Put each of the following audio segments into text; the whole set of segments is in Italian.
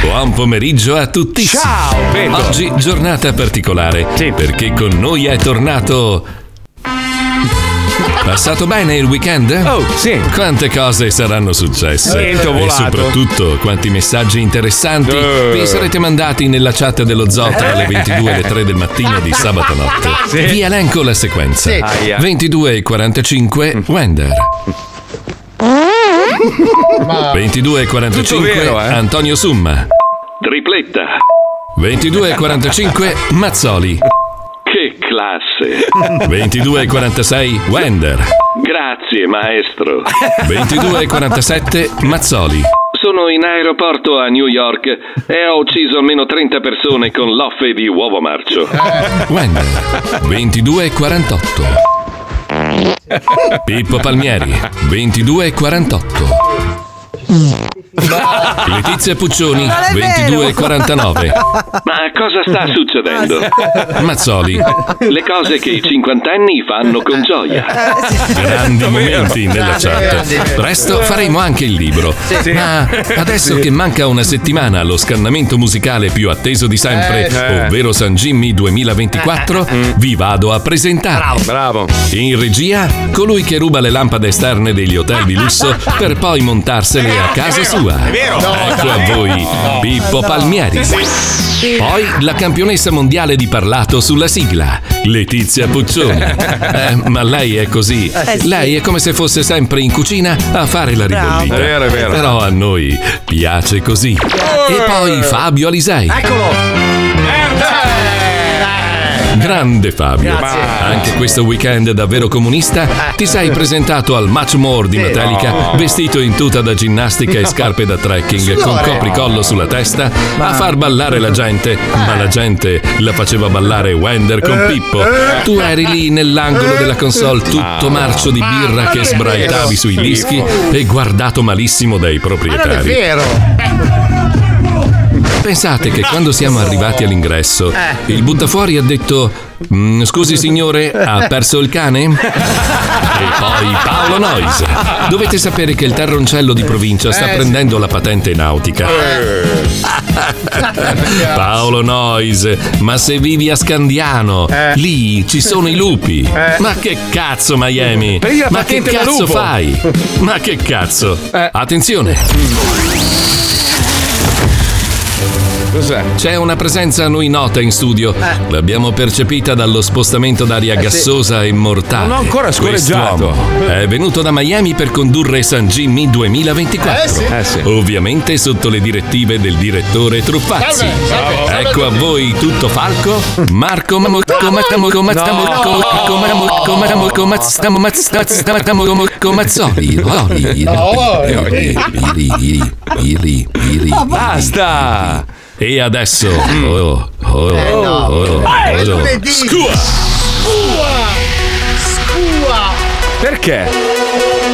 Buon pomeriggio a tutti. Eh. Ciao, Pedro. Oggi giornata particolare. Sì. Perché con noi è tornato. Passato bene il weekend? Oh, sì. Quante cose saranno successe Vento e volato. soprattutto quanti messaggi interessanti Eh. vi sarete mandati nella chat dello zoo tra le 22 e le 3 del mattino di sabato notte. Sì. Vi elenco la sequenza. Sì. Aia. 22 e 45 Wender. 22 e 45 Tutto vero, eh? Antonio Summa. Tripletta. 22 e 45 Mazzoli. Che classe! 22 e 46 Wender. Grazie, maestro. 22 e 47 Mazzoli. Sono in aeroporto a New York e ho ucciso almeno 30 persone con l'offe di uovo marcio. Wender 2248 Pippo Palmieri 2248 Letizia Puccioni 2249 Ma cosa sta succedendo? Ah, Mazzoli Le cose che i cinquantenni fanno con gioia. Grandi momenti nella chat Presto faremo anche il libro Ma adesso che manca una settimana allo scannamento musicale più atteso di sempre Ovvero San Jimmy 2024 Vi vado a presentare Bravo. In regia, colui che ruba le lampade esterne degli hotel di lusso per poi montarsele a casa sua. Ecco a voi, Pippo Ecco Palmieri. Poi la campionessa mondiale di parlato sulla sigla, Letizia Puccioni. Eh, ma lei è così. Lei è come se fosse sempre in cucina a fare la ribollita. È vero, è vero. Però a noi piace così. E Eh. poi Fabio Alisei. Ecco, Oh, Grande Fabio, Grazie. Eh. anche questo weekend davvero comunista ti sei presentato al Much More di Metallica vestito in tuta da ginnastica e scarpe da trekking con copricollo sulla testa a far ballare la Eh. gente, ma la gente la faceva ballare Wender con Pippo. eh. Tu eri lì nell'angolo della console tutto marcio di birra che sbraitavi sui dischi e guardato malissimo dai Ma non è proprietari. vero. Pensate che quando siamo arrivati all'ingresso, Eh. il buttafuori ha detto: "Mm, Scusi signore, ha perso il cane? E poi Paolo Nois. Dovete sapere che il terroncello di provincia Eh, sta prendendo la patente nautica. Paolo Nois, ma se vivi a Scandiano, Eh. lì ci sono i lupi. Ma che cazzo, Miami? Prendi la Ma che Eh. patente da cazzo lupo. Eh. fai? Ma che cazzo? Attenzione! Cos'è? C'è una presenza a noi nota in studio. L'abbiamo percepita dallo spostamento d'aria gassosa e mortale. Non ho ancora scorreggiato. Quest'uomo È venuto da Miami per condurre San Jimmy 2024. Eh sì. Ovviamente sotto le direttive del direttore Truffazzi. Ecco a voi tutto falco, Marco Mamocco Matamocco Matamocco Mocco Mamocco Matamocco Mazzamo Mazzamo Mazzamo Mocco Mazzoli. Oli, oli, oli, oli, oli, oli. Ah, Basta. Mm. Eh, E adesso. Oh, oh, oh, oh, oh. Eh, Lunedì. Scua. Scua. Perché?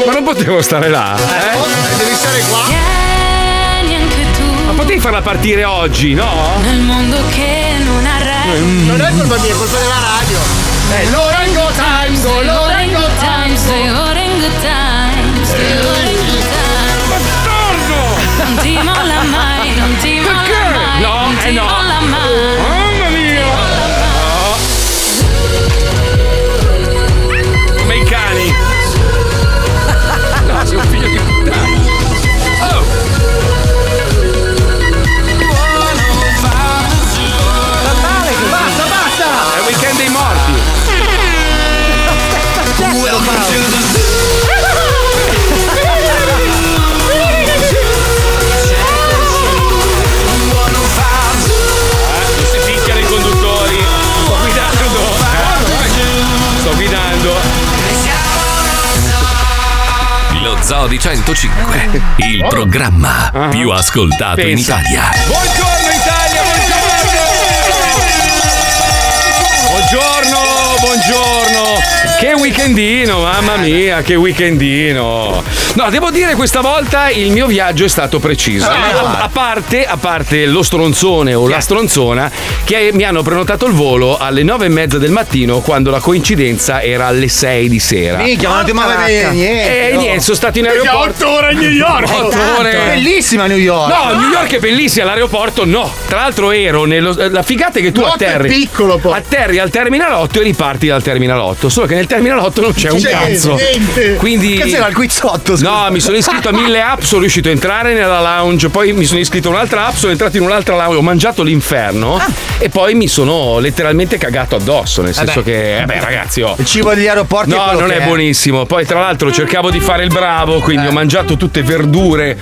Ma non potevo stare là. Eh? Scua. Devi stare qua. Vieni anche Ma tu potevi farla partire oggi, no? nel mondo che non ha Eh, re. Non è colpa mia, è colpa della radio. Eh, l'Orango Times, Stay in l'Orango good Times. time, stay all in good time, stay all in good time. Eh. Bastardo! Non ti molla mai, non ti molla Perché? mai, No, non eh ti no. molla mai. Mamma mia! Come i cani! No, sei un figlio di puttana. Basta, basta! È il weekend dei morti! Non si picchiano i Eh, conduttori! Sto guidando! Sto guidando! Lo Zoo di 105, il programma più ascoltato in Eh. Ah. Pensa. Italia. Buongiorno Italia, buongiorno! Buongiorno, buongiorno! Che weekendino, mamma mia, che weekendino! No, devo dire questa volta il mio viaggio è stato preciso. Ah, meno a, male. a parte, a parte lo stronzone o la stronzona che mi hanno prenotato il volo alle nove e mezza del mattino quando la coincidenza era alle 6 di sera. Minchia, ma non ti muovevi Porca. niente, Eh, no. niente, sono stato in Minchia, aeroporto. otto ore a New York. Otto Tanto, ore. eh. Bellissima New York. No, New York è bellissima, l'aeroporto no. Tra l'altro ero nello. eh, La figata è che tu Notte atterri. piccolo, poi. Atterri al terminal 8 e riparti dal terminal 8. Solo che nel terminal 8 non c'è un C'è cazzo. niente. Quindi. Che c'era il quizzotto? scusa? No, mi sono iscritto a mille app, sono riuscito a entrare nella lounge, poi mi sono iscritto a un'altra app, sono entrato in un'altra lounge, ho mangiato l'inferno Ah. e poi mi sono letteralmente cagato addosso, nel senso che, vabbè ragazzi, oh, Eh Il cibo degli aeroporti è No, quello non che è è. Mm. Eh. buonissimo. Poi, tra l'altro, cercavo di fare il bravo, quindi ho mangiato tutte verdure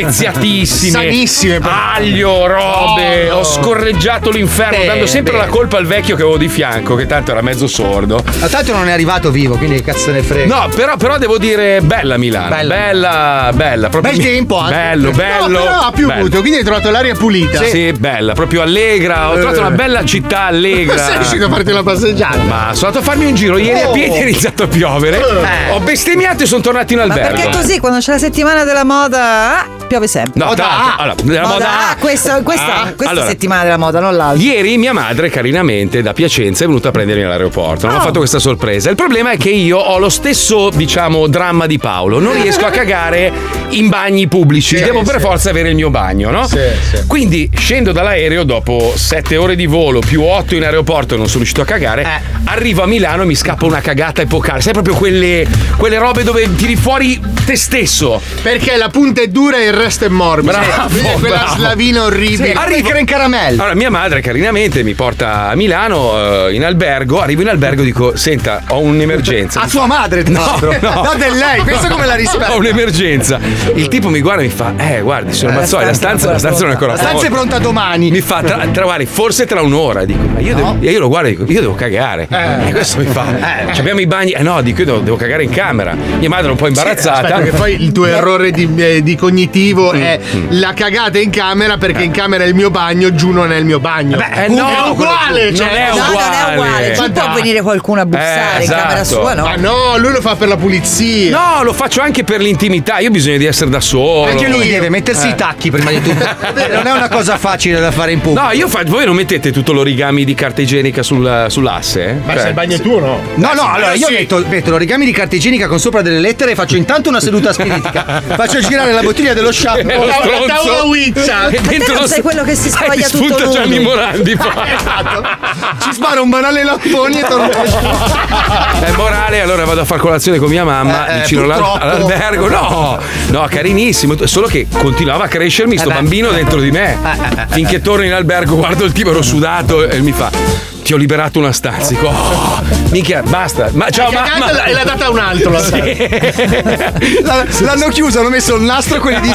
speziatissime, Sanissime, però. aglio, robe. Oh. Ho scorreggiato l'inferno, Bene, dando sempre la bene. colpa al vecchio che avevo di fianco, che tanto era mezzo sordo. Ma tanto non è arrivato vivo, quindi che cazzo ne frega. No, però, però devo dire bella Milano. Bella. Bella, bella, proprio Bel mi- tempo anche. Bello, bello. No, però ha piovuto, bello. quindi hai trovato l'aria pulita. Eh. Sì. bella, proprio allegra. Ho trovato una bella città allegra. Sei riuscito a farti la passeggiata? Ma sono andato a farmi un giro ieri a Oh. piedi è iniziato a piovere. Eh. Ho bestemmiato e sono tornato in Ma albergo. perché così quando c'è la settimana della moda ah, piove sempre? No, tra l'altro, allora, della moda A. ah, questa, questa, Ah, questa allora. settimana della moda, non l'altra. Ieri mia madre, carinamente, da Piacenza è venuta a prendermi all'aeroporto. Oh. Non ho fatto questa sorpresa. Il problema è che io ho lo stesso, diciamo, dramma di Paolo. Non riesco a cagare in bagni pubblici. Devo per forza avere il mio bagno, no? Sì, sì. Quindi scendo dall'aereo dopo 7 ore di volo più 8 in aeroporto e non sono riuscito a cagare. Eh. Arrivo a Milano e mi scappa una cagata epocale. Sai proprio quelle, quelle robe dove tiri fuori te stesso. Perché la punta è dura e il resto è morbido. Bravo, Quindi è quella bravo. slavina orribile. Sì. Arriva in caramella. Allora, mia madre carinamente mi porta a Milano eh, in albergo. Arrivo in albergo e dico: Senta, ho un'emergenza. A sua madre, tra l'altro. no. No, di lei, questo come la rispetta? Ho un'emergenza. Il tipo mi guarda e mi fa: Eh, guardi, signor Mazzoli, la stanza, la stanza non è ancora La stanza è pronta. pronta domani. Mi fa, tra, tra- guardi, forse tra un'ora. Dico, ma io, devo, e io lo guardo e dico, io devo cagare. Eh. E questo mi fa, cioè "Ci abbiamo i bagni. Eh no, dico, io devo, devo cagare in camera. Mia madre è un po' imbarazzata. Mm, Aspetta, che poi il tuo errore di, eh, di cognitivo è la cagata in camera perché in camera è il mio bagno, giù non è il mio bagno. Eh, Comunque è uguale, non cioè, è No, uguale. non è uguale. Ma Ci può dai. venire qualcuno a bussare Eh, in camera esatto. sua, no? Ma no, lui lo fa per la pulizia. No, lo faccio anche per l'intimità. Io ho bisogno di essere da solo. Anche Lui Io- deve Eh. mettersi i tacchi prima di tutto. Eh. non è una cosa facile da fare in pubblico. No, io fa- voi non mettete tutto l'origami di carta igienica sul- sull'asse? eh? Ma Cioè- se il bagno è tuo, no? Eh, No, no, allora io metto, metto l'origami di carta igienica con sopra delle lettere e faccio intanto una seduta spiritica. faccio girare la bottiglia dello shampoo. È uno È stronzo. una tavola wiccia. E te non sei quello che si Eh, ti spoglia tutto spunta nudo. Gianni Morandi. poi. Ci spara un banale lampone e torna È morale, allora vado a far colazione con mia mamma Eh, eh, vicino all'al- purtroppo. all'albergo. No, no, carinissimo. Solo che continuava a crescermi sto bambino dentro di me. Finché torno in albergo, guardo il tipo, ero sudato e mi fa. Ti ho liberato una stanza. Dico, "Oh, minchia, basta. Ma ciao, mamma. e l'ha data a un altro. la stanza. La- L'hanno chiusa, hanno messo il nastro quelli di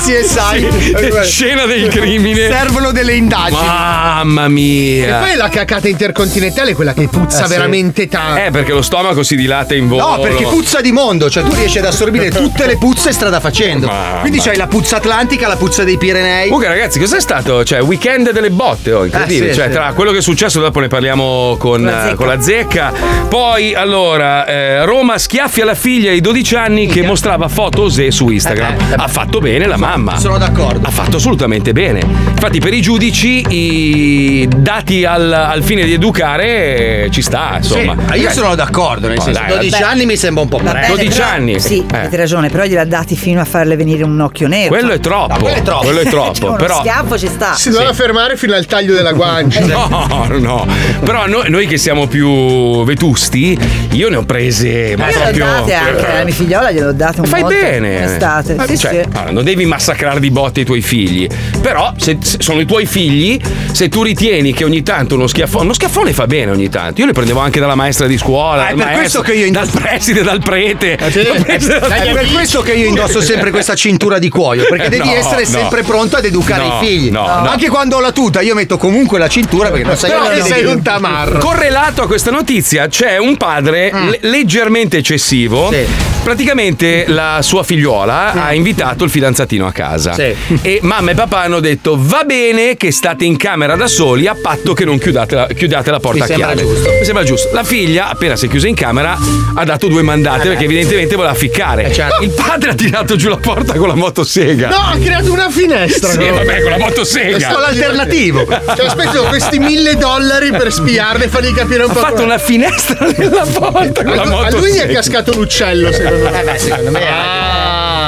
CSI. Scena del crimine. Servono delle indagini. Mamma mia. E poi la cacata intercontinentale è quella che puzza veramente tanto. Eh, perché lo stomaco si dilata in volo. No, perché puzza di mondo, cioè tu riesci ad assorbire tutte le puzze strada facendo. Mamma. Quindi c'hai la puzza atlantica, la puzza dei Pirenei. Comunque, ragazzi, cos'è stato? Cioè, weekend delle botte, oh, incredibile. Eh, sì, cioè, sì. tra quello che è successo, dopo ne parliamo con eh, con la zecca. Poi, allora, eh, Roma schiaffi alla figlia di 12 anni che mostrava foto osè su Instagram. Ha fatto bene la mamma. Sono d'accordo. Ha fatto assolutamente bene. Infatti, per i giudici, i dati al, al fine di educare eh, ci sta, insomma. Ma io sono d'accordo, nel senso, dai, 12 anni mi sembra un po' Va presto. bene, 12 però- anni. Sì, Eh. avete ragione, però gliel'ha dati fino a farle venire un occhio nero. Quello è troppo. quello è troppo. Quello è troppo. Cioè, uno però. schiaffo ci sta. Si doveva fermare fino al taglio della guancia. No, no. Però noi, noi che siamo più vetusti, io ne ho prese. Ma Ma gliel'ho proprio. date anche, eh, la mia figliola gliel'ho date un Fai monte bene. Estate. Ma- Sì, cioè, sì. allora, non devi massacrare di botte i tuoi figli. Però, se, se sono i tuoi figli, se tu ritieni che ogni tanto uno schiaffone. Uno schiaffone fa bene ogni tanto. Io le prendevo anche dalla maestra di scuola. Ah, è dal per maestro, questo che io- Ah, Dal preside, dal prete. Le ho prese dal- Eh, È per questo che io indosso sempre questa cintura di cuoio, perché devi No, essere no. sempre pronto ad educare No, i figli. no, no. Anche quando ho la tuta, io metto comunque la cintura perché non sai Però che che non sei devi- un tamarro. Correlato a questa notizia c'è un padre le- leggermente eccessivo Mm. Sì. Mm. Praticamente la sua figliuola ha invitato il fidanzatino a casa. E mamma e papà hanno detto: Va bene che state in camera da soli a patto che non chiudate la, chiudiate la porta Mi a sembra chiave. giusto. Mi sembra giusto. La figlia, appena si è chiusa in camera, ha dato due Ah, mandate perché evidentemente voleva ficcare. Eh, certo. Il padre ha tirato giù la porta con la motosega. No, ha creato una finestra. Sì, no? vabbè, con la motosega. È solo l'alternativo. Ci ho speso questi mille dollari per spiarle e fargli capire un Ha po'. fatto una finestra nella porta con la Eh, A motosega. lui gli è cascato l'uccello, secondo me. secondo me.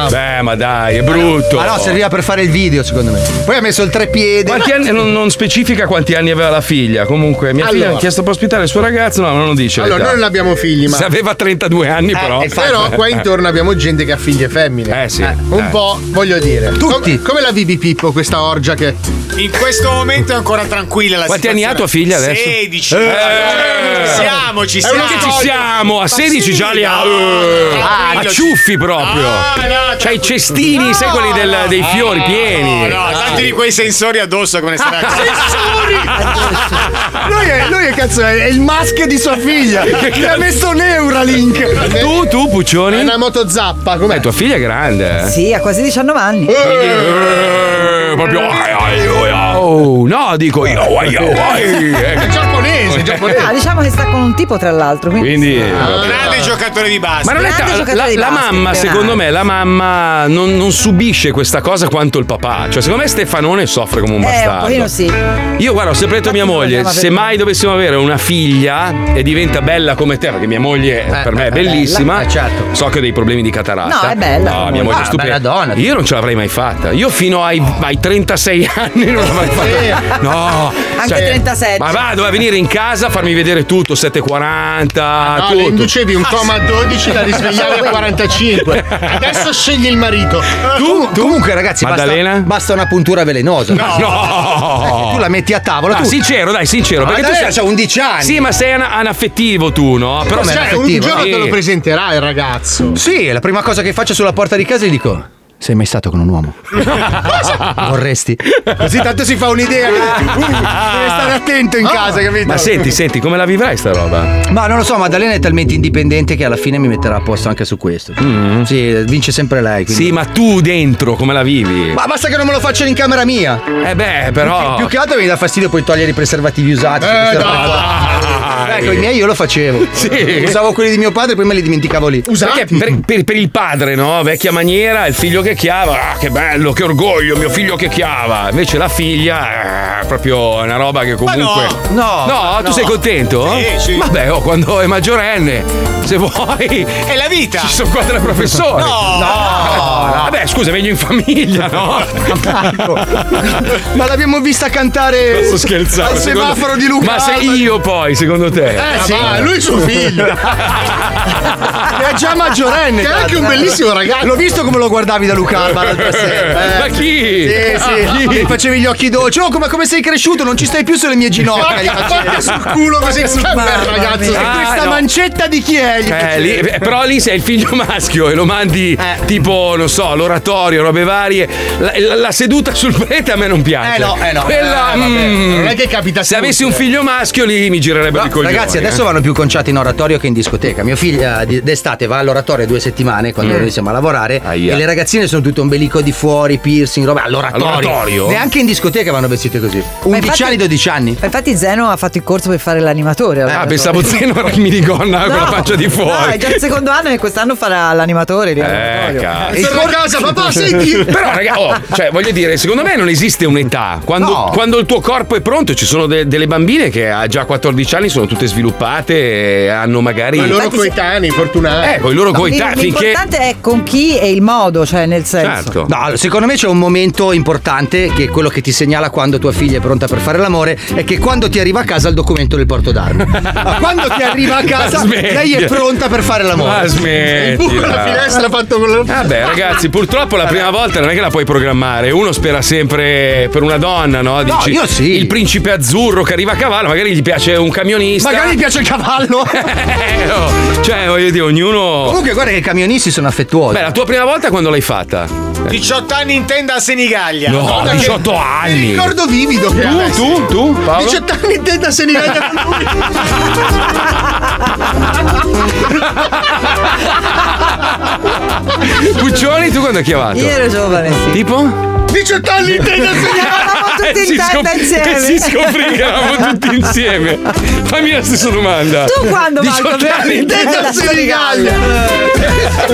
Beh, ma dai, è brutto. Ma no, serviva per fare il video, secondo me. Poi ha messo il trepiede. Quanti anni, non, non specifica quanti anni aveva la figlia. Comunque, mia figlia Allora. ha chiesto per ospitare il suo ragazzo. No, non lo dice. Ah, Allora, l'età. noi non abbiamo figli, ma. Se aveva 32 anni, però. Però qua intorno abbiamo gente che ha figlie femmine. Eh, sì. Un Eh. po', voglio dire. Tutti. come la vivi Pippo, questa orgia che. In questo momento è ancora tranquilla la Quanti anni ha tua situazione. figlia adesso? 16. Eh. Ci siamo, ci È siamo. Eh, uno che ci siamo, a 16 già li ha. eh, tranquillo, a ci- ciuffi proprio. Ah, no, C'hai i cestini, sai quelli del- dei fiori pieni. No, no, tanti di quei sensori addosso come sarà. Ah. Lui è, lui è, cazzo, è il maschio di sua figlia. Gli ha messo un Neuralink. Ah, Tu, tu, È Puccioni? una motozappa, com'è? Eh, tua figlia è grande. eh. Sì, ha quasi 19 anni. Eh, proprio. ai, ai, oi, Oh. au. No, dico io. ai, au, ai. È Eh, giapponese, è Ah, giapponese. diciamo che sta con un tipo, tra l'altro. Quindi... Ah. Quindi. Grande giocatore di basket. Ma non è ta- Grande giocatore la, di la basket, mamma, Leonardo. secondo me, la mamma non, non subisce questa cosa quanto il papà. Cioè, secondo me Stefanone soffre come un Eh, un bastardo. pochino sì. Io guarda, ho sempre detto a mia Infatti, moglie, non se abbiamo mai dovessimo avere una figlia e diventa bella come te, perché mia moglie per me è bella, bellissima, eh, certo. so che ho dei problemi di cataratta. No, è bella. No, mia moglie Ah, è stupenda. bella donna. Io non ce l'avrei mai fatta. Io fino ai, ai 36 anni non l'avrei fatta. No. Cioè, Anche 37. Ma va, doveva venire in casa, farmi vedere tutto, 740, Ah, No, le tutto. Ah, inducevi un coma a 12 da risvegliare a 45. Adesso scegli il marito. Tu, comunque, ragazzi, basta- Maddalena? Basta, una puntura velenosa. Eh, No! Tu la metti a tavola. Ah, tu. sincero, dai, sincero. Perché tu Maddalena sei. c'ha 11 anni. Sì, ma sei an- anaffettivo tu, no? Però Come sai- Cioè, un effettivo, giorno sì. te lo presenterà il ragazzo. Sì, la prima cosa che faccio sulla porta di casa gli dico: Sei mai stato con un uomo? Vorresti? Così tanto si fa un'idea. che- Uh, deve stare attento in casa, capito? Ma senti, senti, come la vivrai sta roba? Ma non lo so, Maddalena è talmente indipendente che alla fine mi metterà a posto anche su questo. Sì, vince sempre lei. quindi- Mm-hmm. Sì, ma tu dentro come la vivi? Ma basta che non me lo facciano in camera mia. Eh beh, però. Più che altro mi dà fastidio poi togliere i preservativi usati. Eh, queste robe. Dai. Ecco, i miei io lo facevo. Sì. Usavo quelli di mio padre, poi me li dimenticavo lì. Perché Usati. per, per- per il padre, no? Vecchia maniera, il figlio che chiava, ah, che bello, che orgoglio, mio figlio che chiava. Invece la figlia, eh, proprio è una roba che comunque. No, No, tu sei contento? Sì, sì. Vabbè, oh, quando è maggiorenne, se vuoi, È la vita. ci sono quattro professori. No. Vabbè, scusa, vengo in famiglia, no? Ma l'abbiamo vista cantare Ecco. Sto scherzando. al secondo- semaforo di Luca. Ma se io poi, secondo te? Ah, Eh sì, ma lui è suo figlio. Che è già maggiorenne. è anche guarda. un bellissimo ragazzo. L'ho visto come lo guardavi da Luca Alba l'altra sera. Eh. Ma chi? Eh sì, mi facevi gli occhi dolci. Oh, come, come sei cresciuto? Non ci stai più sulle mie ginocchia. gli facevi. Porta sul culo così scappa il ragazzo. E Ah, questa no. mancetta di chi è? Gli Eh, facevi. lì- eh, però lì sei il figlio maschio e lo mandi Eh. tipo, non so, l'oratorio, robe varie. La, la- la seduta sul prete a me non piace. Eh, no, eh, no. Quella, Eh, vabbè. mm, Non è che capita se sempre. avessi un figlio maschio lì mi girerebbe No, di coglioni. ragazzi, adesso eh. vanno più conciati in oratorio che in discoteca. Mio figlio eh, di- d'estate va all'oratorio due settimane quando noi siamo a lavorare Aia. e le ragazzine sono tutte ombelico di fuori, piercing, roba all'oratorio. All'oratorio? Neanche in discoteca vanno vestite così. 11 infatti- anni, 12 anni. Ma Infatti Zeno ha fatto il corso per fare l'animatore. Ah, allora. pensavo Zeno era in minigonna con la faccia di No, è fuori. già il secondo anno e quest'anno farà l'animatore. lì eh, all'oratorio. cazzo. Sono a casa, papà, senti. Cioè, Però, raga, oh, cioè, voglio dire, secondo me non esiste un'età. Quando, No. quando il tuo corpo è pronto, ci sono de- delle bambine che a già 14 anni sono tutte sviluppate e hanno magari. I loro Infatti, se- coetanei, fortunati. Eh, con i loro Quindi coetanei. Finché. L'importante è con chi e il modo, cioè nel senso. Certo. No, allora, secondo me c'è un momento importante che è quello che ti segnala quando tua figlia è pronta per fare l'amore è che quando ti arriva a casa il documento del porto d'armi. Ma quando ti arriva a casa Smetti. lei è pronta per fare Ma l'amore. Il buco della smettila. finestra fatto con la. Vabbè ragazzi, purtroppo la prima volta non è che la puoi programmare, uno spera sempre per una donna, no? Dici, io sì. Il principe azzurro che arriva a cavallo, magari gli piace un camionista. Magari gli piace il cavallo. Eh, oh. Cioè, voglio dire, ognuno... Comunque guarda che i camionisti sono affettuosi. Beh, la tua prima volta quando l'hai stata? 18 anni in tenda a Senigallia. No, Madonna, che- 18 anni. Mi ricordo vivido. Tu, tu, tu, Paolo? 18 anni in tenda se ne regala con lui. Puccioni, tu quando hai chiamato? Io ero giovane, sì. Tipo? 18 anni in tenda se ne Eravamo E tutti Eh, si in tenda scop- insieme. E si scoprì che eravamo tutti insieme. Fammi la stessa domanda. Tu quando, Marco, 18 anni in veramente? regala se ne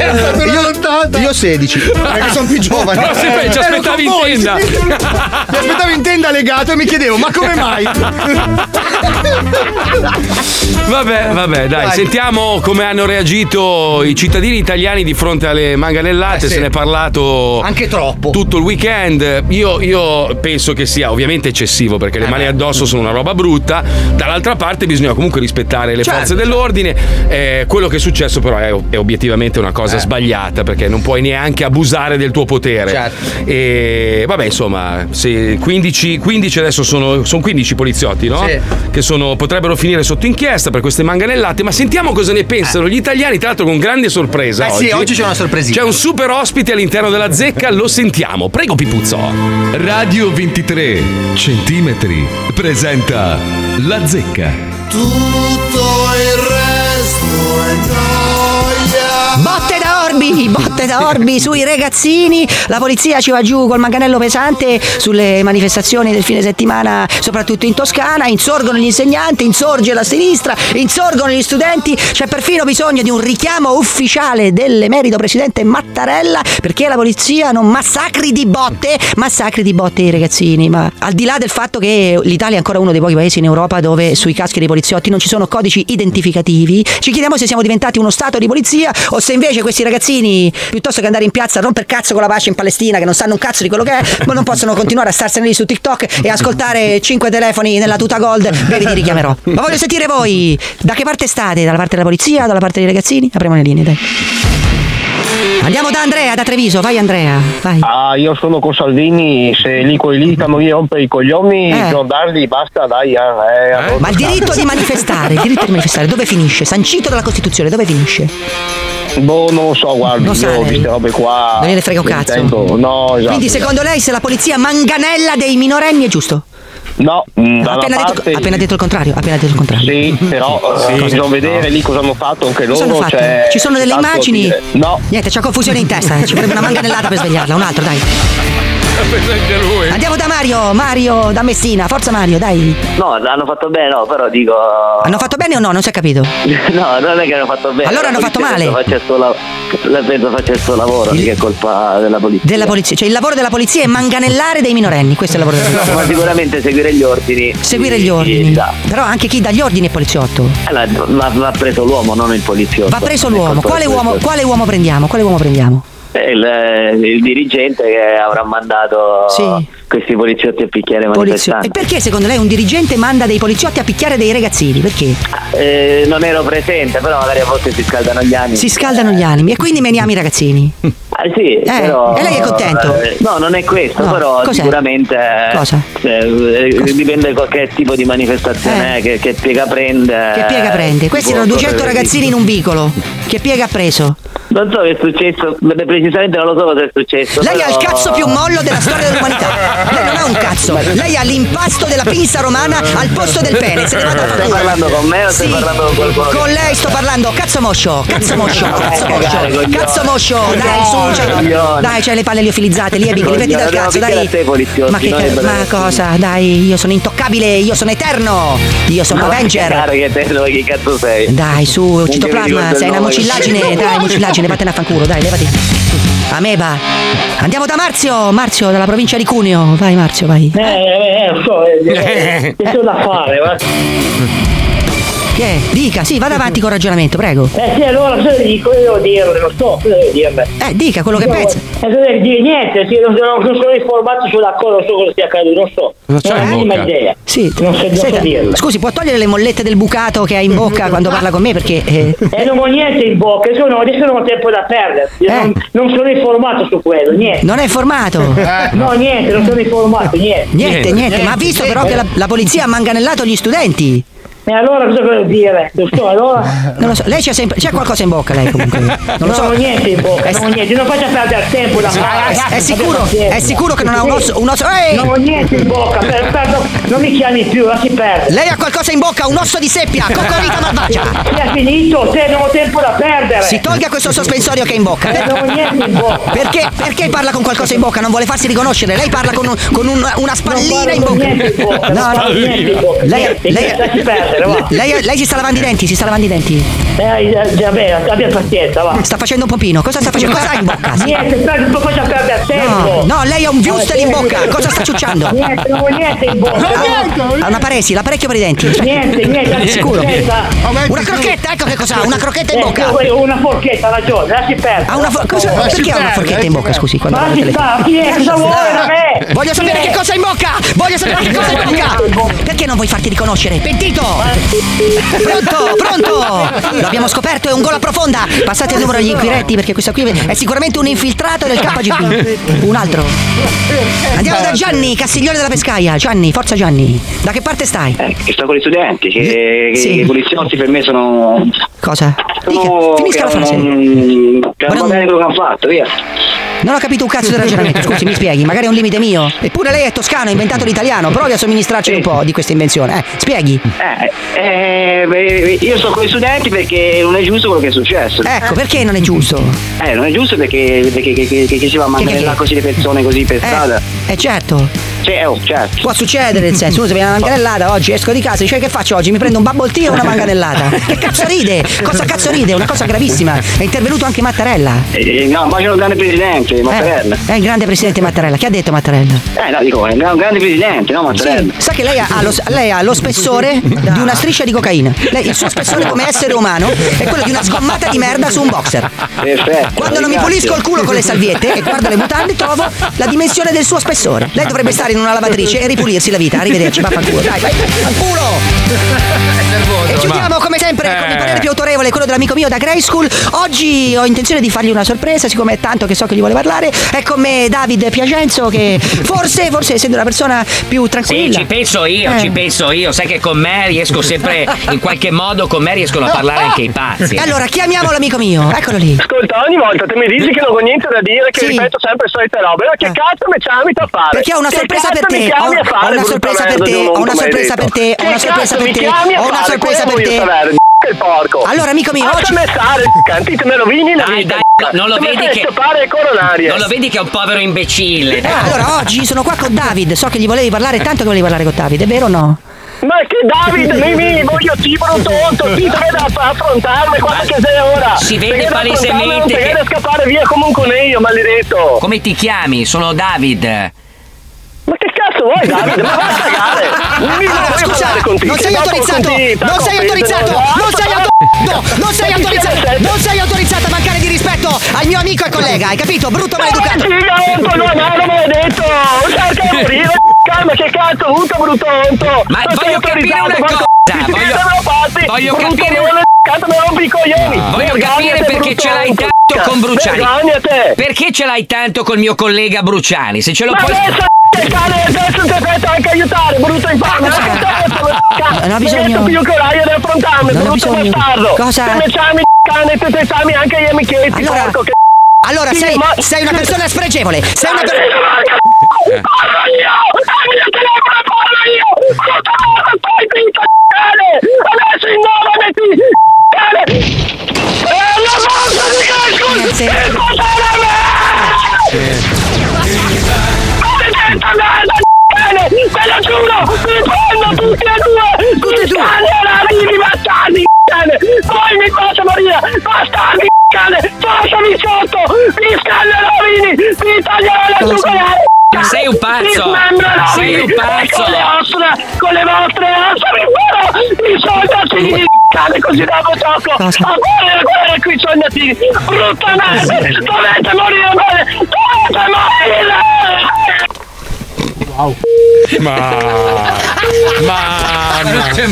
Eh. regala. Io, io 16, perché sono più giovane. Però sempre ci Ero aspettavi in con voi, tenda. sì. Mi aspettavo in tenda legato e mi chiedevo, ma come mai? Vabbè, vabbè, dai, Dai. sentiamo come hanno reagito i cittadini italiani di fronte alle manganellate. Eh, sì. Se ne è parlato Anche troppo. tutto il weekend. Io, io penso che sia ovviamente eccessivo perché le Eh mani addosso sono una roba brutta. Dall'altra parte bisogna comunque rispettare le Certo, forze dell'ordine. Eh, quello che è successo però è, è obiettivamente una Eh. cosa sbagliata perché non puoi neanche abusare del tuo potere. Certo. E vabbè, insomma, se 15, 15 adesso sono, sono 15 poliziotti, no? Sì. Che sono- potrebbero finire sotto inchiesta per queste manganellate, ma sentiamo cosa ne pensano gli italiani, tra l'altro con grande sorpresa. Eh oggi. sì, oggi c'è una sorpresina. C'è un super ospite all'interno della zecca, lo sentiamo. Prego Pipuzzo. Radio 23 centimetri presenta La zecca. Botte da orbi, botte da orbi sui ragazzini. La polizia ci va giù col manganello pesante sulle manifestazioni del fine settimana, soprattutto in Toscana. Insorgono gli insegnanti, insorge la sinistra, insorgono gli studenti. C'è perfino bisogno di un richiamo ufficiale dell'emerito presidente Mattarella perché la polizia non massacri di botte, massacri di botte i ragazzini. Ma al di là del fatto che l'Italia è ancora uno dei pochi paesi in Europa dove sui caschi dei poliziotti non ci sono codici identificativi, ci chiediamo se siamo diventati uno stato di polizia o se invece questi ragazzini, piuttosto che andare in piazza a romper cazzo con la pace in Palestina, che non sanno un cazzo di quello che è, ma non possono continuare a starsene lì su TikTok e ascoltare cinque telefoni nella tuta gold, brevi li richiamerò. Ma voglio sentire voi, da che parte state? Dalla parte della polizia, dalla parte dei ragazzini? Apriamo le linee, dai. Andiamo da Andrea, da Treviso, vai Andrea, vai. Ah, io sono con Salvini, se lì quelli lì stanno lì a rompere i coglioni, Eh. non darli, basta, dai, eh, eh, allora- Ma il diritto di manifestare, il diritto di manifestare dove finisce? Sancito dalla Costituzione, dove finisce? Boh, non lo so, guarda, Lo io sa ho lei. queste robe qua. Non gliene frega un le cazzo. ritengo- No, esatto. Quindi secondo lei se la polizia manganella dei minorenni è giusto? No, mh, Ha da una appena, detto, Mm, parte ha appena detto il contrario, ha appena detto il contrario. Sì, però eh, bisogna vedere lì cosa hanno fatto anche Cosa hanno loro. fatto? cioè, Ci sono delle tanto immagini? dire- No, Niente, c'ho confusione in testa, eh. ci vorrebbe una manganellata per svegliarla, un altro, dai. Andiamo da Mario, Mario da Messina, forza Mario, dai. no, hanno fatto bene, no, però dico. Hanno fatto bene o no? Non si è capito. No, non è che hanno fatto bene. Allora hanno fatto male. Penso faccia il suo lav- la penso faccia il suo lavoro, mica è colpa della polizia. Della polizia, cioè il lavoro della polizia è manganellare dei minorenni, questo è il lavoro della polizia. Ma sicuramente seguire gli ordini. Seguire Sì, gli sì, ordini. esatto. Però anche chi dà gli ordini è poliziotto. Allora, va, va preso l'uomo, non il poliziotto. Va preso Non è l'uomo. colpa Quale del uomo, poliziotto. quale uomo prendiamo? Quale uomo prendiamo? Eh, Il, il dirigente che avrà mandato Sì. questi poliziotti a picchiare i Polizio- manifestanti. E perché secondo lei un dirigente manda dei poliziotti a picchiare dei ragazzini? Perché? Eh, non ero presente, però magari a volte si scaldano gli anni. Si scaldano gli animi e quindi meniamo i ragazzini. eh. Eh, Ah, sì, però. e lei è contento? eh, no, non è questo, No, però cos'è? sicuramente. eh, Cosa? eh, dipende da che tipo di manifestazione Eh. è, che, che piega prende. eh, Che piega prende? Questi Tipo, erano 200 cose- ragazzini in un vicolo. Che piega ha preso? Non so che è successo, beh, precisamente non lo so cosa è successo. Lei però- ha il cazzo più mollo della storia dell'umanità. Lei non ha un cazzo. Lei ha l'impasto della pinza romana al posto del pene. Se ne vada a fare Stai culo. parlando con me o stai Sì. parlando con qualcuno? Con lei sto parlando. Cazzo moscio. Cazzo moscio. Cazzo Eh, cagare, moscio. coglione. Cazzo moscio. Dai, su. c'è- Coglione. Dai, c'hai le palle liofilizzate. Lievi, li vedi dal Coglione, cazzo. no, Dai. picchia te, poliziotti, Ma che no, ca- le palle Ma liofilizzate. cosa? Dai, io sono intoccabile. Io sono eterno. Io sono Avenger. Caro che te, dove chi cazzo sei? Dai, su, mi citoplasma, ricordo sei il una nome. mucillagine, dai, mucillagine, vattene a fanculo, dai, levati. Ameba. Andiamo da Marzio, Marzio, dalla provincia di Cuneo. Vai Marzio, vai. Eh, eh, eh, lo so, eh, eh, che c'ho da fare, va? Che? Dica, sì, vada avanti col ragionamento, prego. Eh sì, allora cosa dico? Io devo dirlo, lo so, cosa devo dirlo? Eh, dica quello che pensa. Eh, cosa devo dire? Niente, sì, non, non- non sono informato sulla cosa, non so cosa stia accaduto, non so. Cosa c'hai non in ho la minima bocca? idea. Sì, Non so- non so senta, dirla. scusi, può togliere le mollette del bucato che ha in bocca quando parla con me perché eh, Eh, non ho niente in bocca, sono, adesso non ho tempo da perdere. Io Eh. Non, non sono informato su quello, niente. non è formato. No, niente, non sono informato, niente. Niente, niente, ma ha visto però che la, la polizia ha manganellato gli studenti. E allora cosa volevo dire? Lo so, allora... Non lo so, lei c'è, sempre, c'è qualcosa in bocca lei comunque. Non lo Non so. ho niente in bocca, Eh, non ho niente, non faccia perdere tempo da Sì, eh, fare, è- ragazzi, è sicuro? abbiate pazienza. È sicuro che non ha un osso- un osso- Ehi! Non ho niente in bocca, per- perdo- non mi chiami più, la si perde. Lei ha qualcosa in bocca, un osso di seppia, coccorita malvagia. Sì, è Eh, finito, te non ho tempo da perdere. Si tolga questo sospensorio che è in bocca. Eh, non ho niente in bocca. Perché, perché parla con qualcosa in bocca? Non vuole farsi riconoscere. Lei parla con, un- con un- una spallina in bocca. bocca, non parlo niente in bocca. Lei, Niente, lasci perdere, va. lei- lei si sta lavando i denti, si sta lavando i denti. Eh, già bene, abbia pazienza, va. Sta facendo un pompino. Cosa sta facendo? Cosa ha in bocca? Niente, però non faccia perdere tempo. No, no, lei ha un viuster wuster in bocca. Cosa sta ciucciando? Ah, Niente, non ho niente in bocca. Ha una paresi, l'apparecchio per i denti. Cioè, Niente, niente, Sicuro. aspetta. Una crocchetta, ecco che cos'ha, una crocchetta in Eh, bocca. io- Una forchetta, ha ragione, lasci perdere. Ha una fo- cosa- Lasci perché ha una perdere, forchetta in lasci bocca, scusi? quando Ma guarda il chi telefono? fa? eh. Chi è? Cosa vuole da me? Ah, Voglio Chi sapere è? che cosa ha in bocca! Voglio sapere che cosa ha in bocca! Perché non vuoi farti riconoscere? Pentito! Pronto, pronto! L'abbiamo scoperto, è un gol a profonda! Passate il numero agli inquiretti perché questo qui è sicuramente un infiltrato del KGB. Un altro. Andiamo da Gianni, Castiglione della Pescaia. Gianni, forza Gianni. Da che parte stai? Che sto con gli studenti, che, Sì. che i poliziotti per me sono. Cosa? sono finisca la che frase. non- Che non va bene quello che hanno fatto, via. Non ho capito un cazzo del ragionamento, scusi, mi spieghi, magari è un limite mio. Eppure lei è toscano, ha inventato l'italiano, provi a somministrarci un po' di questa invenzione. Eh, spieghi. Eh, eh, beh, io sto con gli studenti perché non è giusto quello che è successo. Ecco, perché non è giusto? Eh, non è giusto perché, perché che, che- che- che si va a mandare che- là così le persone così per strada. Eh certo. Cioè, oh, certo. Può succedere, nel senso, uno si viene una manganellata oggi, esco di casa, dice che faccio oggi? Mi prendo un bubble tea o una manganellata? Che cazzo ride? Cosa cazzo ride? È Una cosa gravissima. È intervenuto anche Mattarella. Eh, eh, no, ma c'è un grande Eh. presidente, Mattarella. È il grande presidente Mattarella. Che ha detto Mattarella? Eh, no, dico, è un gran- grande presidente, no, Mattarella? Sì, sa che lei ha, ha lo, lei ha lo spessore di una striscia di cocaina. Lei- il suo spessore come essere umano è quello di una sgommata di merda su un boxer. Perfetto. Quando non mi grazie. pulisco il culo con le salviette e guardo le mutande, trovo la dimensione del suo spessore. Lei dovrebbe stare in una lavatrice e ripulirsi la vita. Arrivederci, vaffanculo. Dai, vai. E chiudiamo come sempre con il parere più autorevole, quello dell'amico mio da Grey School. Oggi ho intenzione di fargli una sorpresa, siccome è tanto che so che gli vuole parlare. È con me David Piacenzo, che forse, forse essendo una persona più Sì, tranquilla. ci penso io, Eh. ci penso io. Sai che con me riesco sempre, in qualche modo, con me riescono a parlare anche i pazzi. Eh. eh. Allora, chiamiamolo amico mio, eccolo lì. Ascolta, ogni volta te mi dici che non ho niente da dire, che Sì. Eh. ripeto sempre solite robe, ma che cazzo mi chiami a fare? Perché ho una Che sorpresa cazzo per mi te. chiami Ho- a fare, ho una brutta sorpresa merda per te, di ho un uomo, una come hai sorpresa detto? per te, ho Che una sorpresa cazzo per mi te, chiami a ho una fare? sorpresa Quello per voglio te. sapere, il porco. Allora, amico mio, oggi- Lasciami stare, canti, te me lo vini la vita. no, non lo Te me vedi fai che- scioppare le coronarie. Non lo vedi che è un povero imbecille? Eh, allora, oggi sono qua con David, so che gli volevi parlare, tanto che volevi parlare con David, è vero o no? Ma che David, Mimi, voglio cibro tonto, ti deve da- affrontarmi quando che sei ora. Si vede Perché da palesemente affrontarmi non che- te deve scappare via come un coniglio, maledetto. Come ti chiami? Sono David. Ma che cazzo vuoi, Davide? Ma vai a cagare! Non mi Ah, Allora, voglio scusa, parlare con te, non che sei parlo autorizzato, con te, non parlo sei con te, autorizzato, no, non sei parlo- autorizzato, non sei Ma chi sei, autorizzato, sette? non sei autorizzato a mancare di rispetto al mio amico e collega, hai capito? Brutto maleducato. Giganto, no, no, non me l'hai detto! Cerca di morire, calma, che cazzo, brutto brutto! Ma Non sei voglio capire autorizzato, una porco- cosa, Sì, sì, voglio- te me lo passi, voglio brutto capire- buono, Cazzo, me rompi i coglioni! Voglio Vergognate, capire perché brutto ce l'hai brutto. tanto con Bruciani. Vergognate! Perché ce l'hai tanto col mio collega Bruciani? Se ce lo Ma puoi. adesso, che cane, adesso ti aspetto anche aiutare, brutto infame! Ma che cazzo, cazzo, Non ho mi bisogno. metto più coraggio di affrontarmi, Non ho brutto bisogno. bastardo! Cosa? Te me chiami, cane, te te chiami anche gli amichetti, Allora- porco, che Allora, sei, sei una persona spregevole, sei una persona... Eh. Quello giuro, mi prendo tutti e due! Tutti e due! Allora arrivi, bastardi, cane! Poi mi faccio morire! Bastardi, cane! Lasciami sotto! Mi scannerò, vini! Mi taglierò la giugolare! Ma sei un pazzo! Mi smembrerò, Sei vini, un pazzo! Con le ossa, con le vostre ossa, mi muoio! Mi sognatini di cane, così dopo tocco! A guerra, guerra qui, sognatini! Brutta merda! Dovete morire male! Dovete morire! Ma. Ma. Cioè, Non c'è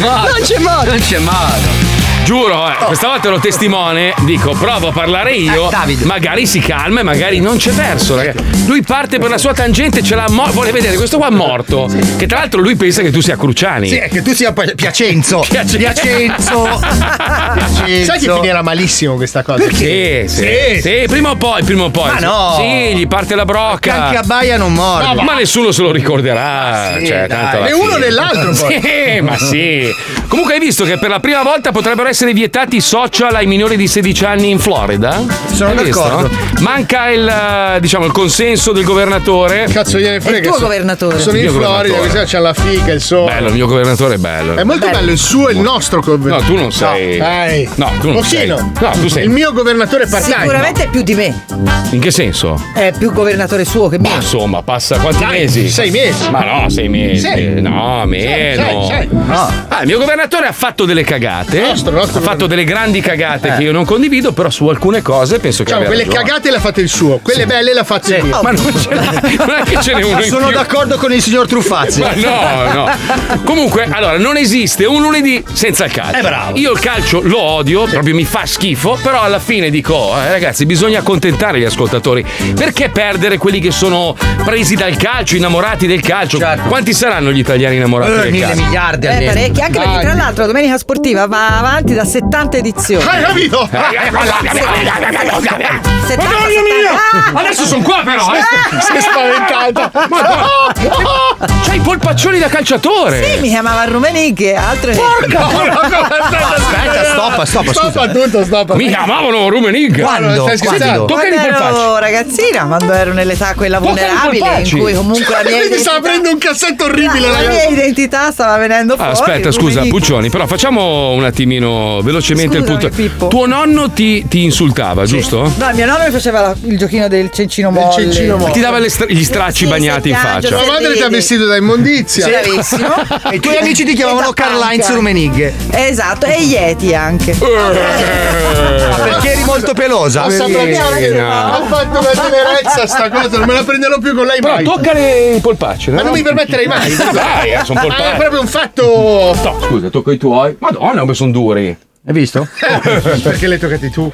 modo! Non c'è modo! Giuro, eh, questa volta ero testimone, dico provo a parlare Ah, io, magari si calma e magari non c'è verso. ragazzi. Lui parte per la sua tangente, ce l'ha mo- vuole vedere questo qua morto, che tra l'altro lui pensa che tu sia Cruciani. Sì, è che tu sia Pi- Piacenzo. Piace- Piacenzo. Sai che finirà malissimo questa cosa? Ah. Perché? Sì, sì, sì, prima o poi, prima o poi. Ma no. Sì, gli parte la brocca. Anche a Baia non morde. ma nessuno se lo ricorderà. Sì, cioè, Eh, dai. tanto alla Né uno fine. né l'altro, poi. Sì, Eh, ma sì. Comunque hai visto che per la prima volta potrebbero essere vietati i social ai minori di 16 anni in Florida? Sono Hai visto? d'accordo. Manca il, eh, diciamo, il consenso del governatore. Cazzo gliene frega, tuo sono- governatore. sono Il in mio Florida, governatore. così c'è la figa, il sole. Bello, il mio governatore è bello. È molto bello, il suo e il nostro governatore. No, tu non sei- dai. No, tu non Pochino. sei. No, tu sei- Il mio governatore part Sicuramente è più di me. In che senso? È più governatore suo che Ma mio. insomma, passa quanti mesi? sei mesi. Ma no, sei mesi. Sì. No, meno. sì, sì. Ah, il mio governatore ha fatto delle cagate. ha fatto delle grandi Eh. cagate che io non condivido, però su alcune cose penso che Diciamo, abbia quelle ragione. cagate le ha fatte il suo, quelle belle le ha fatte il mio. Ma non ce n'è- non è che ce n'è uno in Sono più. d'accordo con il signor Truffazzi. Ma no, no. Comunque, allora, non esiste un lunedì senza il calcio. Eh, bravo. Io il calcio lo odio, proprio mi fa schifo, però alla fine dico, oh, eh, ragazzi, bisogna accontentare gli ascoltatori. Perché perdere quelli che sono presi dal calcio, innamorati del calcio? Quanti saranno gli italiani innamorati del calcio? miliardi Eh, parecchi, anche perché tra l'altro la domenica sportiva va avanti da 70 edizioni. Hai capito? Madonna Ah! mia! Adesso sono qua però, eh! Sei spaventata! Madonna. C'hai i polpaccioni da calciatore! Sì, mi chiamava Rumeniche, altre Porca Aspetta, stoppa, stoppa, Stoppa tutto, stoppa. Mi chiamavano Rumenig. Quando? Stai scherzando? Quando Toccali i polpacci. ero ragazzina, quando ero nell'età quella Toccali i vulnerabile polpacci. in cui comunque la mia Mi identità, sta aprendo un cassetto orribile, la ragazzi. mia identità stava venendo Ah, fuori. aspetta, scusa, Rummenigge. Puccioni, però facciamo un attimino velocemente Scusami, il punto. Tuo nonno ti, ti insultava, giusto? No, mio nonno mi faceva la- il giochino del cencino molle. Ma Ti dava le stra- gli stracci bagnati in faccia. Tua madre ti ha vestito da immondizia. Sì, bravissimo. E i tuoi amici ti chiamavano Karl-Heinz Rumenighe. Esatto, e Yeti anche. Eh. perché eri molto pelosa? Ho saputo che ha fatto una tenerezza sta cosa, non me la prenderò più con lei Però mai. tocca le- i polpacci, Ma non mi permetterei mai. Dai, eh, sono Ah, È polpacci. proprio un fatto. No, scusa, tocco i tuoi. Madonna, come sono duri. Hai visto? Perché l'hai toccati tu?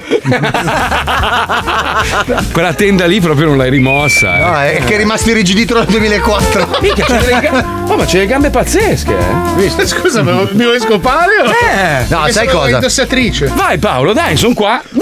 Quella tenda lì proprio non l'hai rimossa. eh. No, Ah, è che è rimasto irrigidito dal 2004. Minchia, c'è delle gambe. Oh, ma c'è le gambe pazzesche, eh. Scusa, ma mi vuoi scopare? o- Eh, no, Perché sai sono cosa? Indossatrice. Ah, Vai Paolo, dai, sono qua. No,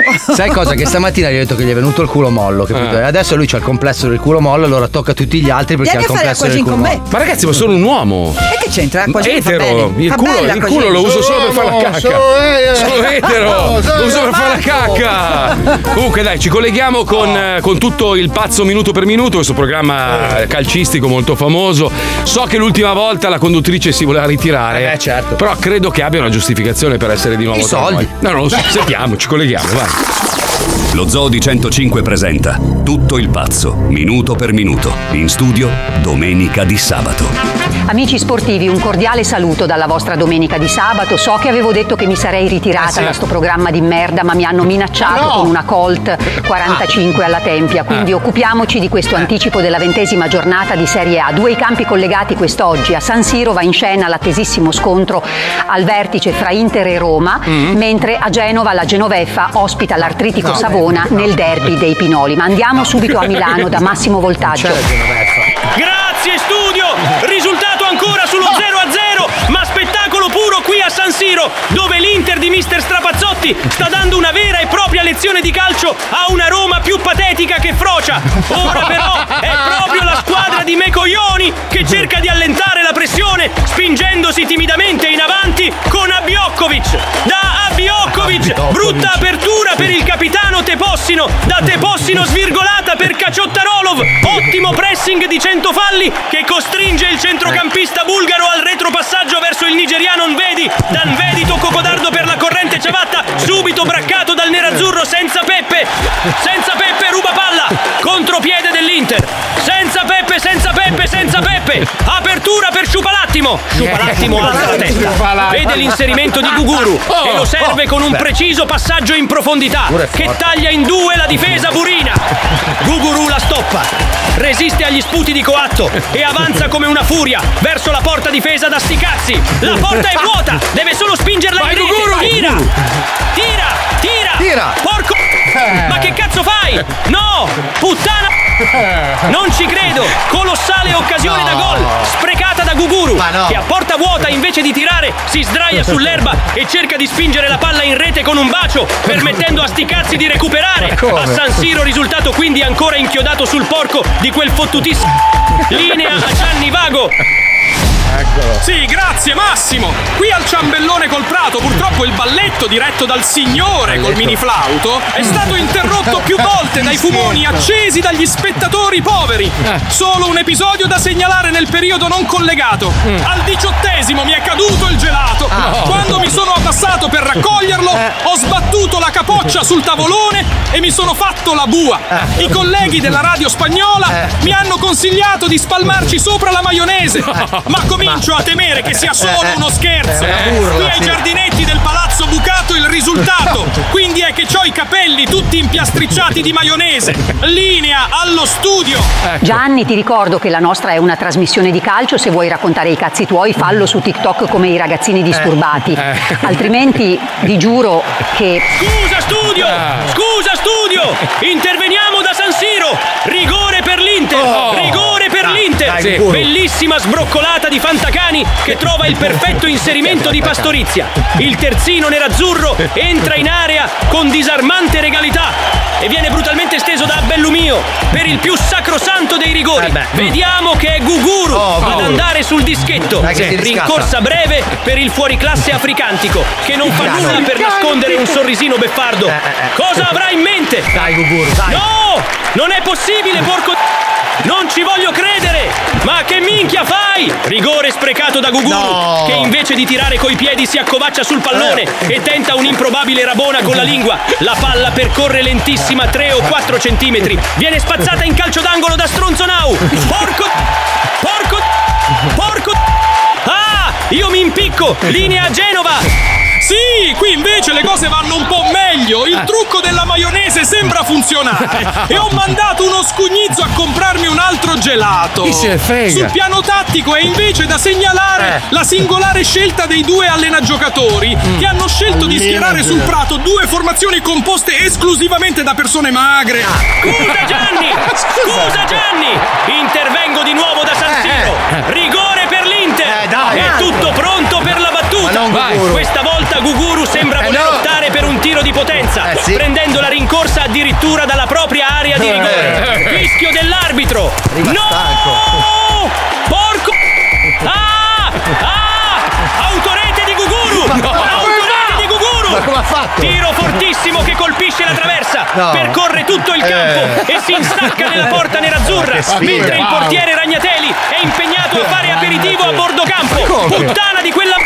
Marco! Sai cosa? Che stamattina gli ho detto che gli è venuto il culo mollo, capito? Eh. E adesso lui c'ha il complesso del culo mollo, allora tocca a tutti gli altri perché E ha il anche fare complesso del acquagin culo con me. mollo. Ma ragazzi, ma sono un uomo. E che c'entra? Acqua gin fa Etero, bene. il Fa culo, bella il acqua culo gin. lo uso solo per fare la cacca. sono- eh, Sono etero, sono- lo uso per fare Marco. la cacca. Comunque, dai, ci colleghiamo con, eh, con tutto il pazzo minuto per minuto, questo programma eh, calcistico molto famoso. So che l'ultima volta la conduttrice si voleva ritirare, però credo che abbia una giustificazione per essere di nuovo I tra soldi. noi. No, non lo so, sentiamo, ci colleghiamo, vai. Lo Zoo di 105 presenta Tutto il pazzo, minuto per minuto. In studio, domenica di sabato. Amici sportivi, un cordiale saluto dalla vostra domenica di sabato. So che avevo detto che mi sarei Ah, ritirata da sto programma di merda, ma mi hanno minacciato con una Ah. Colt 45 alla Tempia. Quindi occupiamoci di Eh. questo anticipo della ventesima giornata di Serie A. Due i campi collegati quest'oggi. A San Siro va in scena l'attesissimo scontro al vertice fra Inter e Roma, mentre a Genova la Genoveffa ospita l'artritico Mm. No, Savona nel derby dei Pinoli. Ma andiamo subito a Milano da Massimo Voltaggio. Grazie studio! Risultato ancora sullo Ah. 0 a 0, ma spettacolo puro qui a San Siro, dove l'Inter di mister Strapazzotti sta dando una vera e propria lezione di calcio a una Roma più patetica che Frocia. Ora però è proprio la squadra di Mecoglioni che cerca di allentare la pressione, spingendosi timidamente in avanti con Abbioccovic. Da Abbioccovic, brutta apertura per il capitano Tepossino, da Tepossino svirgolata per Cacciottarolov, ottimo pressing di Centofalli che costringe il centrocampista bulgaro al retropassaggio verso il nigeriano Nvedi, da Nvedi tocco codardo per la corrente ciabatta, subito braccato dal nerazzurro senza Peppe, senza Peppe ruba palla, contropiede dell'Inter, senza Peppe, senza Peppe, senza Peppe, Giuseppe, apertura per Sciupalattimo. Sciupalattimo alza la testa. Vede l'inserimento di Guguru e lo serve con un preciso passaggio in profondità che taglia in due la difesa burina. Guguru la stoppa, resiste agli sputi di coatto e avanza come una furia verso la porta difesa da sti cazzi. La porta è vuota, deve solo spingerla in rete. Tira, tira, tira. Tira. Porco ma che cazzo fai? No! Puttana! Non ci credo! Colossale occasione da gol! Sprecata da Guguru! Che a porta vuota invece di tirare si sdraia sull'erba e cerca di spingere la palla in rete con un bacio, permettendo a sti cazzi di recuperare! A San Siro risultato quindi ancora inchiodato sul porco di quel fottutissimo. Linea a Gianni Vago! Sì, grazie Massimo! Qui al ciambellone col prato, purtroppo il balletto diretto dal signore col Balletto. miniflauto è stato interrotto più volte dai fumoni accesi dagli spettatori poveri. Eh. Solo un episodio da segnalare nel periodo non collegato. Mm. Al diciottesimo mi è caduto il gelato. Ah. Eh. Quando mi sono abbassato per raccoglierlo, ho sbattuto la capoccia sul tavolone e mi sono fatto la bua. Eh. I colleghi della radio spagnola mi hanno consigliato di spalmarci sopra la maionese, Eh. ma comincio a temere che sia solo uno scherzo. È una burla, Qui ai sì. giardinetti del palazzo bucato il risultato, quindi è che ho i capelli tutti impiastricciati di maionese. Linea allo studio. Gianni, ti ricordo che la nostra è una trasmissione di calcio. Se vuoi raccontare i cazzi tuoi, fallo su TikTok come i ragazzini disturbati. Altrimenti vi giuro che. Scusa studio! Ah. Scusa studio! Interveniamo da San Siro! Rigore per l'Inter! Oh. Rigore Ah, per l'Inter! dai, Sì. Guru. Bellissima sbroccolata di Fantacani che trova il perfetto inserimento di Pastorizia. Il terzino nerazzurro entra in area con disarmante regalità e viene brutalmente steso da Bellumio per il più sacrosanto dei rigori. Vediamo che è Guguru ad Eh Oh, Guguru. andare sul dischetto. Dai, che si riscatta. Rincorsa breve per il fuoriclasse africantico che non fa Dai. nulla per Africantico. nascondere un sorrisino beffardo. Cosa avrà in mente? Dai, Guguru, dai. No! Non è possibile, porco. Non ci voglio credere! Ma che minchia fai? Rigore sprecato da Guguru, che invece di tirare coi piedi si accovaccia sul pallone e tenta un'improbabile rabona con la lingua. La palla percorre lentissima 3 o 4 centimetri. Viene spazzata in calcio d'angolo da Stronzonau. Porco. Porco. Porco. Ah! Io mi impicco! Linea Genova! Sì, qui invece le cose vanno un po' meglio. Il trucco della maionese sembra funzionare. E ho mandato uno scugnizzo a comprarmi un altro gelato. Chi se ne frega? Eh. Sul piano tattico è invece da segnalare la singolare scelta dei due allenagiocatori Mm. che hanno scelto di schierare sul prato due formazioni composte esclusivamente da persone magre. Ah. Scusa Gianni! Scusa Gianni! Intervengo di nuovo da Eh, San Siro! Rigore per l'Inter! dai. È tutto pronto per la battuta! Vai. Guguru. Questa volta Guguru sembra Eh, voler no. optare per un tiro di potenza, Eh, sì. prendendo la rincorsa addirittura dalla propria area di rigore. Eh. Fischio dell'arbitro! Arriva no! Porco! Ah! Ah! Autorete di Guguru! Ma no. Autorete di Guguru! Ma come ha fatto? Tiro fortissimo che colpisce la traversa! No. Percorre tutto il Eh. campo e si instacca nella porta nerazzurra, Che sfiga. mentre il Wow. portiere Ragnatelli è impegnato a fare aperitivo a bordo campo. Ma come? Puttana di quella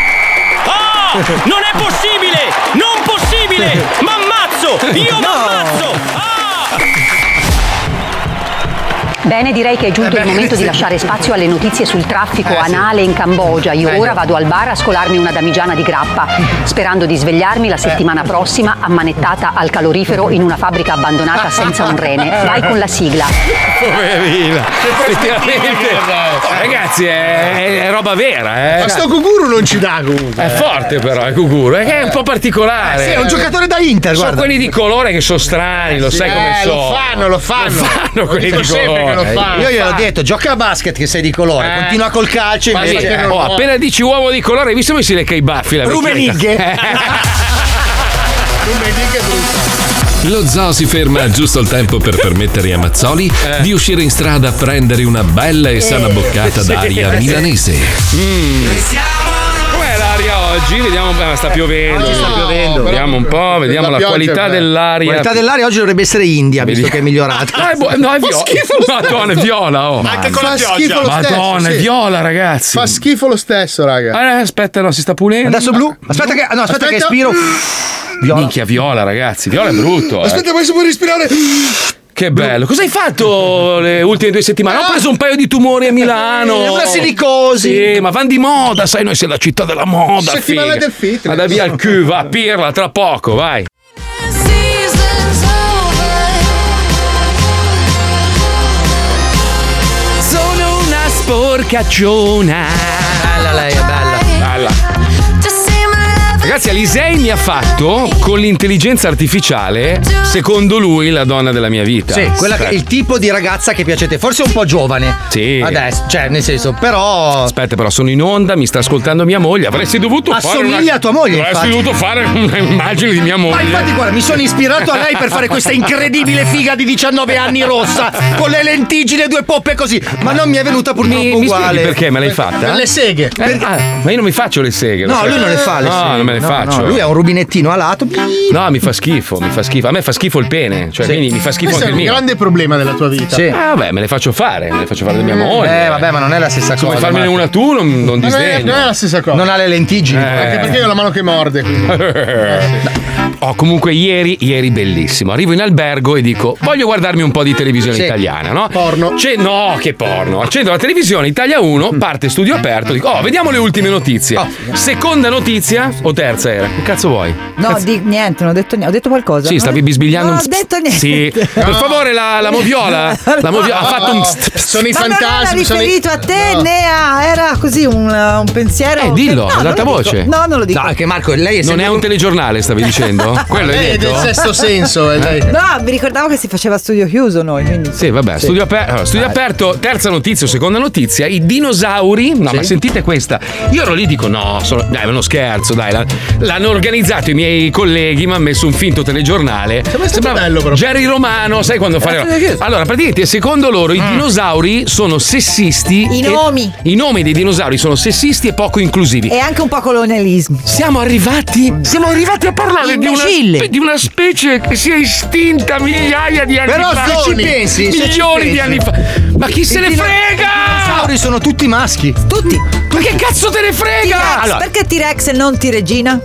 Ah! Non è possibile! Non possibile! M'ammazzo! Io m'ammazzo! Bene, direi che è giunto il momento di lasciare spazio alle notizie sul traffico anale in Cambogia. Io ora vado al bar a scolarmi una damigiana di grappa, sperando di svegliarmi la settimana prossima ammanettata al calorifero in una fabbrica abbandonata senza un rene. Vai con la sigla. Poverina. Effettivamente. esatto. Oh, ragazzi, è, è roba vera, eh. Ma sto Guguru non ci dà comunque. È forte però, è Cucuro, è che è un po' particolare. Eh, sì, è un giocatore da Inter, Sono guarda. quelli di colore che sono strani, lo Sì, sai come eh, sono. Lo fanno, lo fanno. Lo fanno quelli Eh. Dico di sempre colore. che lo fanno. Io gliel'ho Fanno. detto, gioca a basket che sei di colore, Eh. continua col calcio Ma sì, invece. oh, appena dici uomo di colore, hai visto come si lecca i baffi la Eh. Rumenighe. Lo zoo si ferma a giusto il tempo per permettere a Mazzoli Eh. di uscire in strada a prendere una bella e sana boccata sì, d'aria Eh. sì. milanese. Com'è l'aria oggi? Vediamo, eh, sta piovendo. sta piovendo. Vediamo un po', vediamo la, pioggia, qualità beh. dell'aria. Qualità dell'aria oggi dovrebbe essere India, visto che è migliorata. No, è, buo- no, è viola. Madonna, è viola. Oh. Fa schifo lo stesso, Madonna, è sì. viola, ragazzi. Fa schifo lo stesso, raga. Ah, aspetta, no, si sta pulendo. Cioè, Adesso blu. Aspetta che. No, aspetta, che espiro. Minchia, viola, ragazzi. Viola è brutto. eh. Aspetta, ma se puoi respirare. Che bello. Cosa hai fatto le ultime due settimane? Ho preso un paio di tumori a Milano. Una silicosi. Sì, ma van di moda, sai, noi siamo la città della moda. Settimana figa. del fitness. Vada via al Q, va, pirla, tra poco, vai. Sono una sporcacciona. Bella lei, è bella. Bella. Ragazzi, Alisei mi ha fatto con l'intelligenza artificiale, secondo lui, la donna della mia vita. Sì, quella che- il tipo di ragazza che piace a te, forse un po' giovane. Sì. Adesso, cioè, nel senso, però. Aspetta, però sono in onda, mi sta ascoltando mia moglie. Avresti dovuto fare. Assomiglia una- a tua moglie, Avresti infatti. dovuto fare un'immagine di mia moglie. Ma infatti, guarda, mi sono ispirato a lei per fare questa incredibile figa di 19 anni rossa con le lentigine e due poppe così. Ma non mi è venuta purtroppo Mi uguale. spieghi perché me l'hai fatta? Per le seghe. Eh, ah, ma io non mi faccio le seghe. lo No, sai. lui non le fa le no, seghe. non me le No, faccio. no, lui ha un rubinettino alato. No, mi fa schifo, mi fa schifo. A me fa schifo il pene, cioè quindi mi fa schifo Questo è anche il un mio. grande problema della tua vita. Eh, vabbè, me le faccio fare, me le faccio fare da mia moglie. Eh, vabbè, ma non è la stessa Se vuoi cosa, farmene Marco. una tu, non, non Non è, disdegno. Eh. non è la stessa cosa. Non ha le lentigini. Anche perché io ho la mano che morde. quindi. Oh, comunque ieri, ieri bellissimo. Arrivo in albergo e dico: voglio guardarmi un po' di televisione Sì. italiana, no? Porno. no, che porno. Accendo la televisione, Italia 1, Mm. parte studio aperto, dico: oh, vediamo le ultime notizie. Oh. Seconda notizia o terza era? Che cazzo vuoi? No, di- niente, non ho detto niente. Ho detto qualcosa. Sì, Non stavi ho- bisbigliando Non un ho detto niente. Sì. Per favore, la, la moviola. La moviola ha fatto un Sono i Ma fantasmi. Non era sono i- riferito a te, né a. Era così un, un pensiero. Eh, dillo, che- no, ad non alta lo voce. dico. No, non lo dico. No, è che Marco, lei è Non sempre- è un telegiornale, stavi dicendo? Quello Lei è è detto? Eh, del sesto senso, eh, lei. No, mi ricordavo che si faceva a studio chiuso noi. Quindi. Sì, vabbè, studio, aper- allora, studio Ah. aperto, terza notizia, o seconda notizia, i dinosauri. No, ma sentite questa. Io ero lì dico: no, sono- dai, è uno scherzo, dai. la- L'hanno organizzato i miei colleghi, mi hanno messo un finto telegiornale. Sembrava Jerry Romano, sai quando fare. Allora, praticamente, secondo loro, i dinosauri sono sessisti. I e- nomi. I nomi dei dinosauri sono sessisti e poco inclusivi. E anche un po' colonialismo. Siamo arrivati. Siamo arrivati a parlare di una, di una specie che si è estinta migliaia di anni Però fa. se ci pensi, se ci milioni di pensi. anni fa. Ma chi se I ne dino- frega? I dinosauri sono tutti maschi. Tutti. Ma che cazzo te ne frega? T-Rex, Allora- perché T-Rex e non T-Regina?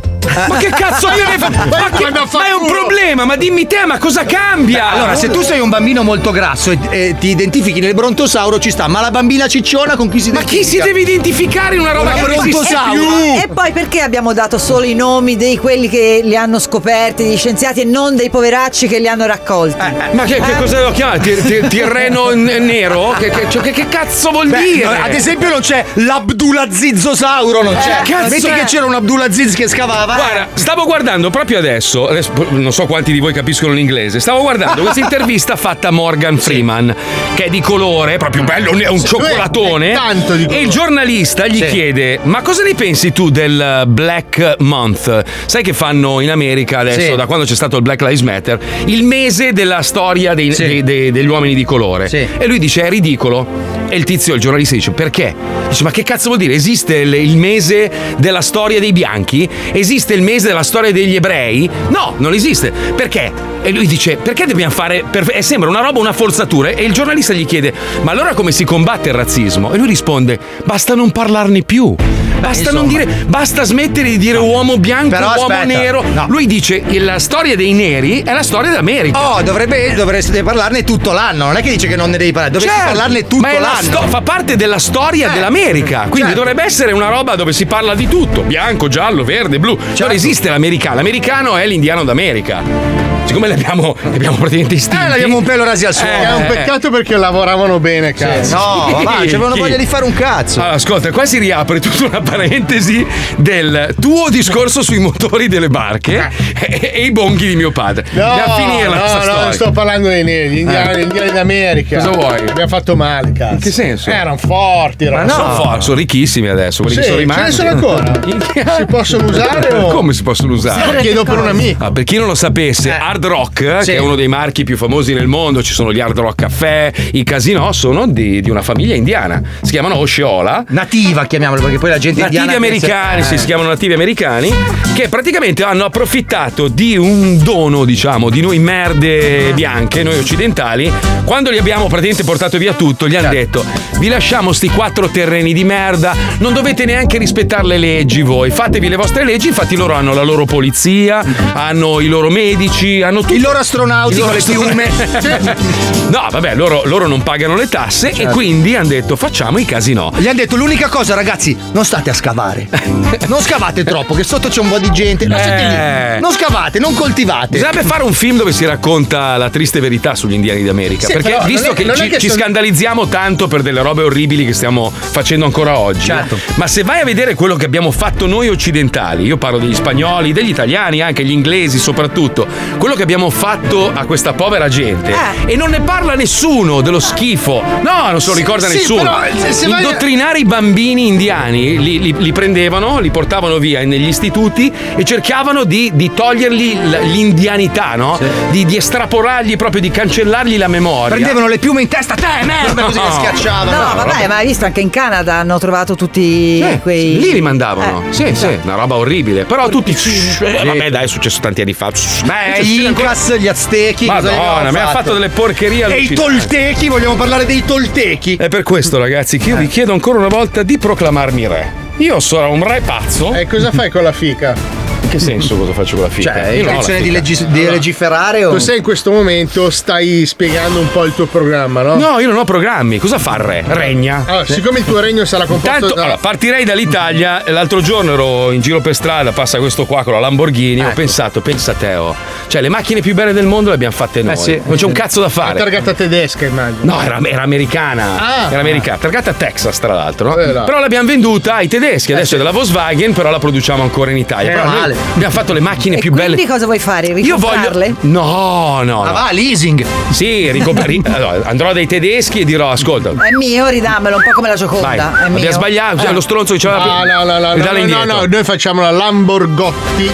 Ma che cazzo io ne faccio? Ma, che- ma è un problema, ma dimmi te, ma cosa cambia? Allora, se tu sei un bambino molto grasso e, e ti identifichi nel brontosauro, ci sta. Ma la bambina cicciona con chi si identifica? chi si deve identificare in una roba che non esiste più? E poi perché abbiamo dato solo i nomi dei quelli che li hanno scoperti, degli scienziati, e non dei poveracci che li hanno raccolti? Eh, Eh? Ma che, Eh. che cosa devo chiamare? Ti- ti- Tirreno n- nero? Che, che- cioè, che- che cazzo vuol Beh, dire? no, Eh, ad esempio non c'è l'Abdulazizzosauro, non c'è. Eh, cazzo Vedi è? che c'era un Abdulaziz che scavava? Guarda, stavo guardando proprio adesso, adesso, non so quanti di voi capiscono l'inglese, stavo guardando questa intervista fatta a Morgan Freeman, che è di colore, proprio bello, è un Sì, cioccolatone. è tanto di e il colore. giornalista gli Sì. chiede, ma cosa ne pensi tu del Black Month? Sai che fanno in America adesso, Sì. da quando c'è stato il Black Lives Matter, il mese della storia dei- Sì. dei- dei- degli uomini di colore. Sì. E lui dice, è ridicolo. E il tizio, il giornalista, dice, perché? Dice, ma che cazzo vuol dire? Esiste il- il mese della storia dei bianchi? Esiste il mese della storia degli ebrei? No, non esiste. Perché? E lui dice, perché dobbiamo fare... per- E sembra una roba, una forzatura. E il giornalista gli chiede, ma allora come si combatte il razzismo? E lui risponde, basta non parlarne più. Basta, non dire, basta smettere di dire uomo bianco, Però uomo aspetta, nero. no. Lui dice, la storia dei neri è la storia dell'America. Oh, dovrebbe, dovreste parlarne tutto l'anno. Non è che dice che non ne devi parlare, dovresti Certo, parlarne tutto ma è la l'anno. sto- fa parte della storia Eh, dell'America. Quindi certo. dovrebbe essere una roba dove si parla di tutto: bianco, giallo, verde, blu. Certo. Non esiste l'americano. L'americano è l'indiano d'America. Siccome l'abbiamo, l'abbiamo praticamente Eh, istinti. Eh, l'abbiamo un pelo rasi al suolo. È un peccato perché lavoravano bene, cazzo. No, ma c'avevano Chi? voglia di fare un cazzo. Allora, ascolta, qua si riapre tutta una parentesi del tuo discorso sui motori delle barche e, e i bonghi di mio padre. No, da finirla no, questa no, storia. non sto parlando dei neri, gli indiani, Eh. gli indiani d'America. Cosa vuoi? Abbiamo fatto male, cazzo. In che senso? Erano forti, erano Ma no, sono, forti, sono ricchissimi adesso, quelli Sì, che sono ce ne rimasti. sono ancora. Si possono usare o- Come si possono usare? Lo chiedo per un amico. Ah, per chi non lo sapesse, Hard Rock, eh, Sì. che è uno dei marchi più famosi nel mondo, ci sono gli Hard Rock Caffè, i casinò sono di, di una famiglia indiana. Si chiamano Osceola. Nativa, chiamiamolo, perché poi la gente Nativi indiana americani, pensa- Eh. sì, si chiamano nativi americani, che praticamente hanno approfittato di un dono, diciamo, di noi merde bianche, noi occidentali. Quando li abbiamo praticamente portato via tutto, gli hanno Certo. detto: vi lasciamo sti quattro terreni di merda, non dovete neanche rispettare le leggi voi, fatevi le vostre leggi, infatti loro hanno la loro polizia, hanno i loro medici, hanno pagano tutto. Il loro astronautico, Il le piume. astronauti- no, vabbè, loro, loro non pagano le tasse e Certo. quindi hanno detto facciamo i casinò. Gli hanno detto l'unica cosa, ragazzi, non state a scavare. Non scavate troppo, che sotto c'è un po' di gente. No, siete lì. Non scavate, non coltivate. Eh. Bisognerebbe fare un film dove si racconta la triste verità sugli indiani d'America. Sì, perché però non visto è- che non è ci, che ci sono- scandalizziamo tanto per delle robe orribili che stiamo facendo ancora oggi, Certo. ma se vai a vedere quello che abbiamo fatto noi occidentali, io parlo degli spagnoli, degli italiani, anche gli inglesi soprattutto, quello che abbiamo fatto a questa povera gente e non ne parla nessuno dello schifo. No, non se lo Eh. Sì, ricorda sì, nessuno. però, se- se vai- Indottrinare i bambini indiani, li, li- li prendevano, li portavano via negli istituti e cercavano di, di togliergli l- l'indianità, no? Di, di estraporargli proprio, di cancellargli la memoria. Prendevano le piume in testa, te, merda, così le schiacciavano. No, vabbè, ma hai visto anche in Canada hanno trovato tutti quei. Eh, Lì li mandavano. Eh, sì, sì, esatto. una roba orribile. Però tutti. Eh, vabbè, dai, è successo tanti anni fa. Ma gli Incas, Cioè, gli Aztechi. cosa gli Madonna, avevano mi ha fatto delle porcherie E i allucinanti. Toltechi, vogliamo parlare dei Toltechi. È per questo, ragazzi, che io vi chiedo ancora una volta di proclamarmi re. Io sarò un re pazzo. E Eh, cosa fai con la fica? In che senso cosa faccio con la fica? Cioè, Io non ho la intenzione fica. legis- di legiferare Tu sai in questo momento stai spiegando un po' il tuo programma, no? No, io non ho programmi. Cosa fa il re? Regna. Allora, siccome il tuo regno sarà composto Tanto, da allora, partirei dall'Italia. L'altro giorno ero in giro per strada, passa questo qua con la Lamborghini. Ecco. Ho pensato, pensa te, oh. Cioè, le macchine più belle del mondo le abbiamo Eh, fatte noi. sì. Non c'è un cazzo da una fare. targata tedesca, immagino. No, era, era americana. Ah. era americana. Targata Texas, tra l'altro. no? Eh, là. Però l'abbiamo venduta ai tedeschi. Eh, Adesso è della Volkswagen, però la produciamo ancora in Italia. Eh, Però noi male. abbiamo fatto le macchine più belle. Quindi cosa vuoi fare? Io voglio. Ricomprarle? No, no. Ah, no. va, leasing. Sì, ricomp- ri- allora, andrò dai tedeschi e dirò: Ascolta, È mio, ridammelo, un po' come la vai. Gioconda. È mio. Abbiamo sbagliato. cioè, Eh. Lo stronzo diceva. No, no, no, no, ridalla no, no, indietro. no, noi facciamo la Lamborgotti.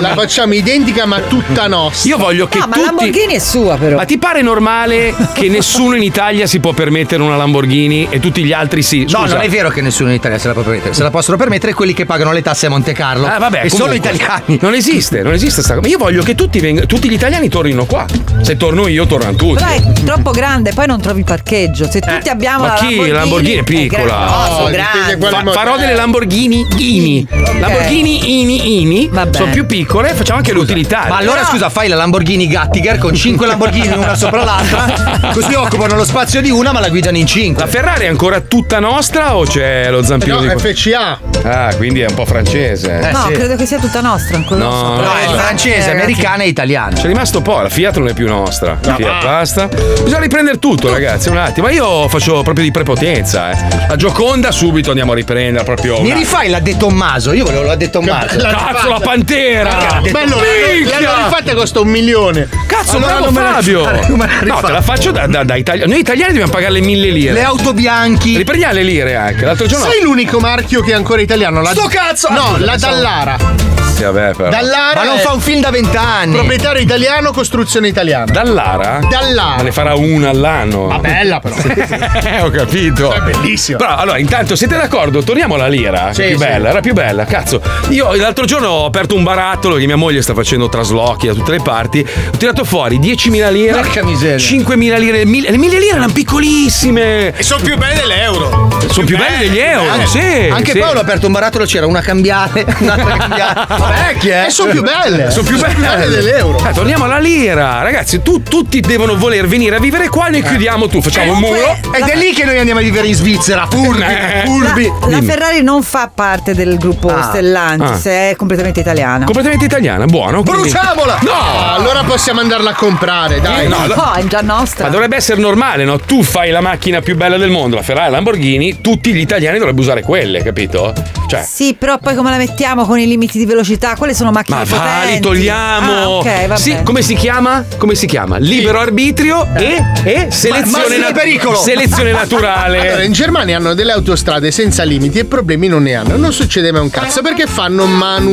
la facciamo identica ma tutta nostra. Io voglio Ah, che tutti... è sua però. Ma ti pare normale che nessuno in Italia si può permettere una Lamborghini e tutti gli altri sì? No, Scusa. non è vero che nessuno in Italia se la può permettere. Se la possono permettere quelli che pagano le tasse a Monte Carlo. Ah, vabbè, e solo comunque, italiani. Non esiste, non esiste sta cosa. Ma io voglio che tutti, veng- tutti gli italiani tornino qua. Se torno io, tornano tutti. Però è troppo grande, poi non trovi parcheggio. Se tutti abbiamo Eh, Ma la chi? Lamborghini, eh, La Lamborghini è piccola. grande. No, sono Oh, grandi. dipende quale Fa- farò eh. modello. delle Lamborghini ini. Lamborghini ini ini sono più piccole e facciamo anche l'utilità. Ma allora scusa, fai la Lamborghini Gattiger con 5 Lamborghini una sopra l'altra, così occupano lo spazio di una ma la guidano in 5. La Ferrari è ancora tutta nostra o c'è lo zampino Eh No, di FCA? Ah, quindi è un po' francese. no, credo che sia tutta nostra ancora. Eh, No, non so. no, è francese, ragazzi. americana e italiana. C'è rimasto po', la Fiat non è più nostra. Ah. Fiat basta. Bisogna riprendere tutto, ragazzi, un attimo. Ma io faccio proprio di prepotenza, eh. La Gioconda subito andiamo a riprendere proprio. Mi una- rifai la De Tommaso? Io volevo la De Tommaso. Cazzo, la pantera! Bello, Minchia! l'hanno rifatta costa un milione. Cazzo, bravo Fabio! No, te la faccio da, da, da itali- Noi italiani dobbiamo pagare le mille lire. Le auto bianchi. Riprendiamo le lire anche. L'altro giorno. Sai l'unico marchio che è ancora italiano? La... Sto cazzo! Ah, No, scusa, la pensavo- Dallara. Sì, vabbè, però. Dallara Ma non è- fa un film da vent'anni. Proprietario italiano, costruzione italiana. Dallara? Dallara. Ma ne farà una all'anno. Ma bella però. Eh, ho capito. È bellissimo. Però allora, intanto siete d'accordo? Torniamo alla lira. che è più sì. bella, era più bella. Cazzo. Io l'altro giorno ho aperto un barattolo che mia moglie sta facendo traslochi da tutte le parti. Ho tirato fuori 10.000 lire. Porca miseria. 5.000 lire. mille- Le 1.000 lire erano piccolissime. E sono più belle dell'euro. Sono più belle Eh, degli euro, sì. Anche sì. Paolo ha aperto un barattolo, c'era una cambiale, un'altra ah, cambiale. Vecchie, eh? E sono più belle. Sono più belle dell'euro. torniamo alla lira, ragazzi. tu- tutti devono voler venire a vivere qua. Noi chiudiamo tu, facciamo un muro. Ed è lì che noi andiamo a vivere in Svizzera, furbi, furbi. Eh, La Ferrari non fa parte del gruppo Ah. Stellantis, è completamente italiana. Completamente italiana, buono. quindi- Bruciamola! No! Eh, Allora possiamo andarla a comprare, dai. No, no. No, è già nostra. Ma dovrebbe essere normale, no? Tu fai la macchina più bella del mondo, la Ferrari, la Lamborghini, tutti gli italiani dovrebbero usare quelle, capito? Cioè, Sì, però poi come la mettiamo con i limiti di velocità? Quelle sono macchine ma potenti. va, li ah, togliamo. Ah, ok, vabbè. Sì, come si chiama? Come si chiama? Libero arbitrio e, e selezione, nat- nat- selezione naturale. Allora, in Germania hanno delle autostrade senza limiti e problemi non ne hanno. Non succede mai un cazzo perché fanno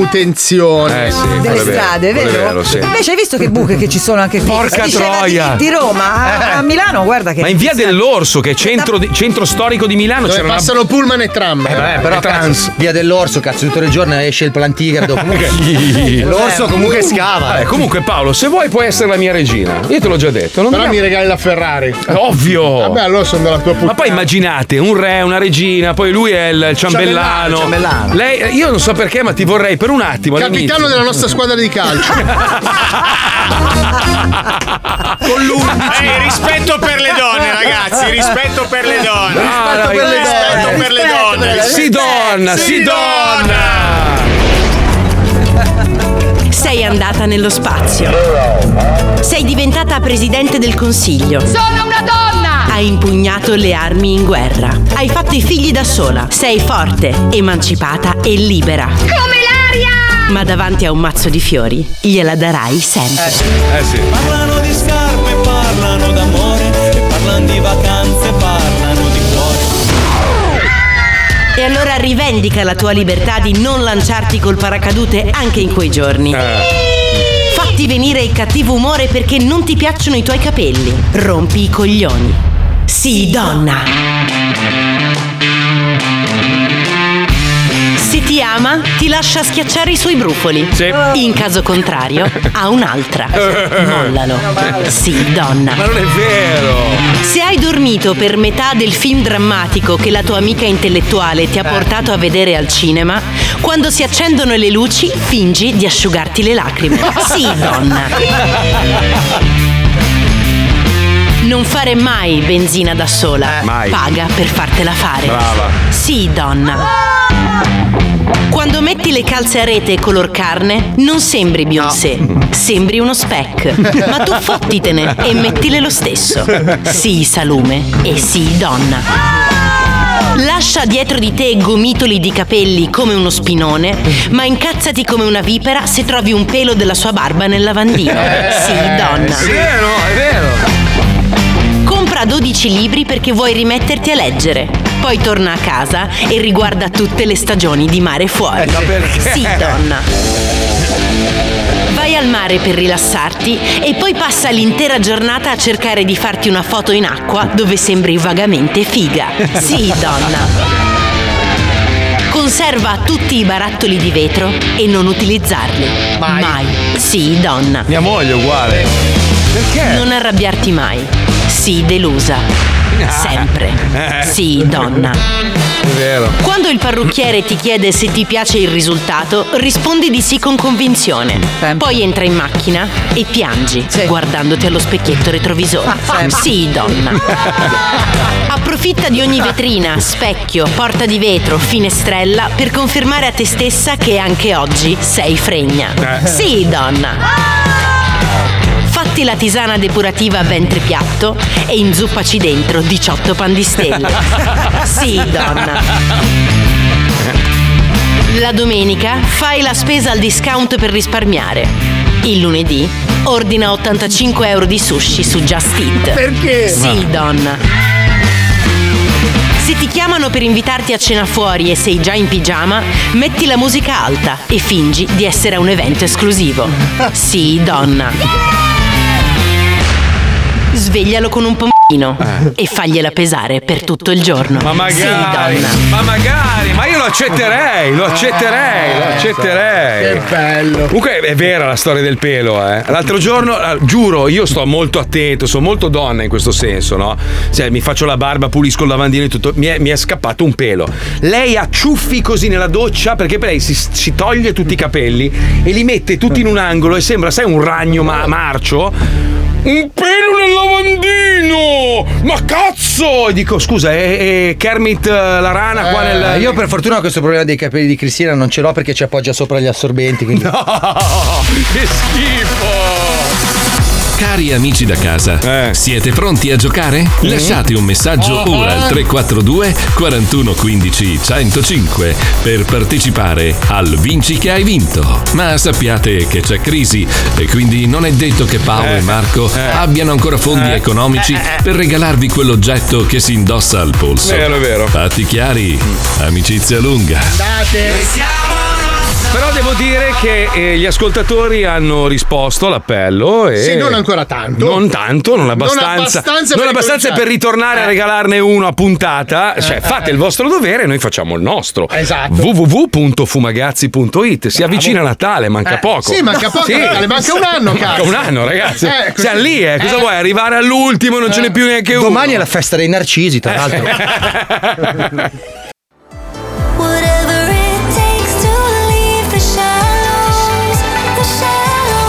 manutenzione Eh sì, quello delle è vero, strade, quello vero? è vero, sì. Invece hai visto che buche che ci sono anche qui? Porca Si diceva troia. Eh. Di, di Roma a- a Milano, guarda che Ma in via dell'Orso, che è centro, di- centro storico di Milano, dove c'era una passano pullman e tram. Eh, beh, però, cazzo, via famiglia dell'orso, cazzo, tutto il giorno esce il plantigrado. Comunque, Eh, Chi? l'orso comunque scava. Vabbè, Eh, comunque Paolo, se vuoi puoi essere la mia regina. Io te l'ho già detto. Non Però mi dobbiamo- regali la Ferrari. Ovvio. Vabbè, allora sono della tua Ma puttana. poi immaginate un re, una regina, poi lui è il Ciambellano, ciambellano. ciambellano. Lei, io non so perché, ma ti vorrei per un attimo. Capitano all'inizio. della nostra squadra di calcio. Con lui. Eh, rispetto per le donne, ragazzi, rispetto per le donne. No, no, io- rispetto per le donne. Si donna, si donna. Sei andata nello spazio. Sei diventata presidente del consiglio. Sono una donna! Hai impugnato le armi in guerra. Hai fatto i figli da sola. Sei forte, emancipata e libera. Come l'aria! Ma davanti a un mazzo di fiori gliela darai sempre. Eh sì. Parlano di scarpe, parlano d'amore, e parlano di vacanze, parlano di cuore. E allora rivendica la tua libertà di non lanciarti col paracadute anche in quei giorni. Fatti venire il cattivo umore perché non ti piacciono i tuoi capelli. Rompi i coglioni. Sii donna. Se ti ama, ti lascia schiacciare i suoi brufoli. In caso contrario, ha un'altra. Mollalo. Sii donna. Ma non è vero. Se hai dormito per metà del film drammatico che la tua amica intellettuale ti ha portato a vedere al cinema, quando si accendono le luci fingi di asciugarti le lacrime. Sì, donna. Non fare mai benzina da sola. Eh, Mai. Paga per fartela fare. Brava. Sì, donna. Quando metti le calze a rete color carne, non sembri Beyoncé, Mm. sembri uno spec. Ma tu fottitene e mettile lo stesso. Sii salume e sii donna. Lascia dietro di te gomitoli di capelli come uno spinone, ma incazzati come una vipera se trovi un pelo della sua barba nel lavandino. Eh, Sii donna. È vero, è vero. Compra 12 libri perché vuoi rimetterti a leggere. Poi torna a casa e riguarda tutte le stagioni di mare fuori. Eh, ma perché? Sì, donna. Vai al mare per rilassarti e poi passa l'intera giornata a cercare di farti una foto in acqua dove sembri vagamente figa. Sì, donna. Conserva tutti i barattoli di vetro e non utilizzarli. Mai. Sì, donna. Mia moglie è uguale. Perché? Non arrabbiarti mai. Sì, delusa. Sempre. Sì, donna. Ah. Eh. È vero. Quando il parrucchiere ti chiede se ti piace il risultato, rispondi di sì con convinzione. Poi entra in macchina e piangi guardandoti allo specchietto retrovisore. Sì, donna. Approfitta di ogni vetrina, specchio, porta di vetro, finestrella per confermare a te stessa che anche oggi sei fregna. Eh. Sì, donna. Fatti la tisana depurativa a ventre piatto e inzuppaci dentro 18 pandistelle. sì, donna. La domenica fai la spesa al discount per risparmiare. Il lunedì ordina 85 euro di sushi su Just Eat. Perché? Sì, donna. Se ti chiamano per invitarti a cena fuori e sei già in pigiama, metti la musica alta e fingi di essere a un evento esclusivo. Sì, donna. Sveglialo con un pompino e fagliela pesare per tutto il giorno. Eh. Ma magari, Sì, donna. ma magari, ma io lo accetterei, lo accetterei, lo accetterei. Eh, Che bello. Comunque è vera la storia del pelo, eh. L'altro giorno, eh, giuro, io sto molto attento, sono molto donna in questo senso, no? Cioè, mi faccio la barba, pulisco il lavandino e tutto, mi è, mi è scappato un pelo. Lei ha ciuffi così nella doccia perché per lei si, si toglie tutti i capelli e li mette tutti in un angolo e sembra, sai, un ragno ma- marcio. Un pelo nel lavandino! Ma cazzo! E dico, scusa, è, è Kermit eh, la rana qua nel. Eh, Io per fortuna questo problema dei capelli di Cristina non ce l'ho perché ci appoggia sopra gli assorbenti. Quindi... No! Oh, Che schifo! Cari amici da Eh. casa, siete pronti a giocare? Lasciate un messaggio Oh. ora al 342 41 15 105 per partecipare al Vinci che hai vinto. Ma sappiate che c'è crisi e quindi non è detto che Paolo e Marco abbiano ancora fondi Eh. economici Eh, eh. per regalarvi quell'oggetto che si indossa al polso. Vero, vero. Fatti chiari, amicizia lunga. Andate! Noi siamo Però devo dire che eh, gli ascoltatori hanno risposto all'appello. E Eh. Sì, non ancora tanto. Non tanto, non abbastanza. abbastanza per Eh. non abbastanza ricominciare. per ritornare a regalarne uno a puntata. Eh. Cioè, fate il vostro dovere e noi facciamo il nostro. Esatto. www.fumagazzi.it. Si avvicina Natale, manca Eh, poco. sì, manca poco a Natale, manca un anno, Manca cazzo. un anno, ragazzi. Eh, così- Siamo lì, eh. Cosa Eh. vuoi? Arrivare all'ultimo, non ce n'è più neanche uno. Eh. Eh. Domani è la festa dei narcisi, tra l'altro.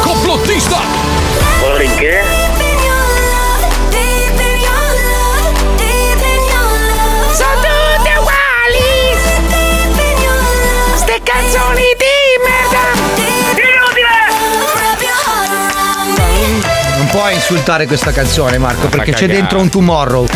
Complottista! Perché? Sono tutte uguali! Ste canzoni di merda! Inutile! Non puoi insultare questa canzone, Marco, perché c'è cagare. dentro un tomorrow.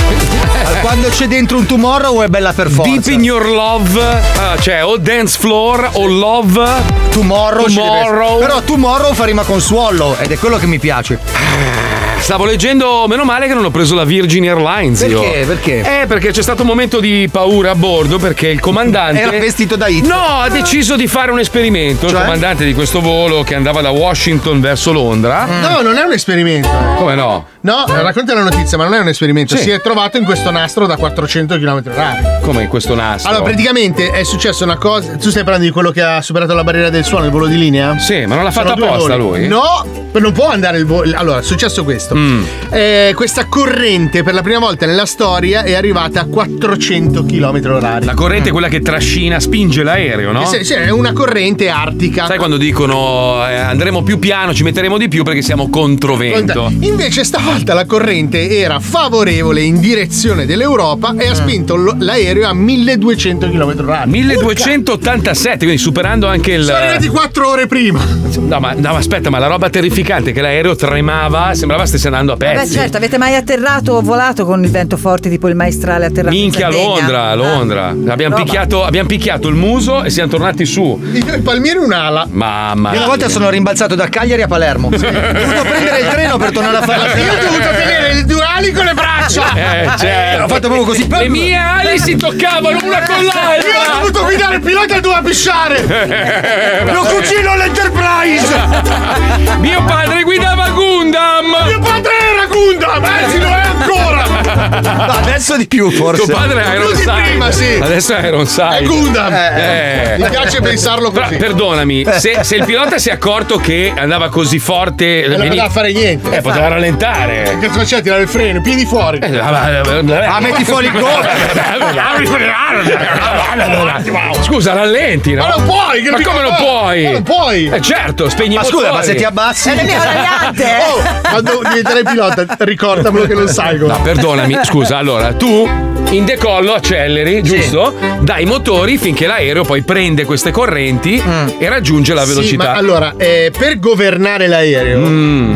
Quando c'è dentro un tomorrow è bella per forza. Deep in your love, ah, cioè o dance floor o love. Tomorrow, ci deve essere. Tomorrow. Però tomorrow fa rima con suollo ed è quello che mi piace. Eh, Stavo leggendo, meno male che non ho preso la Virgin Airlines. Perché? Io. Perché? Eh, perché c'è stato un momento di paura a bordo perché il comandante. Era vestito da Hitler. No, ha deciso di fare un esperimento. Cioè? Il comandante di questo volo che andava da Washington verso Londra. Mm. No, non è un esperimento. eh. Come no? No, Eh. racconta la notizia, ma non è un esperimento. Sì. Si è trovato in questo nastro da 400 km orari. Come in questo nastro. Allora, praticamente è successa una cosa. Tu stai parlando di quello che ha superato la barriera del suono, il volo di linea? Sì, ma non l'ha Sono fatta due apposta voli. lui? Mm. No, ma non può andare il volo. Allora, è successo questo. Eh, questa corrente per la prima volta nella storia è arrivata a 400 km orari. La corrente è quella che trascina, spinge l'aereo, no? Sì, sì, è una corrente artica. Sai quando dicono eh, andremo più piano, ci metteremo di più perché siamo controvento. Invece stavolta la corrente era favorevole in direzione dell'Europa Mm. e ha spinto lo- l'aereo a 1200 km/h. 1287, quindi superando anche il. Sono arrivati 4 ore prima. No, ma, no, ma aspetta, ma la roba terrificante è che l'aereo tremava, sembrava stesse andando a Beh, pezzi. certo, avete mai atterrato o volato con il vento forte tipo il maestrale atterrato? in Minchia Sardegna? Ah, Londra, Londra. Abbiamo, Roba. picchiato, abbiamo picchiato il muso e siamo tornati su. I palmieri un'ala. Mamma. Io una volta mia. sono rimbalzato da Cagliari a Palermo. Ho dovuto prendere il treno per tornare a fare Io ho dovuto tenere il duali con le braccia. Eh, certo. Ho fatto proprio così. Le mie ali si toccavano una con l'altra. Io ho dovuto guidare il pilota e doveva pisciare. Lo cucino all'Enterprise. Mio padre guidava Gundam. Mio padre era Gundam, anzi lo è ancora. No, adesso di più forse. Tuo padre era Più di Ironside. prima, sì. Adesso è Ironside. È Gundam. Eh. Mi piace pensarlo Però, così. perdonami, se, se il pilota si è accorto che andava così forte, non veni- poteva fare niente. Eh, Eh, poteva rallentare. Eh, Che cosa c'è? Tirare il freno, piedi fuori. Ah, metti fuori il Scusa, rallenti, no? Ma non puoi, che Ma non come puoi. non puoi? Ma non puoi. Eh, certo, spegni Ma i scusa, motori. ma se ti abbassi. Eh, È le mie variante. Oh, quando diventerai pilota, ricordamelo che non salgo. No, perdonami, scusa, allora tu in decollo acceleri, giusto? Dai i motori finché l'aereo poi prende queste correnti e raggiunge la Mm. Sì, velocità. Mm. ma allora, eh, per governare l'aereo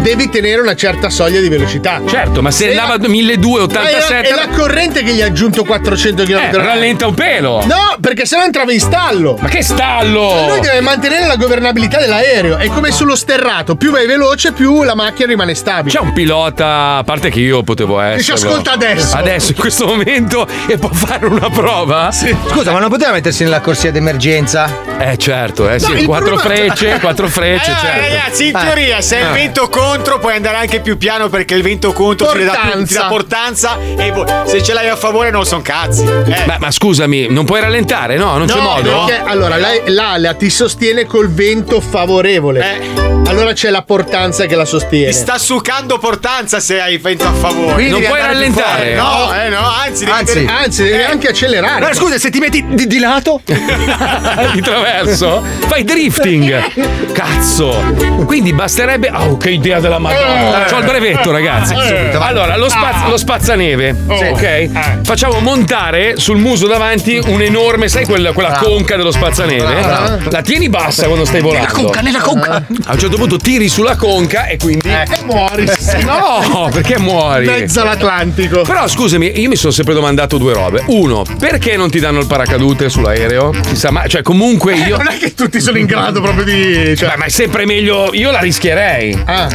devi tenere una certa soglia di velocità. Certo, ma se andava a È 1287 Eh, la corrente che gli ha aggiunto 400 km eh, rallenta un pelo. No, perché sennò entrava in stallo. Ma che stallo? Lui deve mantenere la governabilità dell'aereo. È come sullo sterrato: più vai veloce, più la macchina rimane stabile. C'è un pilota, a parte che io potevo essere. ascolta adesso. Adesso, in Cioè, questo momento, e può fare una prova? Sì. Scusa, ma non poteva mettersi nella corsia d'emergenza? Eh, certo, eh, sì. No, il quattro problema- frecce, quattro frecce, Allora, certo. Ragazzi, in Eh. teoria, se il Ah. vento contro, puoi andare anche più piano perché il vento contro ti dà, più- ti dà portanza. E voi- se ce l'hai a favore, non son cazzi. Eh. Ma, ma scusami, non puoi rallentare, no? Non c'è modo. Perché, allora, la- l'ala ti sostiene col vento favorevole. Allora c'è la portanza che la sostiene. Eh. Ti sta sucando portanza se hai il vento a favore. Quindi Non devi puoi andare più rallentare. fuori. No, eh, no, anzi, devi Eh. anzi, tenere- anzi, devi anche accelerare. Ma scusa, se ti metti di, di lato? di traverso? Fai drifting! Cazzo! Quindi basterebbe. Oh, che idea della Madonna! Eh. C'ho il brevetto, ragazzi. Eh. Allora, lo, spaz- Ah. lo spazzaneve, Oh. ok? Facciamo montare sul muso davanti un enorme, sai, quella, quella Bravo. conca dello spazzaneve? Bravo. La tieni bassa quando stai volando. Nella conca, nella conca. Eh. A un certo punto tiri sulla conca e quindi. E muori. No, perché muori? Mezzo all'Atlantico. Però scusami, io mi sono sempre domandato due robe. Uno, perché non ti danno il paracadute sull'aereo? Chissà, ma cioè comunque io. Eh, Non è che tutti sono in grado proprio di. Cioè... Beh, ma è sempre meglio. Io la rischierei.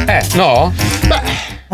Eh, no?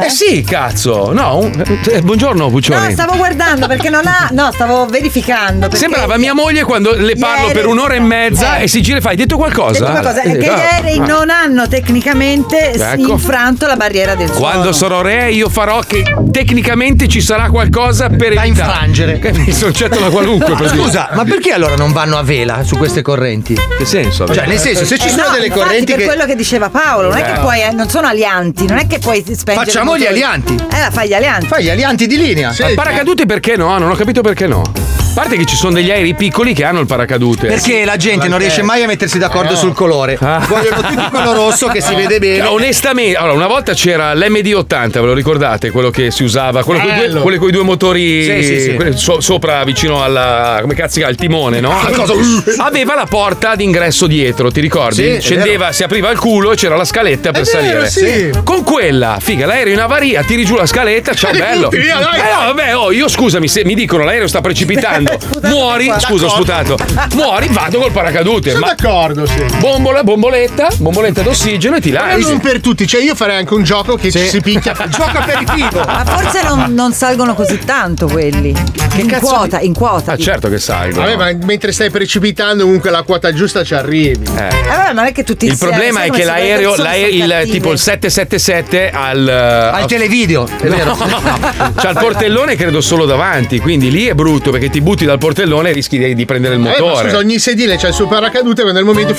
Eh sì, cazzo. No, un- eh, buongiorno Puccioni. No, stavo guardando perché non ha. No, stavo verificando. Perché Sembrava mia moglie quando le parlo Ieri- per un'ora e mezza Eh. e si gira e fa: Hai detto qualcosa? L'ultima cosa è Eh, che ah, ieri ah. non hanno tecnicamente s- Ecco. infranto la barriera del suono. Quando sarò re, io farò che tecnicamente ci sarà qualcosa per da infrangere. Il concetto certo da qualunque. per dire. Scusa, ma perché allora non vanno a vela su queste correnti? Che senso? Cioè, nel senso, se ci Eh sono no, delle infatti, correnti per che. quello che diceva Paolo, non è Eh. che puoi, eh, non sono alianti, non è che puoi spengere. Facciamo i gli motori. alianti. Eh, la fai gli alianti. Fai gli alianti di linea. Ma il paracadute perché no? Non ho capito perché no. A parte che ci sono degli aerei piccoli che hanno il paracadute. Perché la gente non riesce mai a mettersi d'accordo sul colore. Vogliono tutti quello rosso che si vede bene. Eh, Ah. Cioè, onestamente, allora, una volta c'era l'MD80, ve lo ricordate? Quello che si usava, quello con due, Bello. quelle coi due motori Sì, sì, sì. quelli so- sopra vicino alla. come cazzo si chiama? Il timone, no? Ah, cosa- Aveva la porta d'ingresso dietro, ti Sì, ricordi? è Scendeva, si apriva il culo e c'era la scaletta per È vero, salire. sì. Con quella, figa, l'aereo in avaria, tiri giù la scaletta, ciao E bello. butti via, dai. Eh no, vabbè, oh, io scusami, se mi dicono l'aereo sta precipitando, muori, qua. scusa, ho D'accordo. sputato. Muori, vado col paracadute. Sono ma- d'accordo, sì. Bombola, bomboletta, bomboletta d'ossigeno e ti Però lanci. non per tutti, cioè io farei anche un gioco che ci si picchia. gioco aperitivo. Ma forse non, non salgono così tanto quelli. Che in cazzo quota, in quota. dico. Certo che sai. Vabbè, ma mentre stai precipitando, comunque la quota giusta ci arrivi. Eh, vabbè, ma non è che tutti Il insieme, problema sai è come che si l'aereo, guarda, l'ae- sono il, cattive. tipo il 777 al. Al televideo, è vero. C'ha il portellone, credo, solo davanti. Quindi lì è brutto perché ti butti dal portellone e rischi di, di prendere il Vabbè, Eh, ma motore. scusa, ogni sedile c'è il suo paracadute quando è il momento.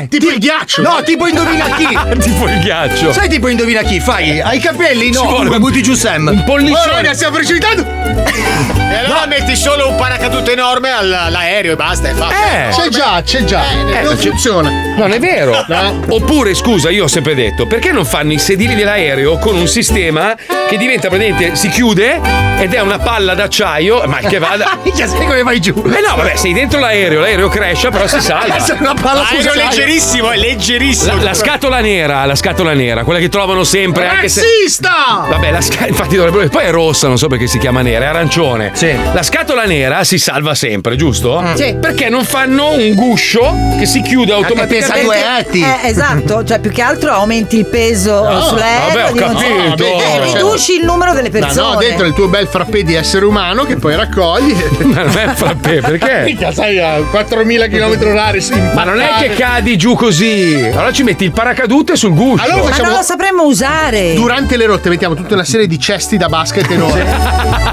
Eh, tipo il ghiaccio. No, tipo indovina chi. tipo il ghiaccio. Sai tipo indovina chi? Fai hai i capelli? Ci No, vuole- comunque butti giù Sam. Un Oh, raga, stiamo precipitando. E allora metti solo un paracadute enorme all'aereo e basta, è fatto. Eh. C'è già, c'è già. Eh, non ma c'è- funziona. Non è vero. Eh? Oppure, scusa, io ho sempre detto, perché non fanno i sedili dell'aereo con un sistema che diventa praticamente si chiude ed è una palla d'acciaio, ma che vada. Minchia, Cioè, sai come vai giù? Eh no, vabbè, sei dentro l'aereo, l'aereo cresce, però si salva. È una palla Ma era leggerissimo, è leggerissimo. La, la scatola nera, la scatola nera, quella che trovano Eh, sempre anche se. Razzista! Vabbè, la scatola. Infatti dovrebbero. Poi è rossa, non so perché si chiama nera, è arancione. Sì. La scatola nera si salva sempre, giusto? Mm. Sì. Perché non fanno un guscio che si chiude automaticamente. Perché- eh, esatto, cioè più che altro aumenti il peso No, sull'aereo. vabbè, ho di non- capito. Eh, riduci il numero delle Ma persone. no, dentro il tuo bel frappè di essere umano che poi raccogli. Ma non è frappè, perché? Mica, sai, a 4000 km orari. sì, Ma non è che imbarcate. cadi giù così. Allora ci metti il paracadute sul guscio. Allora Ma facciamo- non lo sapremmo usare. Durante le rotte mettiamo tutta una serie di cesti da basket enormi.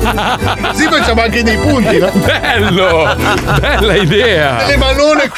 Così facciamo anche dei punti, no? Bello! Bella idea! Le ballone.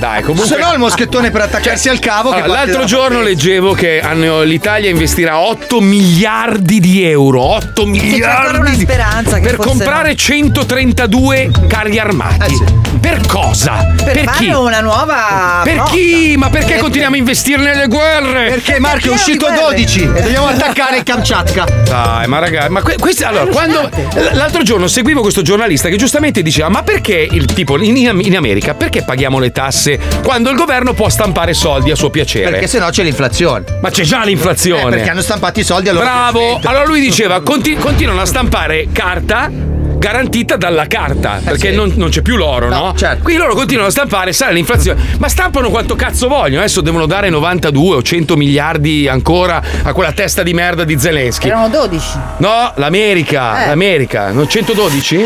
Dai, comunque. Se no il moschettone per attaccarsi al cavo. che Allora, batte l'altro la- giorno leggevo che hanno- l'Italia investirà 8 miliardi di euro. 8 Sì, c'è ancora una miliardi di- speranza che per forse comprare 132 carri armati. Per cosa? no. per, fare chi? una nuova. Eh, Per rotta. chi? Ma perché continuiamo a investire nelle guerre? Perché Marco è uscito Perché erano di 12 e dobbiamo attaccare il Kamchatka. Dai, ma ragazzi, ma que- questi- allora, quando l- l'altro giorno seguivo questo giornalista che giustamente diceva: "Ma perché il tipo in, in America perché paghiamo le tasse quando il governo può stampare soldi a suo piacere?" Perché sennò c'è l'inflazione. Ma c'è già Eh, l'inflazione. perché hanno stampato i soldi allora. Bravo! Allora lui diceva: "Conti- continuano a stampare carta garantita dalla Eh, carta perché non, non c'è più l'oro, no? certo. Quindi loro continuano a stampare, sale l'inflazione, ma stampano quanto cazzo vogliono. Adesso devono dare 92 o 100 miliardi ancora a quella testa di merda di Zelensky. Erano 12. No, l'America, Eh. l'America, non 112?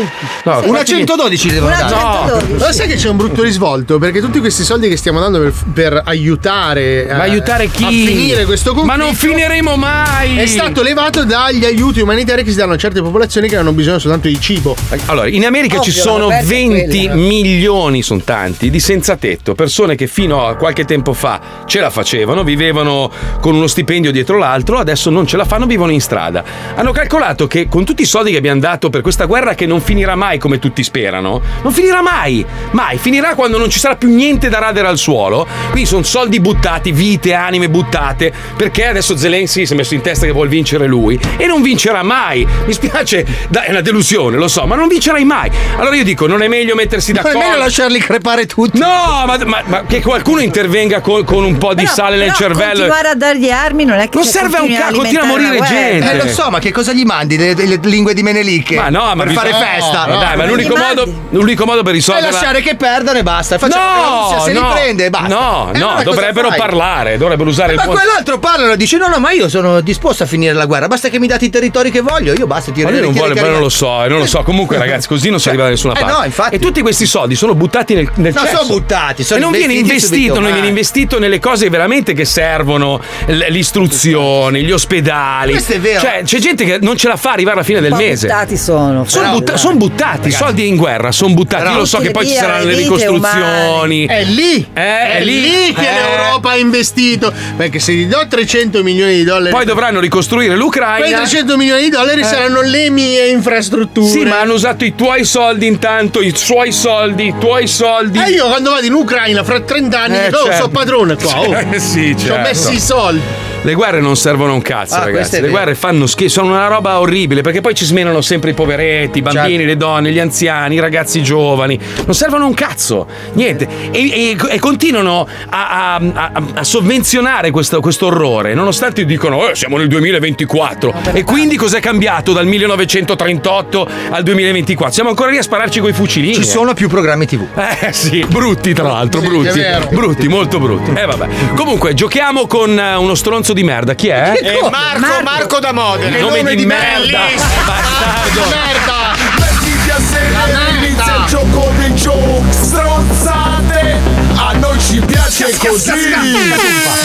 Ah, No, Una 112 devono Una dare. 112. Ma sai che c'è un brutto risvolto? Perché tutti questi soldi che stiamo dando per, per aiutare. eh, Ma aiutare chi? A finire questo conflitto. Ma non finiremo mai! È stato levato dagli aiuti umanitari che si danno a certe popolazioni che hanno bisogno soltanto di cibo. Allora, in America ci Ovvio, sono Roberto, 20 quella. milioni, sono tanti, di senza tetto, persone che fino a qualche tempo fa ce la facevano, vivevano con uno stipendio dietro l'altro, adesso non ce la fanno, vivono in strada. Hanno calcolato che con tutti i soldi che abbiamo dato per questa guerra che non finirà mai come tutti sperano, non finirà mai, mai, finirà quando non ci sarà più niente da radere al suolo, quindi sono soldi buttati, vite, anime buttate, perché adesso Zelensky si è messo in testa che vuol vincere lui e non vincerà mai. Mi spiace, dai, è una delusione, lo so, ma non vincerai mai. Allora io dico, non è meglio mettersi Ma è d'accordo. meglio lasciarli crepare tutti. No, ma, ma- ma che qualcuno intervenga col- con un po' di sale nel Però cervello. Continuare a dargli armi non è che Non cioè, serve a un continui cazzo, continua a alimentare morire una guerra. gente. Eh, lo so, ma che cosa gli mandi? Le, le lingue di Menelicche? Ma no, Ah, ma per bisogna- fare festa. Ma dai, ma Gli l'unico mandi- modo, l'unico modo per Fai risolvere. lasciare che perdano e basta. Facciamo No, la Russia, se no. li prende e basta. No, E no, allora cosa dovrebbero fai? Eh, parlare, dovrebbero usare il Ma buon- quell'altro parla e dice: No, no, ma io sono disposto a finire la guerra. Basta che mi date i territori che voglio. Io basta, ti Ma lui non richiedo vuole, che ma non arrivi- lo so, eh, non lo so. Comunque, ragazzi, così non si arriva da nessuna eh, parte. no, infatti. E tutti questi soldi sono buttati nel, nel No, cesso. sono buttati, sono e non viene investiti investito, subito, non ma- viene investito nelle cose veramente che servono: l- l'istruzione, gli ospedali. Questo è vero. Cioè, c'è gente che non ce la fa arrivare alla fine del Un po' mese. buttati sono. Sono, però, butta- dai. son buttati, i soldi in guerra sono buttati. Io lo so che poi ci Via, saranno le vite ricostruzioni. umane. È lì, Eh, è, è lì, lì. che Eh. l'Europa ha investito. Perché se gli do 300 milioni di dollari, Poi dovranno ricostruire quei l'Ucraina. 300 milioni di dollari Eh. saranno le mie infrastrutture. Sì, ma hanno usato i tuoi soldi intanto, i suoi soldi, i tuoi soldi. E Eh, io quando vado in Ucraina fra 30 anni, Eh, dico, "Oh, certo. sono padrone qua. Oh. Eh, sì, Ci ho certo. messi i soldi. Le guerre non servono a un cazzo, Ah, questo ragazzi. è Le vero. guerre fanno schifo, sono una roba orribile perché poi ci smenano sempre i poveretti, i bambini, le donne, gli anziani, i ragazzi giovani. Non servono a un cazzo, niente. E, e- e continuano a, a- a- a sovvenzionare questo, questo orrore, nonostante dicono "Eh, siamo nel 2024. E quindi cos'è cambiato dal 1938 al 2024? Siamo ancora lì a spararci coi fucilini. Ci eh. sono più programmi TV. Eh sì, brutti tra l'altro, Sì, brutti. è vero. Brutti, molto brutti. Eh vabbè. Comunque, giochiamo con eh, uno stronzo di merda. Chi è? Eh. E Eh, Marco, Marco, da Modena. Ecco. Il nome di merda. Bastardo. Merda. Mettiti a sedere, inizia il gioco dei giochi Stronzate, a noi ci piace così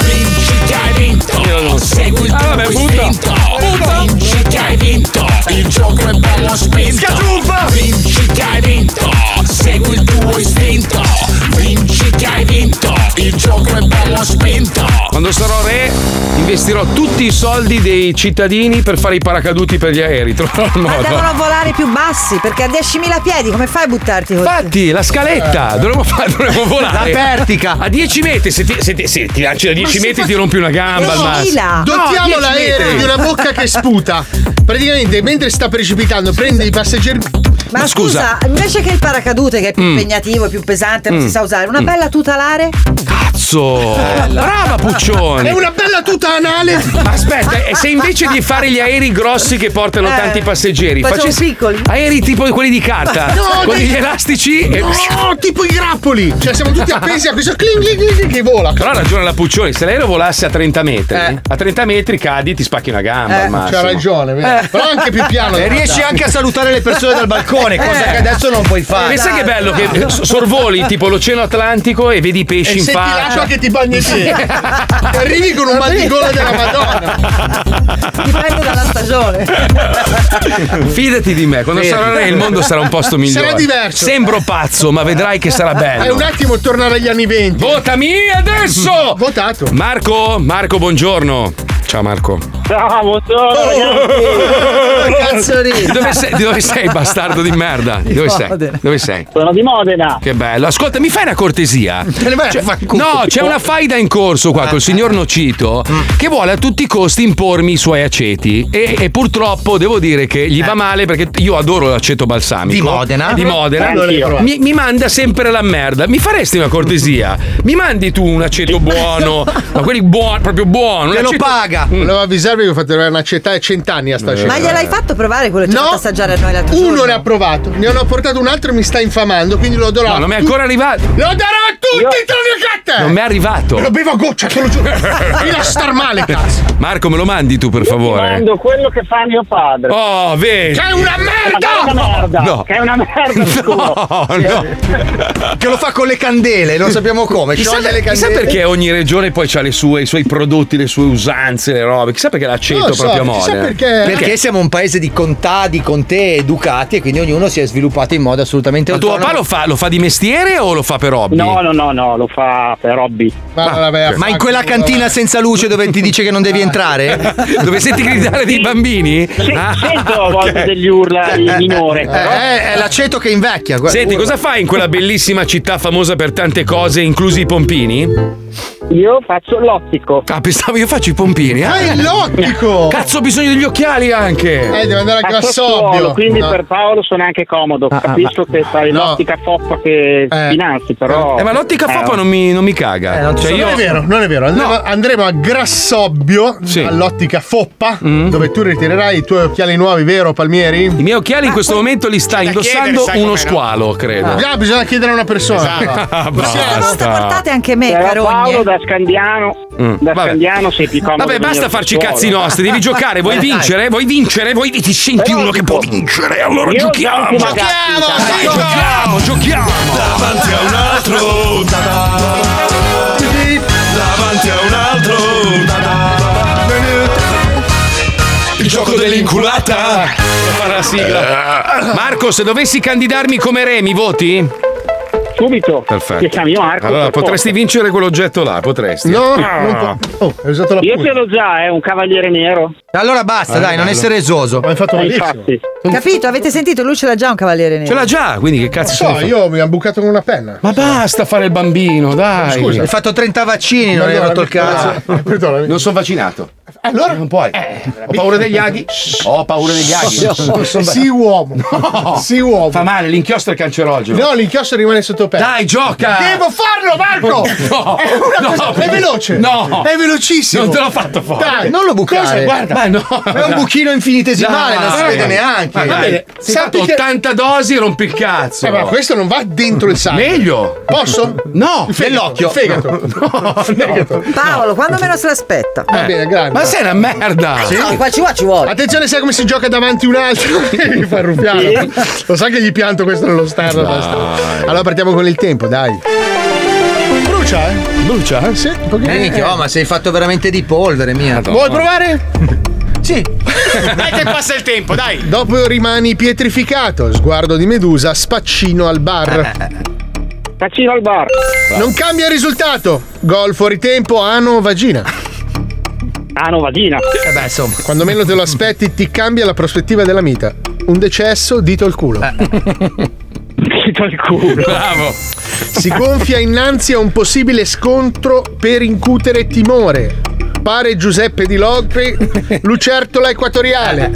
Vinci che hai vinto, segui il tuo istinto Vinci che hai vinto, il gioco è bello spinto Vinci che hai vinto, segui il tuo istinto Vinci che hai vinto, il gioco è bello spinto Quando sarò re, investirò tutti i soldi dei cittadini per fare i paracaduti per gli aerei. Troverò il Ma devono modo. volare più bassi perché a 10.000 piedi come fai a buttarti così? Infatti, la scaletta, dovremmo, fare, dovremmo volare. La vertica. A 10 metri, se ti, se ti- se ti lanci da 10 Ma se metri fa- ti rompi una gamba al massimo. Dotiamo 10 l'aereo metri. di una bocca che sputa. Praticamente, mentre sta precipitando, prende i passeggeri. Ma scusa, invece che il paracadute che è più Mm. impegnativo, è più pesante, non Mm. si sa usare, una Mm. bella tutelare? Cazzo! Brava Puccioni! È una bella tuta anale. Ma aspetta, e se invece di fare gli aerei grossi che portano Eh, tanti passeggeri, facciamo facessi aerei tipo quelli di carta, No, con dai. gli elastici e No, tipo i grappoli. Cioè, siamo tutti appesi a questo cling cling cling cling che vola. Eh. Però ha ragione la Puccioni, se l'aereo volasse a 30 metri, a 30 metri cadi e ti spacchi una gamba al c'ha massimo. ragione, vero? Eh. però anche più piano. Eh. E riesci anche a salutare le persone dal balcone, cosa che adesso non puoi fare. E sai che bello che No. s- sorvoli tipo l'oceano Atlantico e vedi i pesci E in se ti lascio faccia. anche ti bagni te. Arrivi con un battigola della Madonna. Dipende dalla stagione. Eh, Fidati di me, quando Sì. sarò re il mondo sarà un posto migliore. Sarà diverso. Sembro pazzo, ma vedrai che sarà bello. È Eh, un attimo tornare agli anni 20. Votami adesso! Votato. Marco, Marco, buongiorno. Ciao Marco. Ciao, buongiorno Oh. ragazzi. Di dove sei, di dove sei, bastardo di merda? Di dove sei? Dove sei? Sono di Modena. Che bello. Ascolta, mi fai una cortesia? Te ne vai a Cioè, fanculo. Mm. no, c'è una faida in corso qua col signor Nocito che vuole a tutti i costi impormi i suoi aceti. E, e purtroppo devo dire che Eh. gli va male perché io adoro l'aceto balsamico. Di Modena? Di Modena. Anch'io. Mi, mi manda sempre la merda. Mi faresti una cortesia? Mi mandi tu un aceto buono? Ma quelli buoni, proprio buono. Te un lo aceto- paga. Volevo avvisarvi che ho fatto una città e cent'anni Eh. a sta scena. Ma gliel'hai fatto provare quello che ci ha fatto assaggiare a noi l'altro Uno giorno? ne ha provato, ne hanno portato un altro e mi sta infamando, quindi lo darò. No, non mi è ancora arrivato. Lo darò a tutti, tranne che a te! Non mi è arrivato. Me lo bevo a goccia, te lo giuro. Mi lascia star male, cazzo. Marco, me lo mandi tu per favore? Prendo quello che fa mio padre. Oh, vedi. Che è una merda! Che è una merda. No. Che è una merda. scusa. Che lo fa con le candele, non sappiamo come. Chissà, scioglie le chissà candele. perché ogni regione poi ha le sue, i suoi prodotti, le sue usanze, le robe. Chissà perché l'aceto Non lo so, proprio a chissà moda. Perché siamo un paese di contadi, contee e ducati e quindi ognuno si è sviluppato in modo assolutamente Ma tuo autonomo. papà lo fa, lo fa di mestiere o lo fa per hobby? No, no, no, lo fa per hobby. Ma in quella cantina senza luce dove ti dice che non devi entrare? Dove senti gridare dei bambini? Ah, Sento a ok. volte degli urla di minore. però- Eh, è l'aceto che invecchia. guarda. Senti, cosa fai in quella bellissima città famosa per tante cose, inclusi i pompini? Io faccio l'ottico. Ah, pensavo io faccio i pompini. eh. Fai l'ottico! Cazzo, ho bisogno degli occhiali anche! Eh, Faccio solo, Quindi per Paolo sono anche comodo. Ah, Capisco che fai l'ottica foppa che finanzi, però. Eh, ma l'ottica foppa non mi, non mi Eh, caga. Cioè, non io- è vero, non è vero. Andremo, andremo a Grassobbio, all'ottica Foppa, dove tu ritirerai i tuoi occhiali nuovi, vero Palmieri? Mm. I miei occhiali in Ah, questo momento li sta indossando uno squalo, credo. Ah, bisogna chiedere a una persona. Esatto. Ah, Basta. Basta. anche me, Però carogne. Paolo da Scandiano, Mm, da vabbè. Scandiano sei più comodo. Vabbè, del basta mio farci i Sassuolo. cazzi nostri, devi giocare, vuoi Dai. vincere, vuoi vincere, vuoi ti senti Però uno che può vincere, allora io giochiamo. gioco, ragazzi, dai. giochiamo, giochiamo. Davanti a un altro, da-da. davanti a un altro, da-da. il gioco dell'inculata. Eh. la sigla. Marco, se dovessi candidarmi come re, mi voti? Subito. Perfetto. Ti chiami Marco, Allora, per potresti vincere quell'oggetto là, potresti. No, Ah. non Oh, hai usato la Io ce l'ho già, è un cavaliere nero. Allora basta, dai, non essere esoso. Ma hai fatto Eh, malissimo. infatti. Capito? Avete sentito? Lui ce l'ha già un cavaliere nero. Ce l'ha già, quindi che cazzo No, io mi ha bucato con una penna. Ma basta fare il bambino, dai. Scusa. Hai fatto 30 vaccini, non Ma hai allora, rotto il mi- cazzo. Non sono vaccinato. Allora non puoi. Ho paura degli aghi. Ho paura degli aghi. Sì, uomo. Sì, uomo. Fa male, l'inchiostro è cancerogeno. No, l'inchiostro rimane sotto pelle. Dai, gioca! Devo farlo, Marco! No, è, una no, cosa- è veloce! no. È velocissimo! Non te l'ho fatto fuori. Dai, Non lo bucare. Cosa- guarda! Ma no, è un dai. buchino infinitesimale, non si Dai. vede neanche! Ma va bene, sei fatto 80 dosi e rompi il cazzo. Eh, ma questo non va dentro il sangue! Meglio! Posso? No! Il fegato, Nell'occhio. il fegato! No, fegato. Paolo, quando meno se l'aspetta? Va Eh. bene, grazie. Eh. Ma sei una merda! Sì. No, qua ci vuole, ci vuole. Attenzione, sai come si gioca davanti un altro? Mi fa ruffiano. Lo sai che gli pianto questo nello sterno. basta. Allora partiamo con il tempo, dai. Brucia, eh? Brucia? Sì, un pochino. Eh, minchia, oh, ma sei fatto veramente di polvere, mia. Vuoi provare? Sì. Dai che passa il tempo, dai. Dopo rimani pietrificato, sguardo di Medusa, spaccino al bar. Spaccino al bar. Non cambia il risultato. Gol fuori tempo, ano o vagina. Ano vagina. Eh beh, insomma. Quando meno te lo aspetti ti cambia la prospettiva della vita. Un decesso, dito al culo. Eh. Dito al culo. Bravo. Si gonfia innanzi a un possibile scontro per incutere timore. Pare Giuseppe Di Logri, lucertola equatoriale.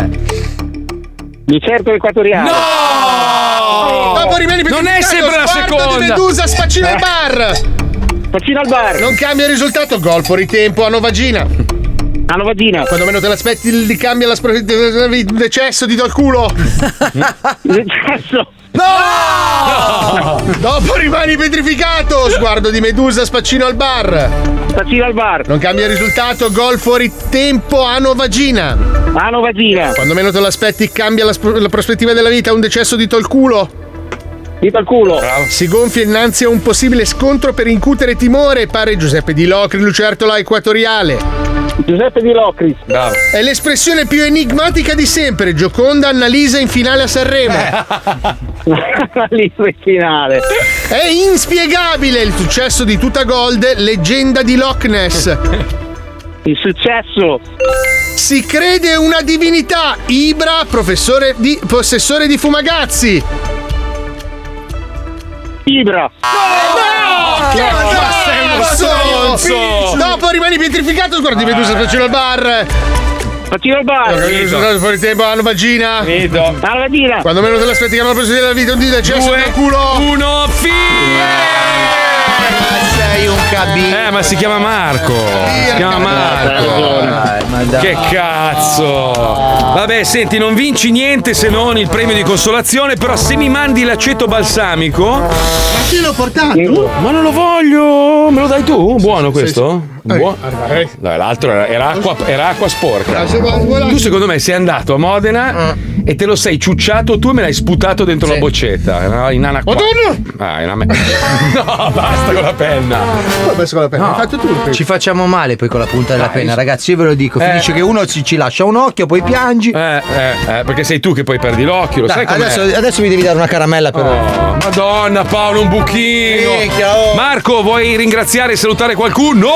Lucertola equatoriale. No! Dopo rimani Non è pietrificato, sempre la sguardo di seconda. Eh. Medusa, spaccino al bar. Spaccino al bar. Non cambia il risultato, gol fuori tempo a Novagina. A Novagina. Quando meno te l'aspetti, li cambia la spro- il decesso, dito al culo. Decesso. No! Dopo rimani petrificato. Sguardo di Medusa, spaccino al bar. Spaccino al bar. Non cambia il risultato. Gol fuori tempo a Novagina. A Novagina. Quando meno te l'aspetti, cambia la, sp- la prospettiva della vita. Un decesso dito al culo. Dito al culo. Si gonfia innanzi a un possibile scontro per incutere timore. Pare Giuseppe Di Locri, lucertola equatoriale. Giuseppe Di Locris. Bravo. È l'espressione più enigmatica di sempre. Gioconda Annalisa in finale a Sanremo. L'intro in finale. È inspiegabile il successo di Tuta Gold, leggenda di Loch Ness. Il successo. Si crede una divinità, Ibra, professore di, possessore di Fumagazzi. Ibra. Che cazzo! cazzo! Dopo rimani pietrificato, guardi Medusa facendo al bar. Facino al bar. Guarda, Fuori tempo, hanno vagina. Vedo. A Novagina. Quando meno te l'aspetti che hanno preso della vita, un dito c'è sul culo. Uno, Sei un cabino. Eh, ma si chiama Marco. Si chiama Marco. Che cazzo! Vabbè, senti, non vinci niente se non il premio di consolazione, però se mi mandi l'aceto balsamico. Ma chi l'ho portato? Ma non lo voglio! Me lo dai tu? Buono questo? sì. Buono. Dai, l'altro era, era acqua, era acqua sporca. Tu secondo me sei andato a Ah. Modena e te lo sei ciucciato tu e me l'hai sputato dentro la boccetta. eh, Era una nana qua. Ah, è una me- No, basta con la penna. Ho messo con la penna. Hai fatto tu il pezzo. Ci facciamo male poi con la punta della penna, ragazzi. Io ve lo dico. Eh. Finisce che uno ci, ci lascia un occhio, poi piangi. Eh, eh, eh, perché sei tu che poi perdi l'occhio, lo Dai, sai com'è? adesso, adesso mi devi dare una caramella per. Oh, Madonna Paolo, un buchino! Minchia, oh. Marco, vuoi ringraziare e salutare qualcuno?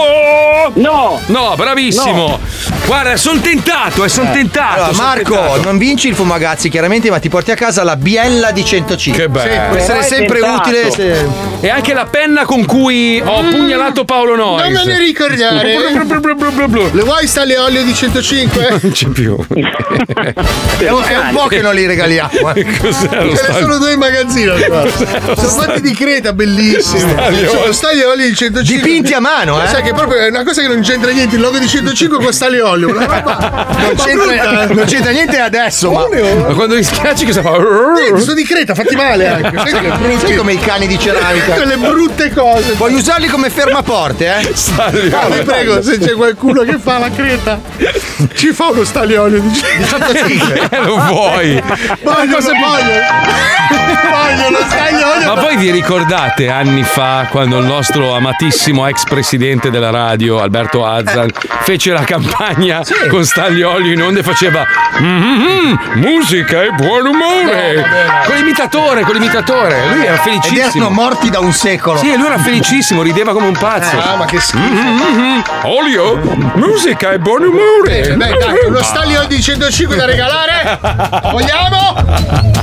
No! No, bravissimo! Guarda, sono tentato, eh, sono tentato! Allora, son Marco, tentato. non vinci il Magazzi, chiaramente, ma ti porti a casa la biella di 105. Che bello. Può essere sempre utile. se- E anche la penna con cui ho pugnalato Paolo Noyes. Mm. Non me ne ricordare. Le vuoi sale e olio di 105? Non c'è più. È un- è un po' che non li regaliamo, eh. Cos'è lo Ce ne sono due in magazzino. qua. Sono fatti di creta, bellissimi. Cioè, Staglio- Sono stagli e oli di 105. Dipinti a mano, eh. Sai che proprio è una cosa che non c'entra niente. Il logo di 105 con stagli e olio. Una roba. Non c'entra- non c'entra niente adesso, ma- Ma quando li schiacci cosa fa? Niente, sono di creta, fatti male anche. Sai che brutti. Sai come i cani di ceramica. Quelle brutte cose. Puoi usarli come fermaporte, eh? Ah, vi prego, se c'è qualcuno che fa la creta, ci fa uno stagliolio di 105. Eh, lo vuoi. Voglio, cosa voglio? Voglio lo stagliolio. Ma voi vi ricordate anni fa quando il nostro amatissimo ex presidente della radio, Alberto Azzan, fece la campagna con Staglioli in onda e faceva "Mhm, musica e buon umore? con l'imitatore, con l'imitatore. Lui era felicissimo. Ed erano morti da un secolo. Sì, lui era felicissimo, rideva come un pazzo. Ah, ma che schifo. Olio, musica e buon umore. Beh, dai, Ah. uno stagliolio di 105 da regalare? Vogliamo?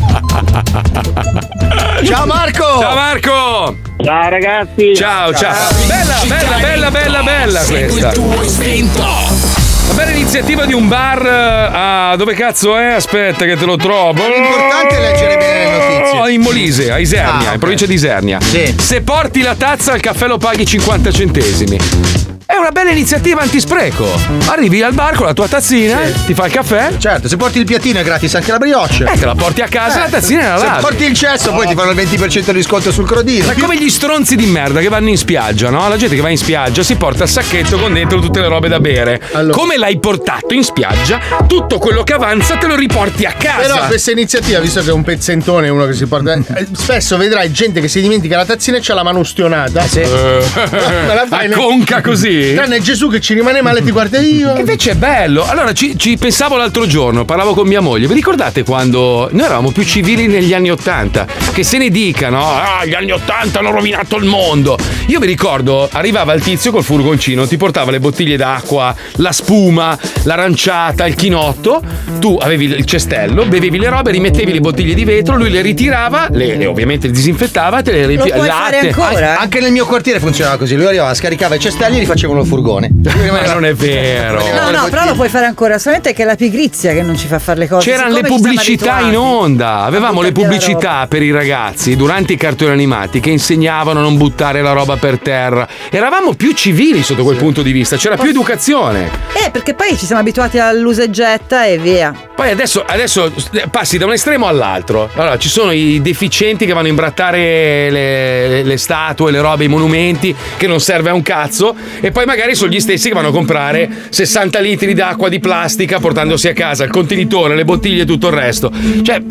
Ciao Marco! Ciao Marco! Ciao ragazzi! Ciao, ciao! Bella, bella, bella, bella, bella questa! Una bella iniziativa di un bar. eh, a- dove cazzo è? Aspetta che te lo trovo. L'importante è leggere bene le notizie. Ah, In Molise, a Isernia, in provincia di Isernia. Se porti la tazza al caffè lo paghi 50 centesimi. È una bella iniziativa antispreco. Arrivi al bar con la tua tazzina, ti fa il caffè. Certo, se porti il piattino è gratis anche la brioche. Eh, te la porti a casa, la tazzina è la Se lavi. porti il cesso, poi ti fanno il 20% di sconto sul crodino. Ma come gli stronzi di merda che vanno in spiaggia, no? La gente che va in spiaggia si porta il sacchetto con dentro tutte le robe da bere. Come l'hai portato in spiaggia, tutto quello che avanza te lo riporti a casa. Però questa iniziativa, visto che è un pezzentone uno che si porta. eh, Spesso vedrai gente che si dimentica la tazzina e c'ha la mano ustionata. Eh, Sì. Eh. a conca così. Tranne Gesù che ci rimane male e ti guarda io. Invece è bello. Allora ci, ci pensavo l'altro giorno, parlavo con mia moglie. Vi ricordate quando noi eravamo più civili negli anni Ottanta? Che se ne dicano, ah, gli anni Ottanta hanno rovinato il mondo. Io mi ricordo, arrivava il tizio col furgoncino, ti portava le bottiglie d'acqua, la spuma, l'aranciata, il chinotto. Tu avevi il cestello, bevevi le robe, rimettevi le bottiglie di vetro, lui le ritirava, le, le- ovviamente le disinfettava, te le riempiva. An- Anche nel mio quartiere funzionava così. Lui arrivava, scaricava i cestelli e li facevano il furgone. Ma non è vero. No, no, però lo puoi fare ancora, solamente che è la pigrizia che non ci fa fare le cose. C'erano le Siccome ci siamo pubblicità in abituati- onda, avevamo le buttar via la pubblicità per i ragazzi durante i cartoni animati che insegnavano a non buttare la roba per terra. Eravamo più civili sotto quel punto di vista, c'era più educazione. Eh, perché poi ci siamo abituati all'usa e getta e via. Poi adesso, adesso passi da un estremo all'altro. Allora, ci sono i deficienti che vanno a imbrattare le, le- le statue, le robe, i monumenti, che non serve a un cazzo, e poi magari sono gli stessi che vanno a comprare 60 litri d'acqua di plastica portandosi a casa il contenitore, le bottiglie e tutto il resto. Cioè,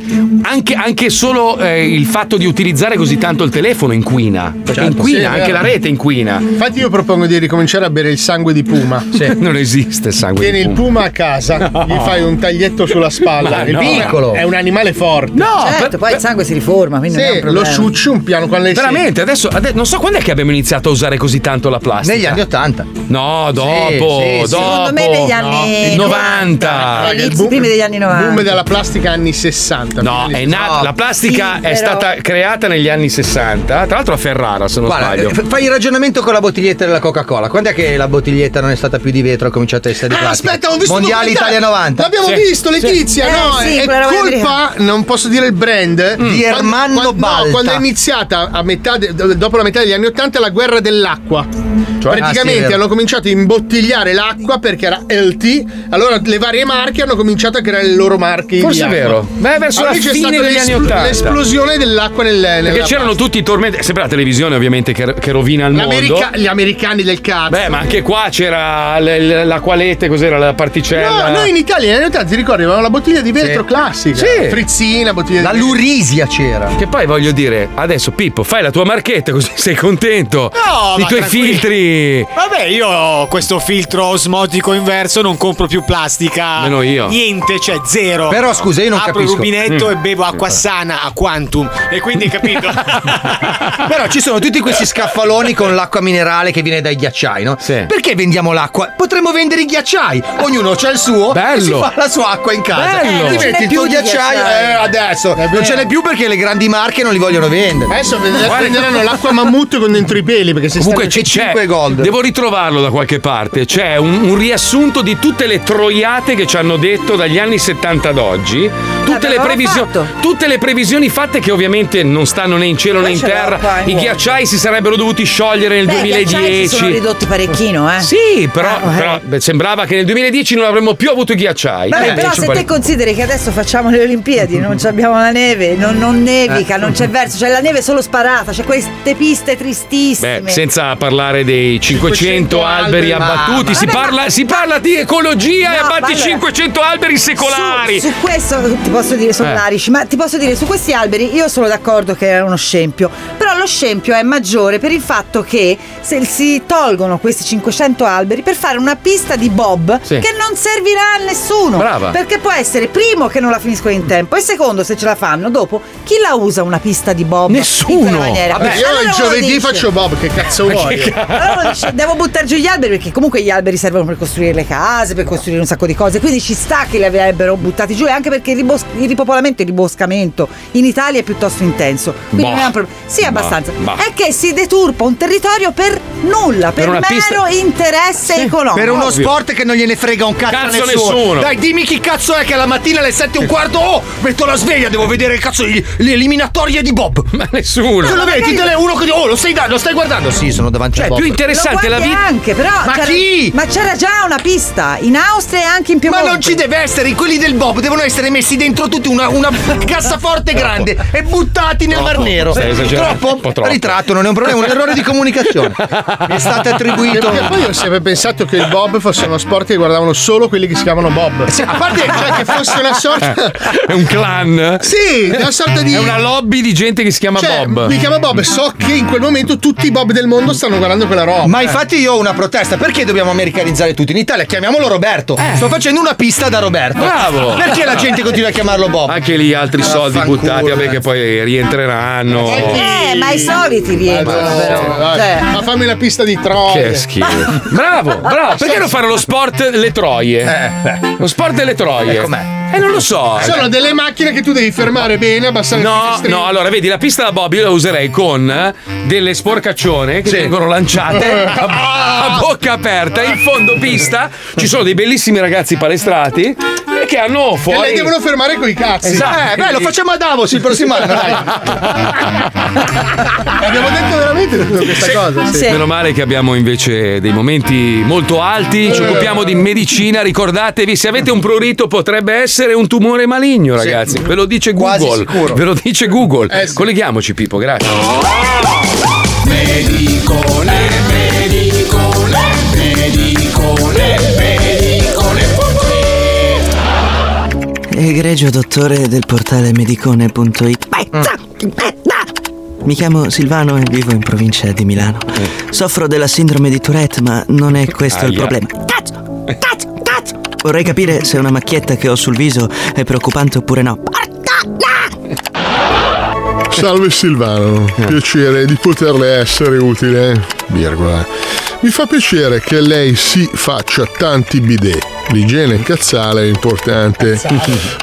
anche, anche solo eh, il fatto di utilizzare così tanto il telefono inquina. Perché Certo, inquina, sì, è anche vero. la rete inquina. Infatti io propongo di ricominciare a bere il sangue di puma. Non esiste il sangue. Tieni di il puma. puma a casa, No. gli fai un taglietto sulla spalla. Ma Il no. puma Piccolo. È un animale forte. No, Certo, per- poi il sangue si riforma, quindi non è un Sì, lo problema. ciucci un piano con le Veramente, adesso, ade- non so quando è che abbiamo iniziato a usare così tanto la plastica. Negli anni 80. No, dopo, sì, sì. dopo. Secondo me negli anni No, 90. 90. Inizi primi degli anni 90. Boom della plastica anni Ah, 60. No, è nata- la plastica è stata creata negli anni 60, tra l'altro a Ferrara se non Guarda, sbaglio. eh, f- fai il ragionamento con la bottiglietta della Coca-Cola. Quando è che la bottiglietta non è stata più di vetro e ha cominciato a essere di Ah, plastica? aspetta, ho visto un Mondiali documentario. Italia 90. L'abbiamo visto, Letizia. Eh, Eh, No, è colpa, non posso dire il brand Di Quando- Ermanno quando, Balta. No, quando è iniziata a metà de- do- dopo la metà degli anni 80 la guerra dell'acqua. Cioè, Ah, sì, è Praticamente vero. hanno cominciato a imbottigliare l'acqua perché era LT. Allora le varie marche hanno cominciato a creare le loro marche. Forse di è acqua. vero. Ma è verso Allora, la c'è fine stata degli anni l'espl- 80. L'esplosione dell'acqua nel, nella Perché c'erano tutti i tormenti, sempre la televisione ovviamente che, che rovina il mondo. L'america- gli americani del cazzo. Beh, ma anche qua c'era l- l- l'acqualette, cos'era la particella? No, noi in Italia negli anni 80 ti ricordi avevamo la bottiglia di vetro Sì. classica. Sì. Frizzina, bottiglia di vetro. Lurisia c'era. Che poi voglio dire, adesso Pippo, fai la tua marchetta così sei contento. No, I ma tuoi tranquilli. filtri. Vabbè, io ho questo filtro osmotico inverso, non compro più plastica. Meno io. Niente, cioè zero. Però, scusa, io non Apro capisco. il rubinetto Mm. e bevo acqua sana a quantum. E quindi, capito? Però ci sono tutti questi scaffaloni con l'acqua minerale che viene dai ghiacciai, no? Perché vendiamo l'acqua? Potremmo vendere i ghiacciai. Ognuno c'ha il suo e si fa la sua acqua in in casa. Bello. Ti Eh, non ce metti n'è il più tuo di ghiacciaio ghiacciaio. eh, adesso. Non ce n'è più perché le grandi marche non li vogliono vendere. Adesso prenderanno l'acqua mammut con dentro i peli perché se Comunque stanno c'è, anche c'è- 5 gold. devo ritrovarlo da qualche parte. C'è un, un riassunto di tutte le troiate che ci hanno detto dagli anni 70 ad oggi. Tutte, le, L'avevamo previsio- tutte le previsioni fatte che ovviamente non stanno né in cielo né Poi in ce l'ho terra. qua, I eh. ghiacciai si sarebbero dovuti sciogliere nel Beh, i ghiacciai si sono 2010. ridotti parecchino, eh. Sì, però, Ah, eh. però, beh, sembrava che nel 2010 non avremmo più avuto i ghiacciai. Vabbè, Eh, però ci se pare- te consideri che adesso facciamo le Olimpiadi, non ci abbiamo la neve, non, non nevica, Eh. non c'è verso, c'è la neve è solo sparata, c'è queste piste tristissime. Beh, senza parlare dei 500, alberi alberi, abbattuti, mamma. si, Vabbè, parla, si parla di ecologia e No, abbatti allora, 500 alberi secolari. Su, su questo ti posso dire, sono Eh. larici, ma ti posso dire, su questi alberi io sono d'accordo che era uno scempio, però lo scempio è maggiore per il fatto che se si tolgono questi 500 alberi per fare una pista di bob Sì. che non servirà a nessuno, Brava. perché può essere primo che non la finiscono in tempo e secondo se ce la fanno dopo chi la usa una pista di bob? Nessuno. Eh, Vabbè, io il giovedì faccio Bob, che cazzo vuoi? allora uno dice, devo buttare giù gli alberi perché comunque gli alberi servono per costruire le case, per costruire un sacco di cose, quindi ci sta che li avrebbero buttati giù e anche perché il, ribos- il ripopolamento e il riboscamento in Italia è piuttosto intenso. Quindi Bah. non è un problema. Sì, Bah, abbastanza. bah. È che si deturpa un territorio per nulla, per, Per una mero pista- interesse economico. Per uno sport che non gliene frega un cazzo, Cazzo a nessuno. nessuno. Dai, dimmi chi cazzo è che la mattina alle 7 e un quarto. Oh, metto la sveglia, devo vedere il cazzo di- le eliminatorie di Bob. Ma nessuno. Tu lo Ma vedi, magari- te le uno che oh, lo stai, da- lo stai guardando? Sì, sono davanti Cioè, a Bob. più interessante Lo la guardi vita. anche, però Ma c'era- chi? ma c'era già una pista in Austria e anche in Piemonte. Ma non ci deve essere, quelli del Bob devono essere messi dentro tutti una, una cassaforte Troppo. grande e buttati nel Troppo. Mar Nero. Stai esagerando. Un Troppo? po' troppo. Ritratto, non è un problema, è un errore di comunicazione. Mi è stato attribuito. Perché poi io sempre pensato che il Bob fosse uno sport che guardavano solo quelli che si chiamano Bob. a parte cioè, che fosse una sorta. È un clan? Sì, è una sorta di- Eh? È una lobby di gente che si chiama Cioè, Bob. mi chiama Bob e so che in quel momento tutti i Bob del mondo stanno guardando quella roba. Ma infatti io ho una protesta, perché dobbiamo americanizzare tutti? In Italia chiamiamolo Roberto. Sto facendo una pista da Roberto. Eh. Bravo! Perché la gente continua a chiamarlo Bob? Anche lì Ah, altri soldi buttati, vabbè, che poi rientreranno. Eh, ma i soliti rientrano però. Vai. Cioè- Ma fammi la pista di Troia. Che schifo. Bravo, bravo. Perché non fare lo sport le troie? Lo sport delle troie. Eh, com'è? Eh, non lo so. Sono delle macchine che tu devi fermare bene, abbassare il No, finestrino. no, allora vedi la pista da Bob io la userei con eh, delle sporcaccione che vengono Eh, lanciate Ah. a, a bocca aperta in fondo pista. Ci sono dei bellissimi ragazzi palestrati eh, che hanno E fuori. le devono fermare coi cazzi. Esatto. Eh, beh, lo facciamo a Davos il prossimo anno. dai. Abbiamo detto veramente tutta questa cosa. sì. Meno male che abbiamo invece dei momenti molto alti, Eh. ci occupiamo di medicina, ricordatevi se avete un prurito potrebbe essere un tumore maligno ragazzi, ve lo dice Quasi Google, sicuro. ve lo dice Eh, Google, colleghiamoci Pippo, grazie. Medicole, medicole, medicole, medicole. Egregio dottore del portale medicone.it. Mi chiamo Silvano e vivo in provincia di Milano. Soffro della sindrome di Tourette, ma non è questo il Aia. problema. Vorrei capire se una macchietta che ho sul viso è preoccupante oppure no. Salve Silvano, piacere di poterle essere utile, virgola. Mi fa piacere che lei si faccia tanti bidet. L'igiene cazzale è importante,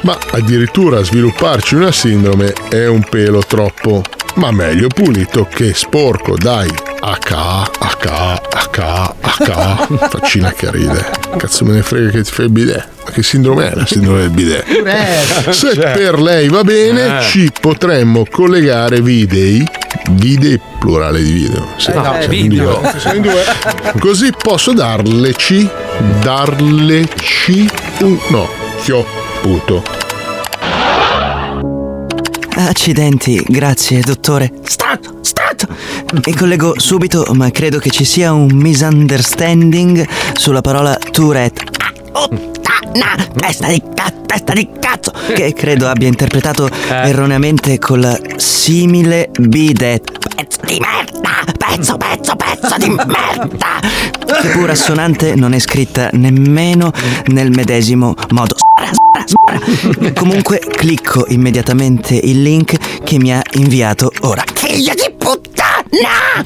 ma addirittura svilupparci una sindrome è un pelo troppo. Ma meglio pulito che sporco, dai. AK, AK, AK, AK. Faccina che ride. Cazzo me ne frega che ti fai il bidet. Ma che sindrome è la sindrome del bidet? Se per lei va bene, Eh. ci potremmo collegare videi. Videi plurale di video. sì. Eh, no, Eh, Siamo in video. due. Siamo in due. Così posso darleci. Darleci. Un, no, chio. Punto. Accidenti, grazie dottore. Stato, stato! Mi collego subito, ma credo che ci sia un misunderstanding sulla parola Tourette. Oh, na, na, testa di cazzo, testa di cazzo! Eh. Che credo abbia interpretato erroneamente con la simile bidet. Pezzo di merda! Pezzo, pezzo, pezzo di merda! Che pur assonante non è scritta nemmeno nel medesimo modo. Comunque clicco immediatamente il link che mi ha inviato ora. Figlio di puttana!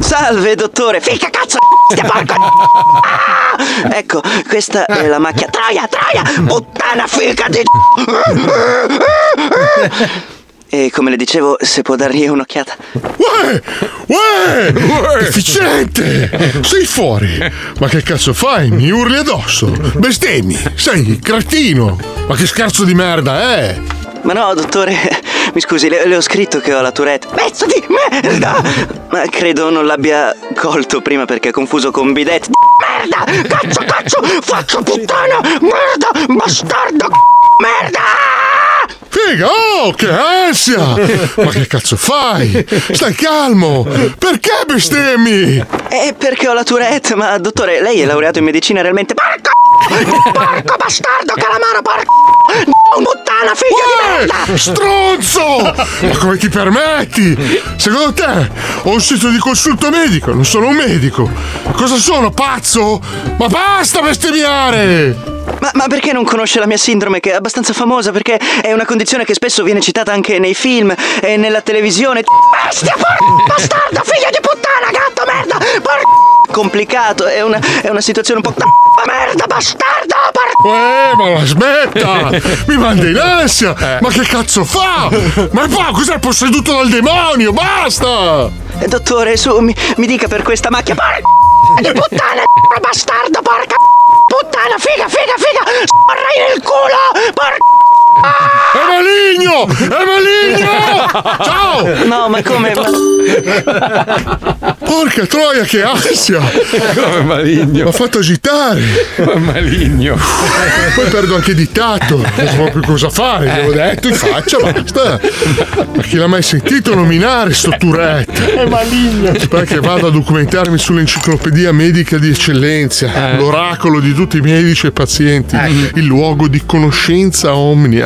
Salve dottore, fica cazzo! bestia, porco di- Ah! Ecco, questa è la macchia. Troia, troia! Puttana figa di. E come le dicevo, se può dargli un'occhiata. Uè! Uè! Deficiente! Sei fuori! Ma che cazzo fai? Mi urli addosso! Bestemmi! Sei cretino! Ma che scherzo di merda, eh! Ma no, dottore, mi scusi, le, le ho scritto che ho la Tourette. Pezzo di merda! Ma credo non l'abbia colto prima perché è confuso con bidet. di Merda! Cazzo, cazzo! Faccio puttana! Merda! Bastardo! Merda! Figa, oh, che ansia! Ma che cazzo fai? Stai calmo! Perché bestemmi? Eh, perché ho la Tourette, ma dottore, lei è laureato in medicina realmente. Porco! Porco bastardo, calamaro, porco! Un puttana, Uè, figa di Stronzo! merda! Ma come ti permetti? Secondo te ho un sito di consulto medico, non sono un medico. Cosa sono, pazzo? Ma basta bestemmiare! Ma, ma perché non conosce la mia sindrome, che è abbastanza famosa? Perché è una condizione che spesso viene citata anche nei film e nella televisione. Bestia, porco bastardo, figlio di puttana, gatto, merda! Porco Complicato, è una, è una situazione un po'. da merda, bastardo, porco! Uè, Eh, ma la smetta! Mi manda in Eh. ansia! Ma che cazzo fa? Ma qua cos'è posseduto dal demonio? Basta! Eh, Dottore, su, mi, mi dica per questa macchia. Porco! Di puttana, bastardo, porca puttana, figa, figa, figa! Scorrai nel culo, porco! È maligno! È maligno! Ciao! No, ma come? Porca troia, che ansia! Come maligno! Mi ha fatto agitare! Come maligno! Poi perdo anche di tatto, non so proprio cosa fare, gli ho detto in faccia, basta! Ma chi l'ha mai sentito nominare sto Tourette? È maligno! Aspetta che vado a documentarmi sull'enciclopedia medica di eccellenza, Eh. l'oracolo di tutti i medici e pazienti, il luogo di conoscenza omnia,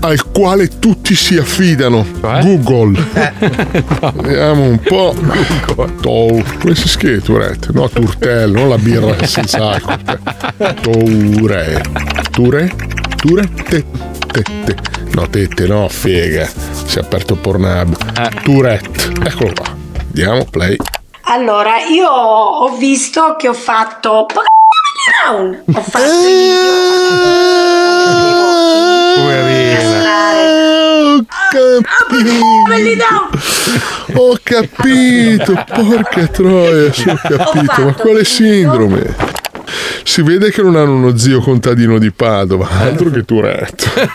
al quale tutti si affidano, Google. Vediamo un po'. Tou. Come si scrive Tourette? No, Turtello, non la birra senza alcol. Toure. Ture? Ture? Te. te- te. No, tette, no, figa. Si è aperto Pornhub. Tourette. Eccolo qua. Andiamo, play. Allora, io ho visto che ho fatto p- round. Ho fatto i Eh, Ho capito. Ho capito, porca troia, sì, ho capito. Ma quale sindrome? Si vede che non hanno uno zio contadino di Padova, altro che Tourette. Si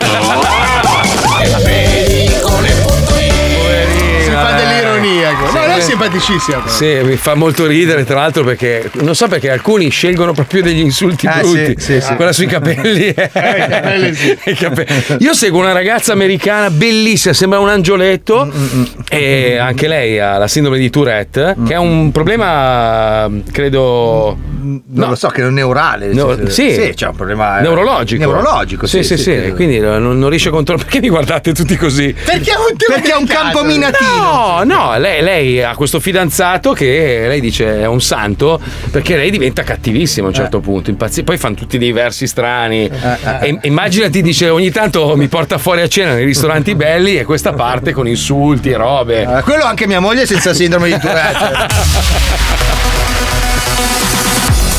fa dell'ironiaco. No, lei è simpaticissima. però. Sì, mi fa molto ridere, tra l'altro, perché non so perché alcuni scelgono proprio degli insulti Ah, brutti. sì, sì, sì. Quella sui capelli. i eh. capelli sì. I capelli. Io seguo una ragazza americana bellissima, sembra un angioletto. Mm, E anche lei ha la sindrome di Tourette, Mm, che è un problema, credo. Mm, Non lo so, che è un neurale. nel No, senso- sì. sì, c'è un problema eh, neurologico. Neurologico, sì. sì, sì. sì, credo. Quindi non, non riesce a controllare. Perché mi guardate tutti così? Perché è un, Perché è un campo No, no, lei, lei ha questo fidanzato che lei dice è un santo perché lei diventa cattivissima Eh. a un certo punto, impazzi- poi fanno tutti dei versi strani. eh, E- immaginati, dice ogni tanto mi porta fuori a cena nei ristoranti belli e questa parte con insulti e robe. Eh, quello anche mia moglie senza sindrome di Tourette.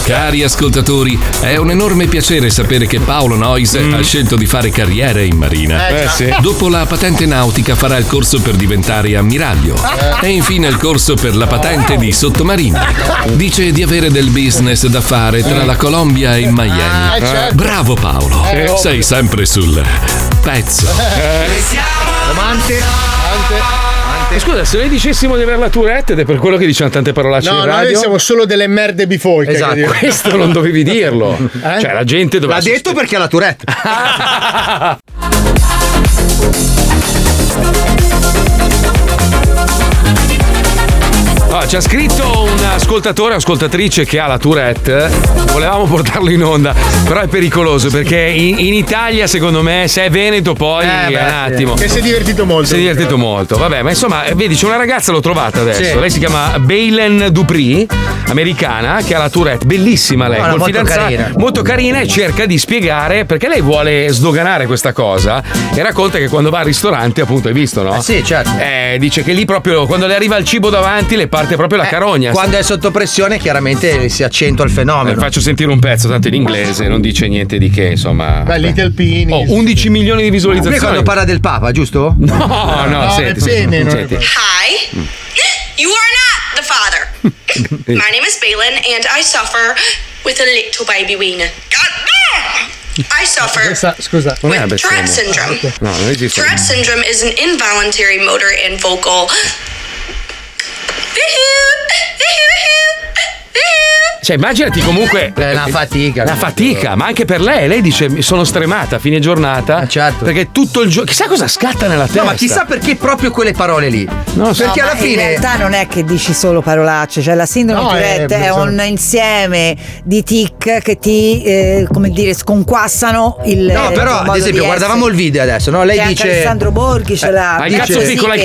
Cari ascoltatori, è un enorme piacere sapere che Paolo Noyes ha scelto di fare carriera in marina. Mm. Eh, Eh, sì. Dopo la patente nautica farà il corso per diventare ammiraglio Eh. e infine il corso per la patente di sottomarino. Dice di avere del business da fare tra la Colombia e il Miami. Mm. Ah, certo. Bravo Paolo, Eh, ovvio. sei sempre sul pezzo. Eh. Amante. E Scusa, se noi dicessimo di avere la Tourette ed è per quello che diciamo tante parolacce No, in noi radio. siamo solo delle merde bifoiche. Esatto, quindi- questo non dovevi dirlo. Eh? Cioè, la gente doveva. L'ha detto perché ha la Tourette. Ah, ci ha scritto un ascoltatore, ascoltatrice che ha la Tourette. Volevamo portarlo in onda, però è pericoloso perché in, in Italia, secondo me, se è Veneto, poi Eh, beh, è un sì. attimo. Che si è divertito molto. Si è divertito molto. Vabbè, ma insomma, eh, vedi, c'è una ragazza, l'ho trovata adesso. Sì. Lei si chiama Bailen Dupri, americana, che ha la Tourette. Bellissima lei, No, no, col molto fidanzato. carina. Molto carina e cerca di spiegare perché lei vuole sdoganare questa cosa. E racconta che quando va al ristorante, appunto, hai visto, no? sì, certo. Eh, dice che lì proprio quando le arriva il cibo davanti, le parte parte proprio la carogna. Quando è sotto pressione, chiaramente si accentua il Eh, fenomeno. faccio sentire un pezzo, tanto in inglese, non dice niente di che, insomma. Beh, Little Pini. Oh, 11 milioni di Lui visualizzazioni. quando parla del Papa, giusto? No, no, senti, senti, senti. er- Hi. You are not the father. My name is Balin, and I suffer with a little baby wiener. God damn! I suffer. Questa, scusa, Non è una bestemmia. Tourette syndrome. No, non esiste. Tourette syndrome is an involuntary motor and vocal. Cioè, immaginati comunque. eh, È una fatica. La fatica, ma anche per lei. Lei dice: "Mi Sono stremata a fine giornata. Certo. Perché tutto il giorno. Chissà cosa scatta nella testa. No, ma chissà perché proprio quelle parole lì. Perché No, alla ma In fine. realtà non è che dici solo parolacce, cioè la sindrome No, di è- Tourette è, un insieme di tic che ti, eh, come dire, sconquassano il. No, però, ad esempio, guardavamo il video adesso, no? Lei Che anche dice. Alessandro Borghi Eh, ce l'ha. Dice- Dice- Sì, piccolo, il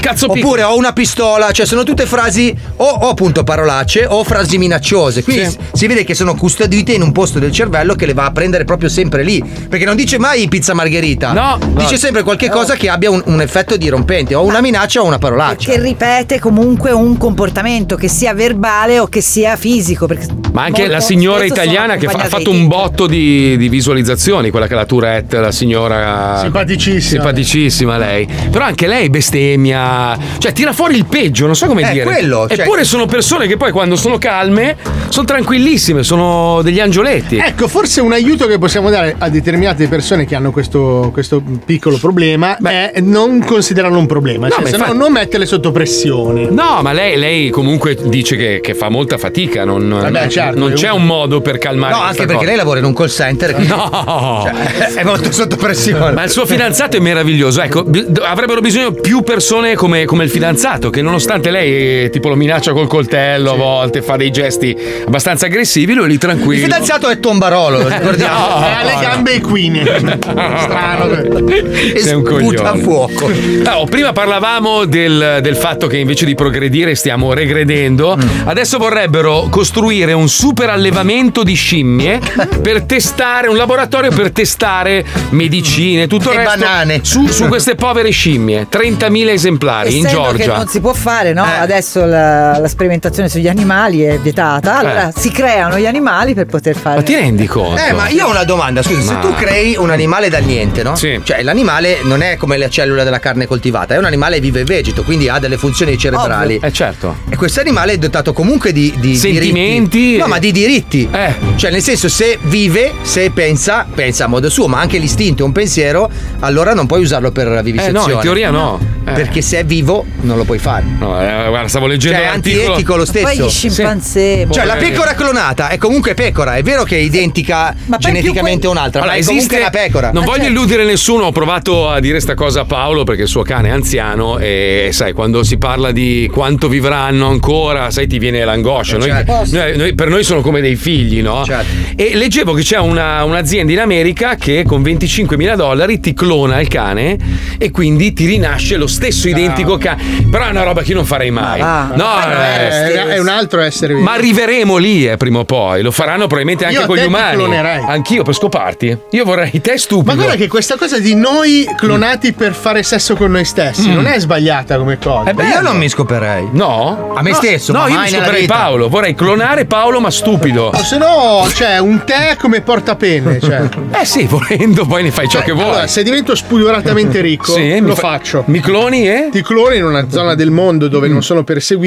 cazzo Oppure piccolo. ho una pistola, cioè sono tutte frasi o, o appunto parolacce o frasi minacciose. Quindi s- si vede che sono custodite in un posto del cervello che le va a prendere proprio sempre lì. Perché non dice mai pizza margherita. No. Dice No. sempre qualche cosa che abbia un, un effetto dirompente, o una minaccia o una parolaccia. Che ripete comunque un comportamento che sia verbale o che sia fisico. perché Ma anche molto la signora spesso sono italiana che fa- ha accompagnate fatto dai un botto di, di visualizzazioni, quella che è la Tourette, la signora. Simpaticissima. Simpaticissima lei. Però anche lei bestemmia. Cioè, tira fuori il peggio, non so come Eh, dire. quello, cioè- Eppure sono persone che poi quando sono calme sono tranquillissime, sono degli angioletti. Eh. Ecco, forse un aiuto che possiamo dare a determinate persone che hanno questo, questo piccolo problema è non considerarlo un problema, No, cioè, ma se no infatti- non metterle sotto pressione. No, ma lei, lei comunque dice che, che fa molta fatica, non, non- certo, non è c'è un- un modo per calmare No, anche questa perché cosa. lei lavora in un call center. quindi- No! Cioè, è molto sotto pressione. Ma il suo fidanzato è meraviglioso. Ecco, bi- d- avrebbero bisogno più persone come, come il fidanzato, che nonostante lei eh, tipo lo minaccia col coltello a volte, fa dei gesti abbastanza aggressivi, lui è lì tranquillo. Il fidanzato è Tombarolo, Eh, lo ricordiamo. No, ha le no. gambe equine. Strano. Sei un sputa coglione. a fuoco. No, Ecco. prima parlavamo del, del fatto che invece di progredire stiamo regredendo. Mm. Adesso vorrebbero costruire un super allevamento di scimmie per testare, un laboratorio per testare medicine, tutto il E resto banane. Su, su queste povere scimmie. 30.000 esemplari in Essendo che Georgia. Eh. non si può fare, no? Adesso la, la sperimentazione sugli animali è vietata. Allora Eh. si creano gli animali per poter fare. Ma ti rendi conto? Eh, ma io ho una domanda, scusa, Ma- se tu crei un animale dal niente, no? Sì. Cioè, l'animale non è come la cellula della carne coltivata, è un animale vivo e vegeto, quindi ha delle funzioni cerebrali. Eh certo. E questo animale è dotato comunque di, di Sentimenti. Eh. diritti. No, ma di diritti. Cioè, nel senso, se vive, se pensa, pensa a modo suo, ma anche l'istinto è un pensiero, allora non puoi usarlo per la vivisezione. Eh, no, in teoria no. Eh. Perché se è vivo non lo puoi fare. No, eh, guarda, stavo leggendo Cioè, è l'articolo. antietico lo stesso. Poi gli scimpanzé. boh. eh. Cioè, la Poveri. pecora clonata è comunque pecora. È vero che è identica geneticamente a un'altra, Allora, ma è esiste- comunque una pecora. Ah, Non voglio certo. illudere nessuno, ho provato a dire sta cosa a Paolo perché il suo cane è anziano e sai, quando si parla di quanto vivranno ancora, sai, ti viene l'angoscia. Noi- Certo. noi- noi- per noi sono come dei figli, no? Certo. E leggevo che c'è una- un'azienda in America che con 25.000 dollari ti clona il cane e quindi ti rinasce lo stesso identico cane. Però è una roba che io non farei mai. Ah. no, è, eh, Ah, è un altro essere vivo. ma arriveremo lì eh, prima o poi, lo faranno probabilmente anche Io a con te gli ti umani. clonerei. Anch'io per scoparti. Io vorrei te stupido. Ma guarda che questa cosa di noi clonati per fare sesso con noi stessi Mm. non è sbagliata come cosa. È bello. Io non mi scoperei. No? A me No, stesso, No, ma io mai mi nella scoperei vita. Paolo. Vorrei clonare Paolo, ma stupido. O se no, c'è un tè come portapenne. Cioè. Eh sì, volendo, poi ne fai ciò che vuoi. Allora, se divento spudoratamente ricco, Sì, mi lo fa- faccio. Mi cloni, eh? Ti cloni in una zona del mondo dove non sono perseguibile.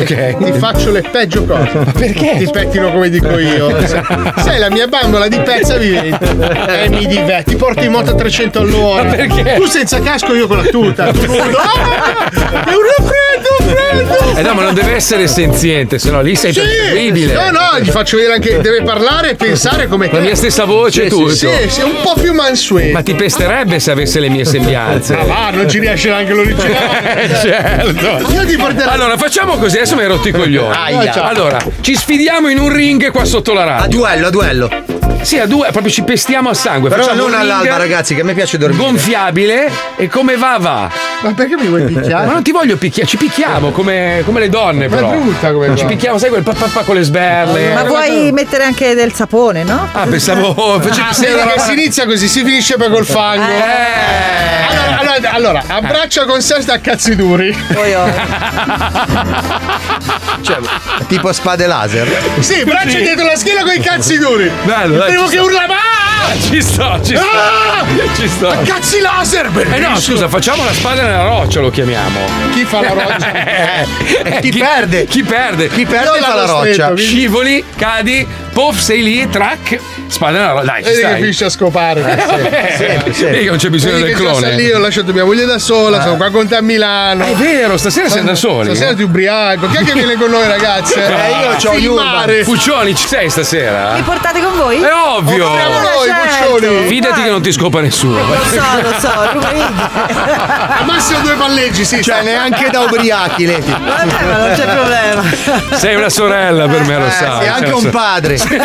Ok. Ti faccio le peggio cose. Ma perché? Ti spettino come dico io. Se- Sei la mia bambola di pezza vivente. E mi divè, ti porto in moto a 300 all'ora. Ma perché? Tu senza casco, io con la tuta. Tu nudo. Ah, freddo, freddo. Eh no, ma non deve essere senziente, sennò lì sei Sì. perseguibile. No, no, gli faccio vedere anche. Deve parlare e pensare come te. La mia stessa voce, Sì, tu. Sì, sì, sì, un po' più mansueto. Ma ti pesterebbe se avesse le mie sembianze. Ah, Ma va, non ci riesce neanche l'originale. Eh, certo. Io ti porterò. Allora, facciamo così, adesso Ah, mi hai rotto i coglioni. Aia. Allora, ci sfidiamo in un ring qua sotto la radio. A duello, a duello. Sì, a due, proprio ci pestiamo a sangue. Però Facciamo non un all'alba, ringer ragazzi, che a me piace dormire. Gonfiabile e come va va. Ma perché mi vuoi picchiare? Ma non ti voglio picchiare, ci picchiamo come, come le donne, Ma è però. brutta come Ci cosa. picchiamo, sai quel papà con le sberle. Ma vuoi mettere anche del sapone, no? Ah, pensavo. facevi- Ah, sì, perché si inizia così, si finisce poi col fango. Eh. Allora, allora, allora, abbraccia con sé sta a cazzi duri. Cioè, tipo spade laser. Sì, braccia dietro la schiena con i cazzi duri. Bello, eh. Il dai, primo ci che sta. urla ma! Ci sto, ci sto. Ci sto. A cazzi laser, Eh Ah! bellissimo. no, scusa, facciamo la spada nella roccia, lo chiamiamo. Chi fa la roccia? Eh, chi, perde? Chi perde? Chi perde fa la roccia. Scivoli, cadi, pof, sei lì, track, spada nella roccia. Dai, Eh, ci Vedi che stai. finisce a scopare. Eh, vabbè. Sì, sì. Vedi che non c'è bisogno Vedi del che già clone. Eh. sta lì, oh, ho lasciato mia moglie da sola, sono qua con te a Milano. È vero, stasera siamo da soli. Stasera ti ubriaco. Chi è che viene con noi, ragazze? Eh, c'ho Il mare. Eh, Puccioni, ci sei stasera? Li portate con voi? È ovvio. Oh, certo. Fidati che non ti scopa nessuno. Lo so, lo so, Al massimo due palleggi, sì. Cioè, neanche da ubriachi, Leti. Vabbè, ma non c'è problema. Sei una sorella per me, Eh, lo sai. Cioè, Sei anche un padre. Sei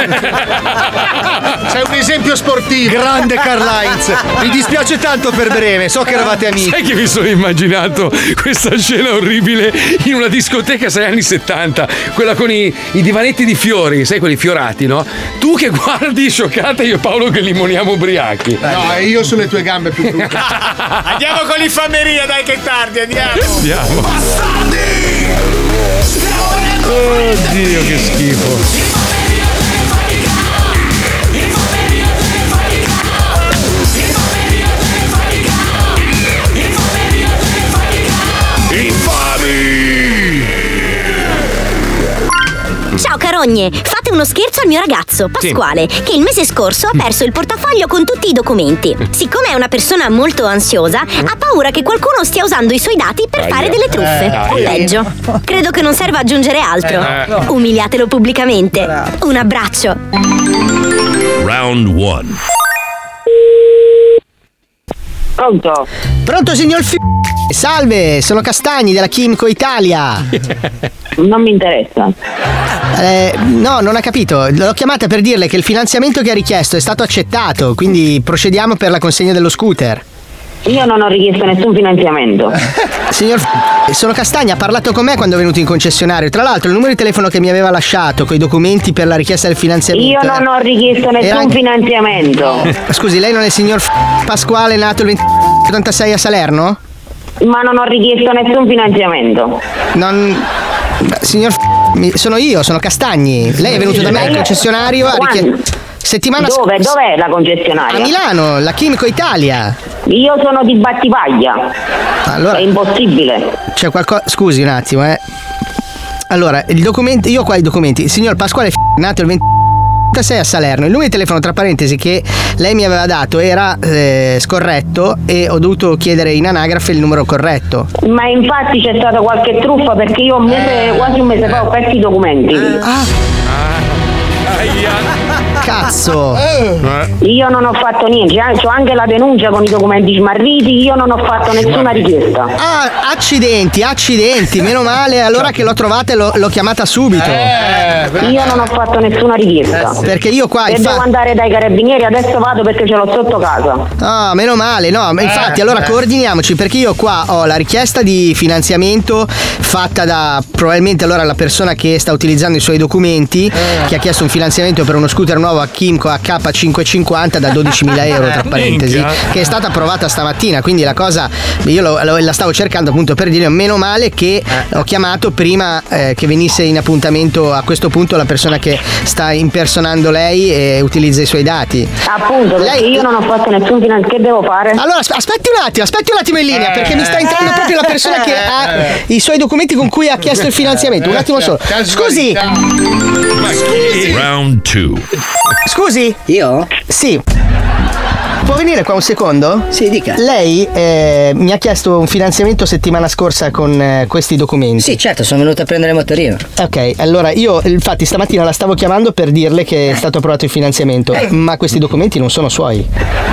un esempio sportivo. Grande Karl Heinz. Mi dispiace tanto per breve, so che eravate amici. Sai che mi sono immaginato questa scena orribile in una discoteca, sai, anni 70, quella con i, i divanetti di fiori, sai, quelli fiorati, no? Tu che guardi scioccata, io e Paolo che limoniamo ubriachi. No, è io sulle tue gambe più brutto. Andiamo con l'infameria, dai, che è tardi, andiamo. Andiamo. Oddio, che schifo. Ciao carogne, fate uno scherzo al mio ragazzo, Pasquale, che il mese scorso ha perso il portafoglio con tutti i documenti. Mm. Siccome è una persona molto ansiosa, ha paura che qualcuno stia usando i suoi dati per Aia. fare delle truffe. Eh, o aia. peggio. Credo che non serva aggiungere altro. Eh, no. Umiliatelo pubblicamente. Un abbraccio. Round 1. Pronto? Pronto, signor F. Salve, sono Castagni della Chimico Italia. Non mi interessa. Eh, no, non ha capito. L'ho chiamata per dirle che il finanziamento che ha richiesto è stato accettato, quindi procediamo per la consegna dello scooter. Io non ho richiesto nessun finanziamento. Signor F- sono Castagna, ha parlato con me quando è venuto in concessionario. Tra l'altro, il numero di telefono che mi aveva lasciato con i documenti per la richiesta del Io finanziamento. non ho richiesto nessun finanziamento. Eh, Scusi, lei non è il signor F- Pasquale nato il 86 a Salerno? Ma non ho richiesto nessun finanziamento. Non. Beh, Signor F- mi- sono io, sono Castagni. Lei è venuto da me al concessionario a Quando? richie- Settimana sc- Dove? Dov'è la concessionaria? A Milano, la Chimico Italia. Io sono di Battivaglia. Allora, È impossibile. C'è qualcosa. Scusi un attimo, eh. Allora, il documento. Io ho qua i documenti. Il signor Pasquale F- nato il 26 a Salerno. Il numero di telefono, tra parentesi, che lei mi aveva dato era eh, scorretto e ho dovuto chiedere in anagrafe il numero corretto. Ma infatti c'è stata qualche truffa perché io un mese, quasi un mese fa ho perso i documenti. Ah. Cazzo! Eh. Io non ho fatto niente, eh, ho anche la denuncia con i documenti smarriti, io non ho fatto nessuna richiesta. Ah, accidenti, accidenti, meno male allora che l'ho trovata e l'ho, l'ho chiamata subito. Eh, Io non ho fatto nessuna richiesta. Perché io qua, Se devo infatti... andare dai carabinieri adesso vado perché ce l'ho sotto casa. Ah, meno male, no, ma infatti allora coordiniamoci perché io qua ho la richiesta di finanziamento fatta da probabilmente allora la persona che sta utilizzando i suoi documenti, che ha chiesto un finanziamento per uno scooter nuovo a Kimco HK550 da 12.000 euro, tra parentesi, Minchia. che è stata approvata stamattina, quindi la cosa io lo- lo- la stavo cercando appunto per dire meno male che ho chiamato prima eh, che venisse in appuntamento a questo punto la persona che sta impersonando lei e utilizza i suoi dati. Appunto, perché io non ho fatto nessun finanziamento. Che devo fare? Allora, asp- aspetti un attimo, aspetti un attimo in linea, perché mi sta entrando proprio la persona che ha i suoi documenti con cui ha chiesto il finanziamento. Un attimo solo. Scusi. Round 2. Scusi? Io? Sì. Può venire qua un secondo? Sì, dica. Lei eh, mi ha chiesto un finanziamento settimana scorsa con eh, questi documenti. Sì, certo, sono venuto a prendere il motorino. Ok, allora io infatti stamattina la stavo chiamando per dirle che è stato approvato il finanziamento, Eh. ma questi documenti non sono suoi.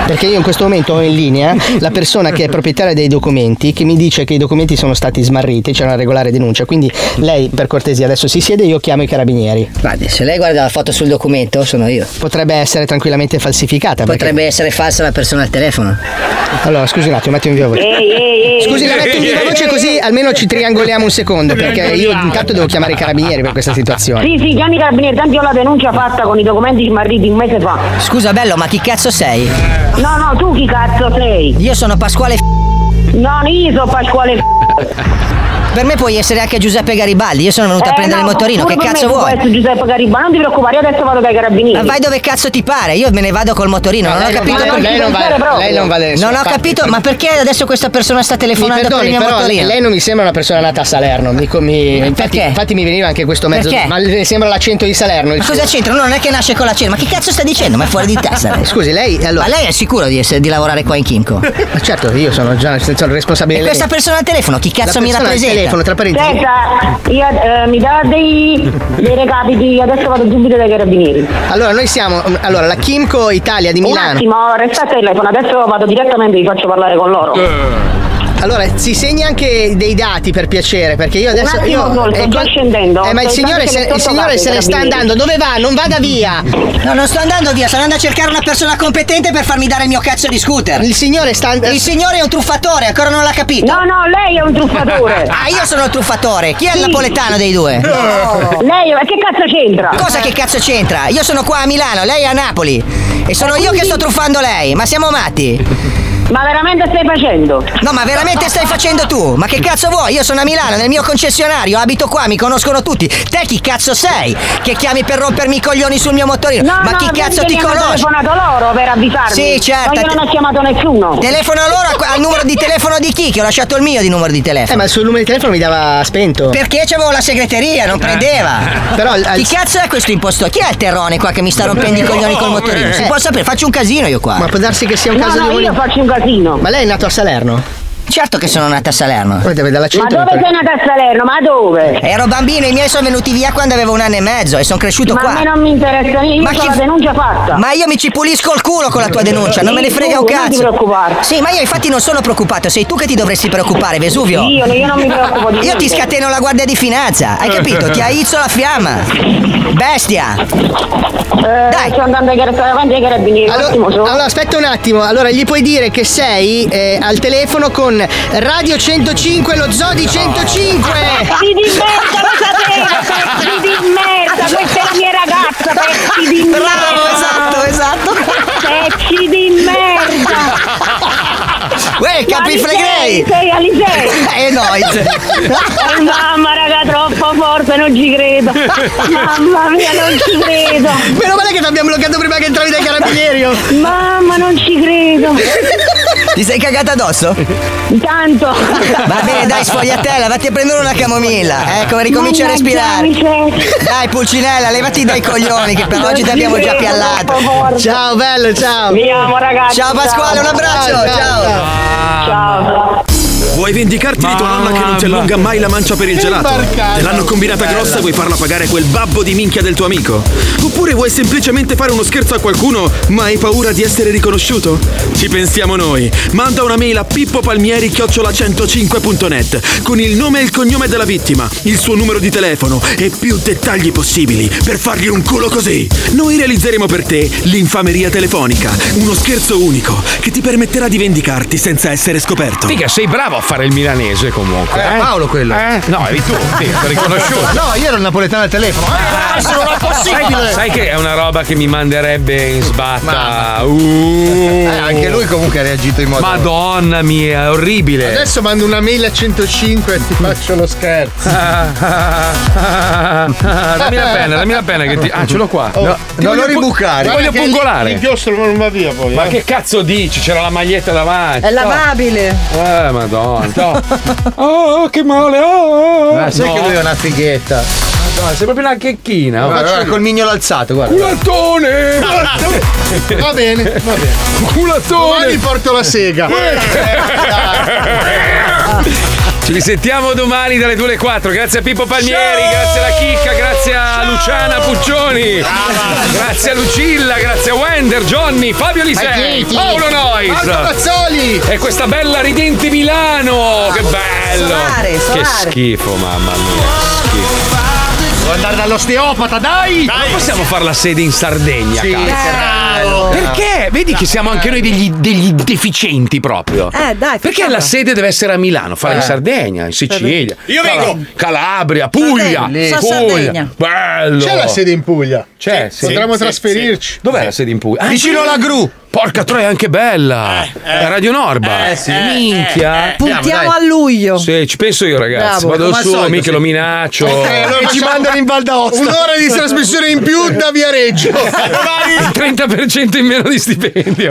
Perché io in questo momento ho in linea la persona che è proprietaria dei documenti che mi dice che i documenti sono stati smarriti, c'è una regolare denuncia. Quindi lei per cortesia adesso si siede e io chiamo i carabinieri. Guardi, se lei guarda la foto sul documento, sono io. Potrebbe essere tranquillamente falsificata. perché- Potrebbe essere falsa la persona al telefono. Allora, scusi un attimo, metti in viva voce. Eh, Scusi, la metti in viva voce così almeno ci triangoliamo un secondo, perché io intanto devo chiamare i carabinieri per questa situazione. Sì, sì, chiami i carabinieri, tanto io ho la denuncia fatta con i documenti smarriti un mese fa. Scusa, bello, ma chi cazzo sei? No, no, tu chi cazzo sei? Io sono Pasquale No, io sono Pasquale Per me puoi essere anche Giuseppe Garibaldi, io sono venuto Eh, a prendere il motorino, che cazzo vuoi? Giuseppe Garibaldi, non ti preoccupare, io adesso vado dai carabinieri. Ma vai dove cazzo ti pare, io me ne vado col motorino, No, non ho lei non capito va- perché. lei non va- lei non va da nessuna Non ho parte. capito, ma perché adesso questa persona sta Mi telefonando per il perdoni, mio però motorino? lei, lei non mi sembra una persona nata a Salerno. Mi, mi- infatti, infatti mi veniva anche questo mezzo. Perché? Ma le sembra l'accento di Salerno. il Ma suo. cosa c'entra? Uno non è che nasce con la cena, ma che cazzo sta dicendo? Ma è fuori di testa. lei. Scusi, lei allora. Ma lei è sicuro di, essere- di lavorare qua in Kimco? Ma certo, io sono già sono il responsabile. E di lei. questa persona al telefono, chi cazzo mi La persona al rappresenta? telefono, tra parentesi. Senta, io, eh, mi dà dei, dei recapiti, adesso vado subito dai carabinieri. Allora, noi siamo. Allora, la Kimco Italia di Milano. Un attimo, resta al telefono, adesso vado direttamente e vi faccio parlare con loro. Eh. Allora, si segni anche dei dati per piacere, perché io adesso. Un attimo, io, solo, sto già scendendo. Eh, ma il Sto signore, intanto se, che mi il sto signore se ne sta trovando i andando. Dove va? Non vada via! No, non sto andando via, sto andando a cercare una persona competente per farmi dare il mio cazzo di scooter. Il signore sta Il signore è un truffatore, ancora non l'ha capito. No, no, lei è un truffatore. Ah, io sono il truffatore. Chi è il Sì. napoletano dei due? No. Lei, ma che cazzo c'entra? Cosa che cazzo c'entra? Io sono qua a Milano, lei è a Napoli. E sono io che sto truffando lei, ma siamo matti. Ma veramente stai facendo? No, ma veramente stai facendo tu? Ma che cazzo vuoi? Io sono a Milano, nel mio concessionario, abito qua, mi conoscono tutti. Te chi cazzo sei? Che chiami per rompermi i coglioni sul mio motorino? No, ma no, chi perché cazzo ti mi hanno conosce? telefonato loro per avvisarmi. Sì, certo. Ma io non ho chiamato nessuno. Telefono loro a- al numero di telefono di chi? Che ho lasciato il mio di numero di telefono. Eh, ma il suo numero di telefono mi dava spento. Perché c'avevo la segreteria, non prendeva. Eh. Però al- Chi cazzo è questo impostore? Chi è il terrone qua che mi sta rompendo i coglioni col motorino? Si Eh. può sapere, faccio un casino io qua. Ma può darsi che sia un No, caso no, di io faccio un casino. Ma lei è nato a Salerno? Certo che sono nata a Salerno. Ma dove dalla Ma dove sei nata a Salerno? Ma dove? Ero bambino, i miei sono venuti via quando avevo un anno e mezzo e sono cresciuto Ma qua. a me non mi interessa niente, io Ma ho chi- la denuncia fatta. Ma io mi ci pulisco il culo con la tua denuncia, non me ne Sì, frega un tu, non ti cazzo. preoccupare. Sì, ma io infatti non sono preoccupato, sei tu che ti dovresti preoccupare, Vesuvio. Io- io non mi preoccupo di Io ti niente. scateno la guardia di finanza, hai capito? Ti aizzo la fiamma. Bestia. Dai. Sto Eh, andando ai car- sto davanti ai carabinieri. Allora, un attimo solo. allora, aspetta un attimo, allora gli puoi dire che sei eh, al telefono con Radio 105, lo zoo di 105! Pezzi di merda, lo sapevo! Pezzi di merda, questa è la mia ragazza, pezzi di merda! Bravo, esatto, esatto! Pezzi di merda! Uè, capiflegrei! Alisei, Sei Alisei! Eh, noise. Eh, Mamma raga, troppo forte, non ci credo! Mamma mia, non ci credo! Meno male che ti abbiamo bloccato prima che entravi dai carabinieri! oh. Mamma, non ci credo! Ti sei cagata addosso? Tanto! Va bene, dai, sfogliatella, vatti a prendere una camomilla. Ecco, ricominci a respirare. Dai, Pulcinella, levati dai coglioni, che per Non oggi ti ci abbiamo già credo, piallato. troppo forte. Ciao, bello, ciao. Vi amo, ragazzi, Ciao, Pasquale, ciao. un abbraccio. Ciao, Ciao. ciao. Ciao! Vuoi vendicarti di tua nonna che non ti allunga mai la mancia per il gelato? Imbarcata. Te l'hanno combinata Bella. grossa e vuoi farla pagare quel babbo di minchia del tuo amico? Oppure vuoi semplicemente fare uno scherzo a qualcuno ma hai paura di essere riconosciuto? Ci pensiamo noi. Manda una mail a Pippo Palmieri 105.net con il nome e il cognome della vittima, il suo numero di telefono e più dettagli possibili per fargli un culo così. Noi realizzeremo per te l'infameria telefonica, uno scherzo unico che ti permetterà di vendicarti senza essere scoperto. Figa, sei bravo a fare il milanese comunque. Eh, Paolo quello. Eh? No, eri tu, sì, l'ho riconosciuto. No, io ero il napoletano al telefono. Ah, adesso non è possibile. Sai che è una roba che mi manderebbe in sbatta. anche lui Eh, comunque ha reagito in modo. Madonna mia, è orribile. Adesso mando una mail a 105 e ti faccio lo scherzo. Ah, dammi la penna, dammi la penna che ti. Ah, ce l'ho qua. Oh, No, ti voglio pu- Ti Guarda voglio che pungolare. L'inchiostro non va via poi. Ma eh. che cazzo dici? C'era la maglietta davanti. È lavabile. Eh, madonna. Oh, che male. Oh, Ah, sai che lui è una fighetta. Ma sei proprio una checchina. Lo faccio col mignolo alzato, guarda. Culattone! Va bene, va bene. Culattone! Domani porto la sega. Ci risentiamo domani dalle 2 alle 4. Grazie a Pippo Palmieri, grazie alla Chicca, grazie a Luciana Puccioni, grazie a Lucilla, grazie a Wender, Johnny, Fabio Lisei, Magnetti. Paolo Nois. Marco Mazzoli. E questa bella ridente Milano. Che bello! Solare, solare. Che schifo, mamma mia. Schifo. Devo andare dall'osteopata, dai! Non possiamo fare la sede in Sardegna, Sì, cazzo. bravo. Perché? Vedi che siamo anche noi degli, degli deficienti proprio. Eh, dai, Perché facciamola. la sede deve essere a Milano, fare in Eh. Sardegna, in Sicilia. Io Cala- vengo. Calabria, Puglia. Sardegna. Sa Puglia. Sardegna. Bello. C'è la sede in Puglia. C'è, sì. Potremmo Sì, trasferirci. sì. Dov'è la sede in Puglia? Ah, Vicino alla gru. Porca troia, è anche bella. È Radio Norba. eh, sì. eh, Minchia. eh. Puntiamo a luglio. Sì, ci penso io, ragazzi. Bravo, Vado come al su, solito, mica sì. lo minaccio. E ci mandano in Val d'Aosta. Eh, Un'ora di trasmissione in più da Viareggio. Il 30% in meno di stipendio.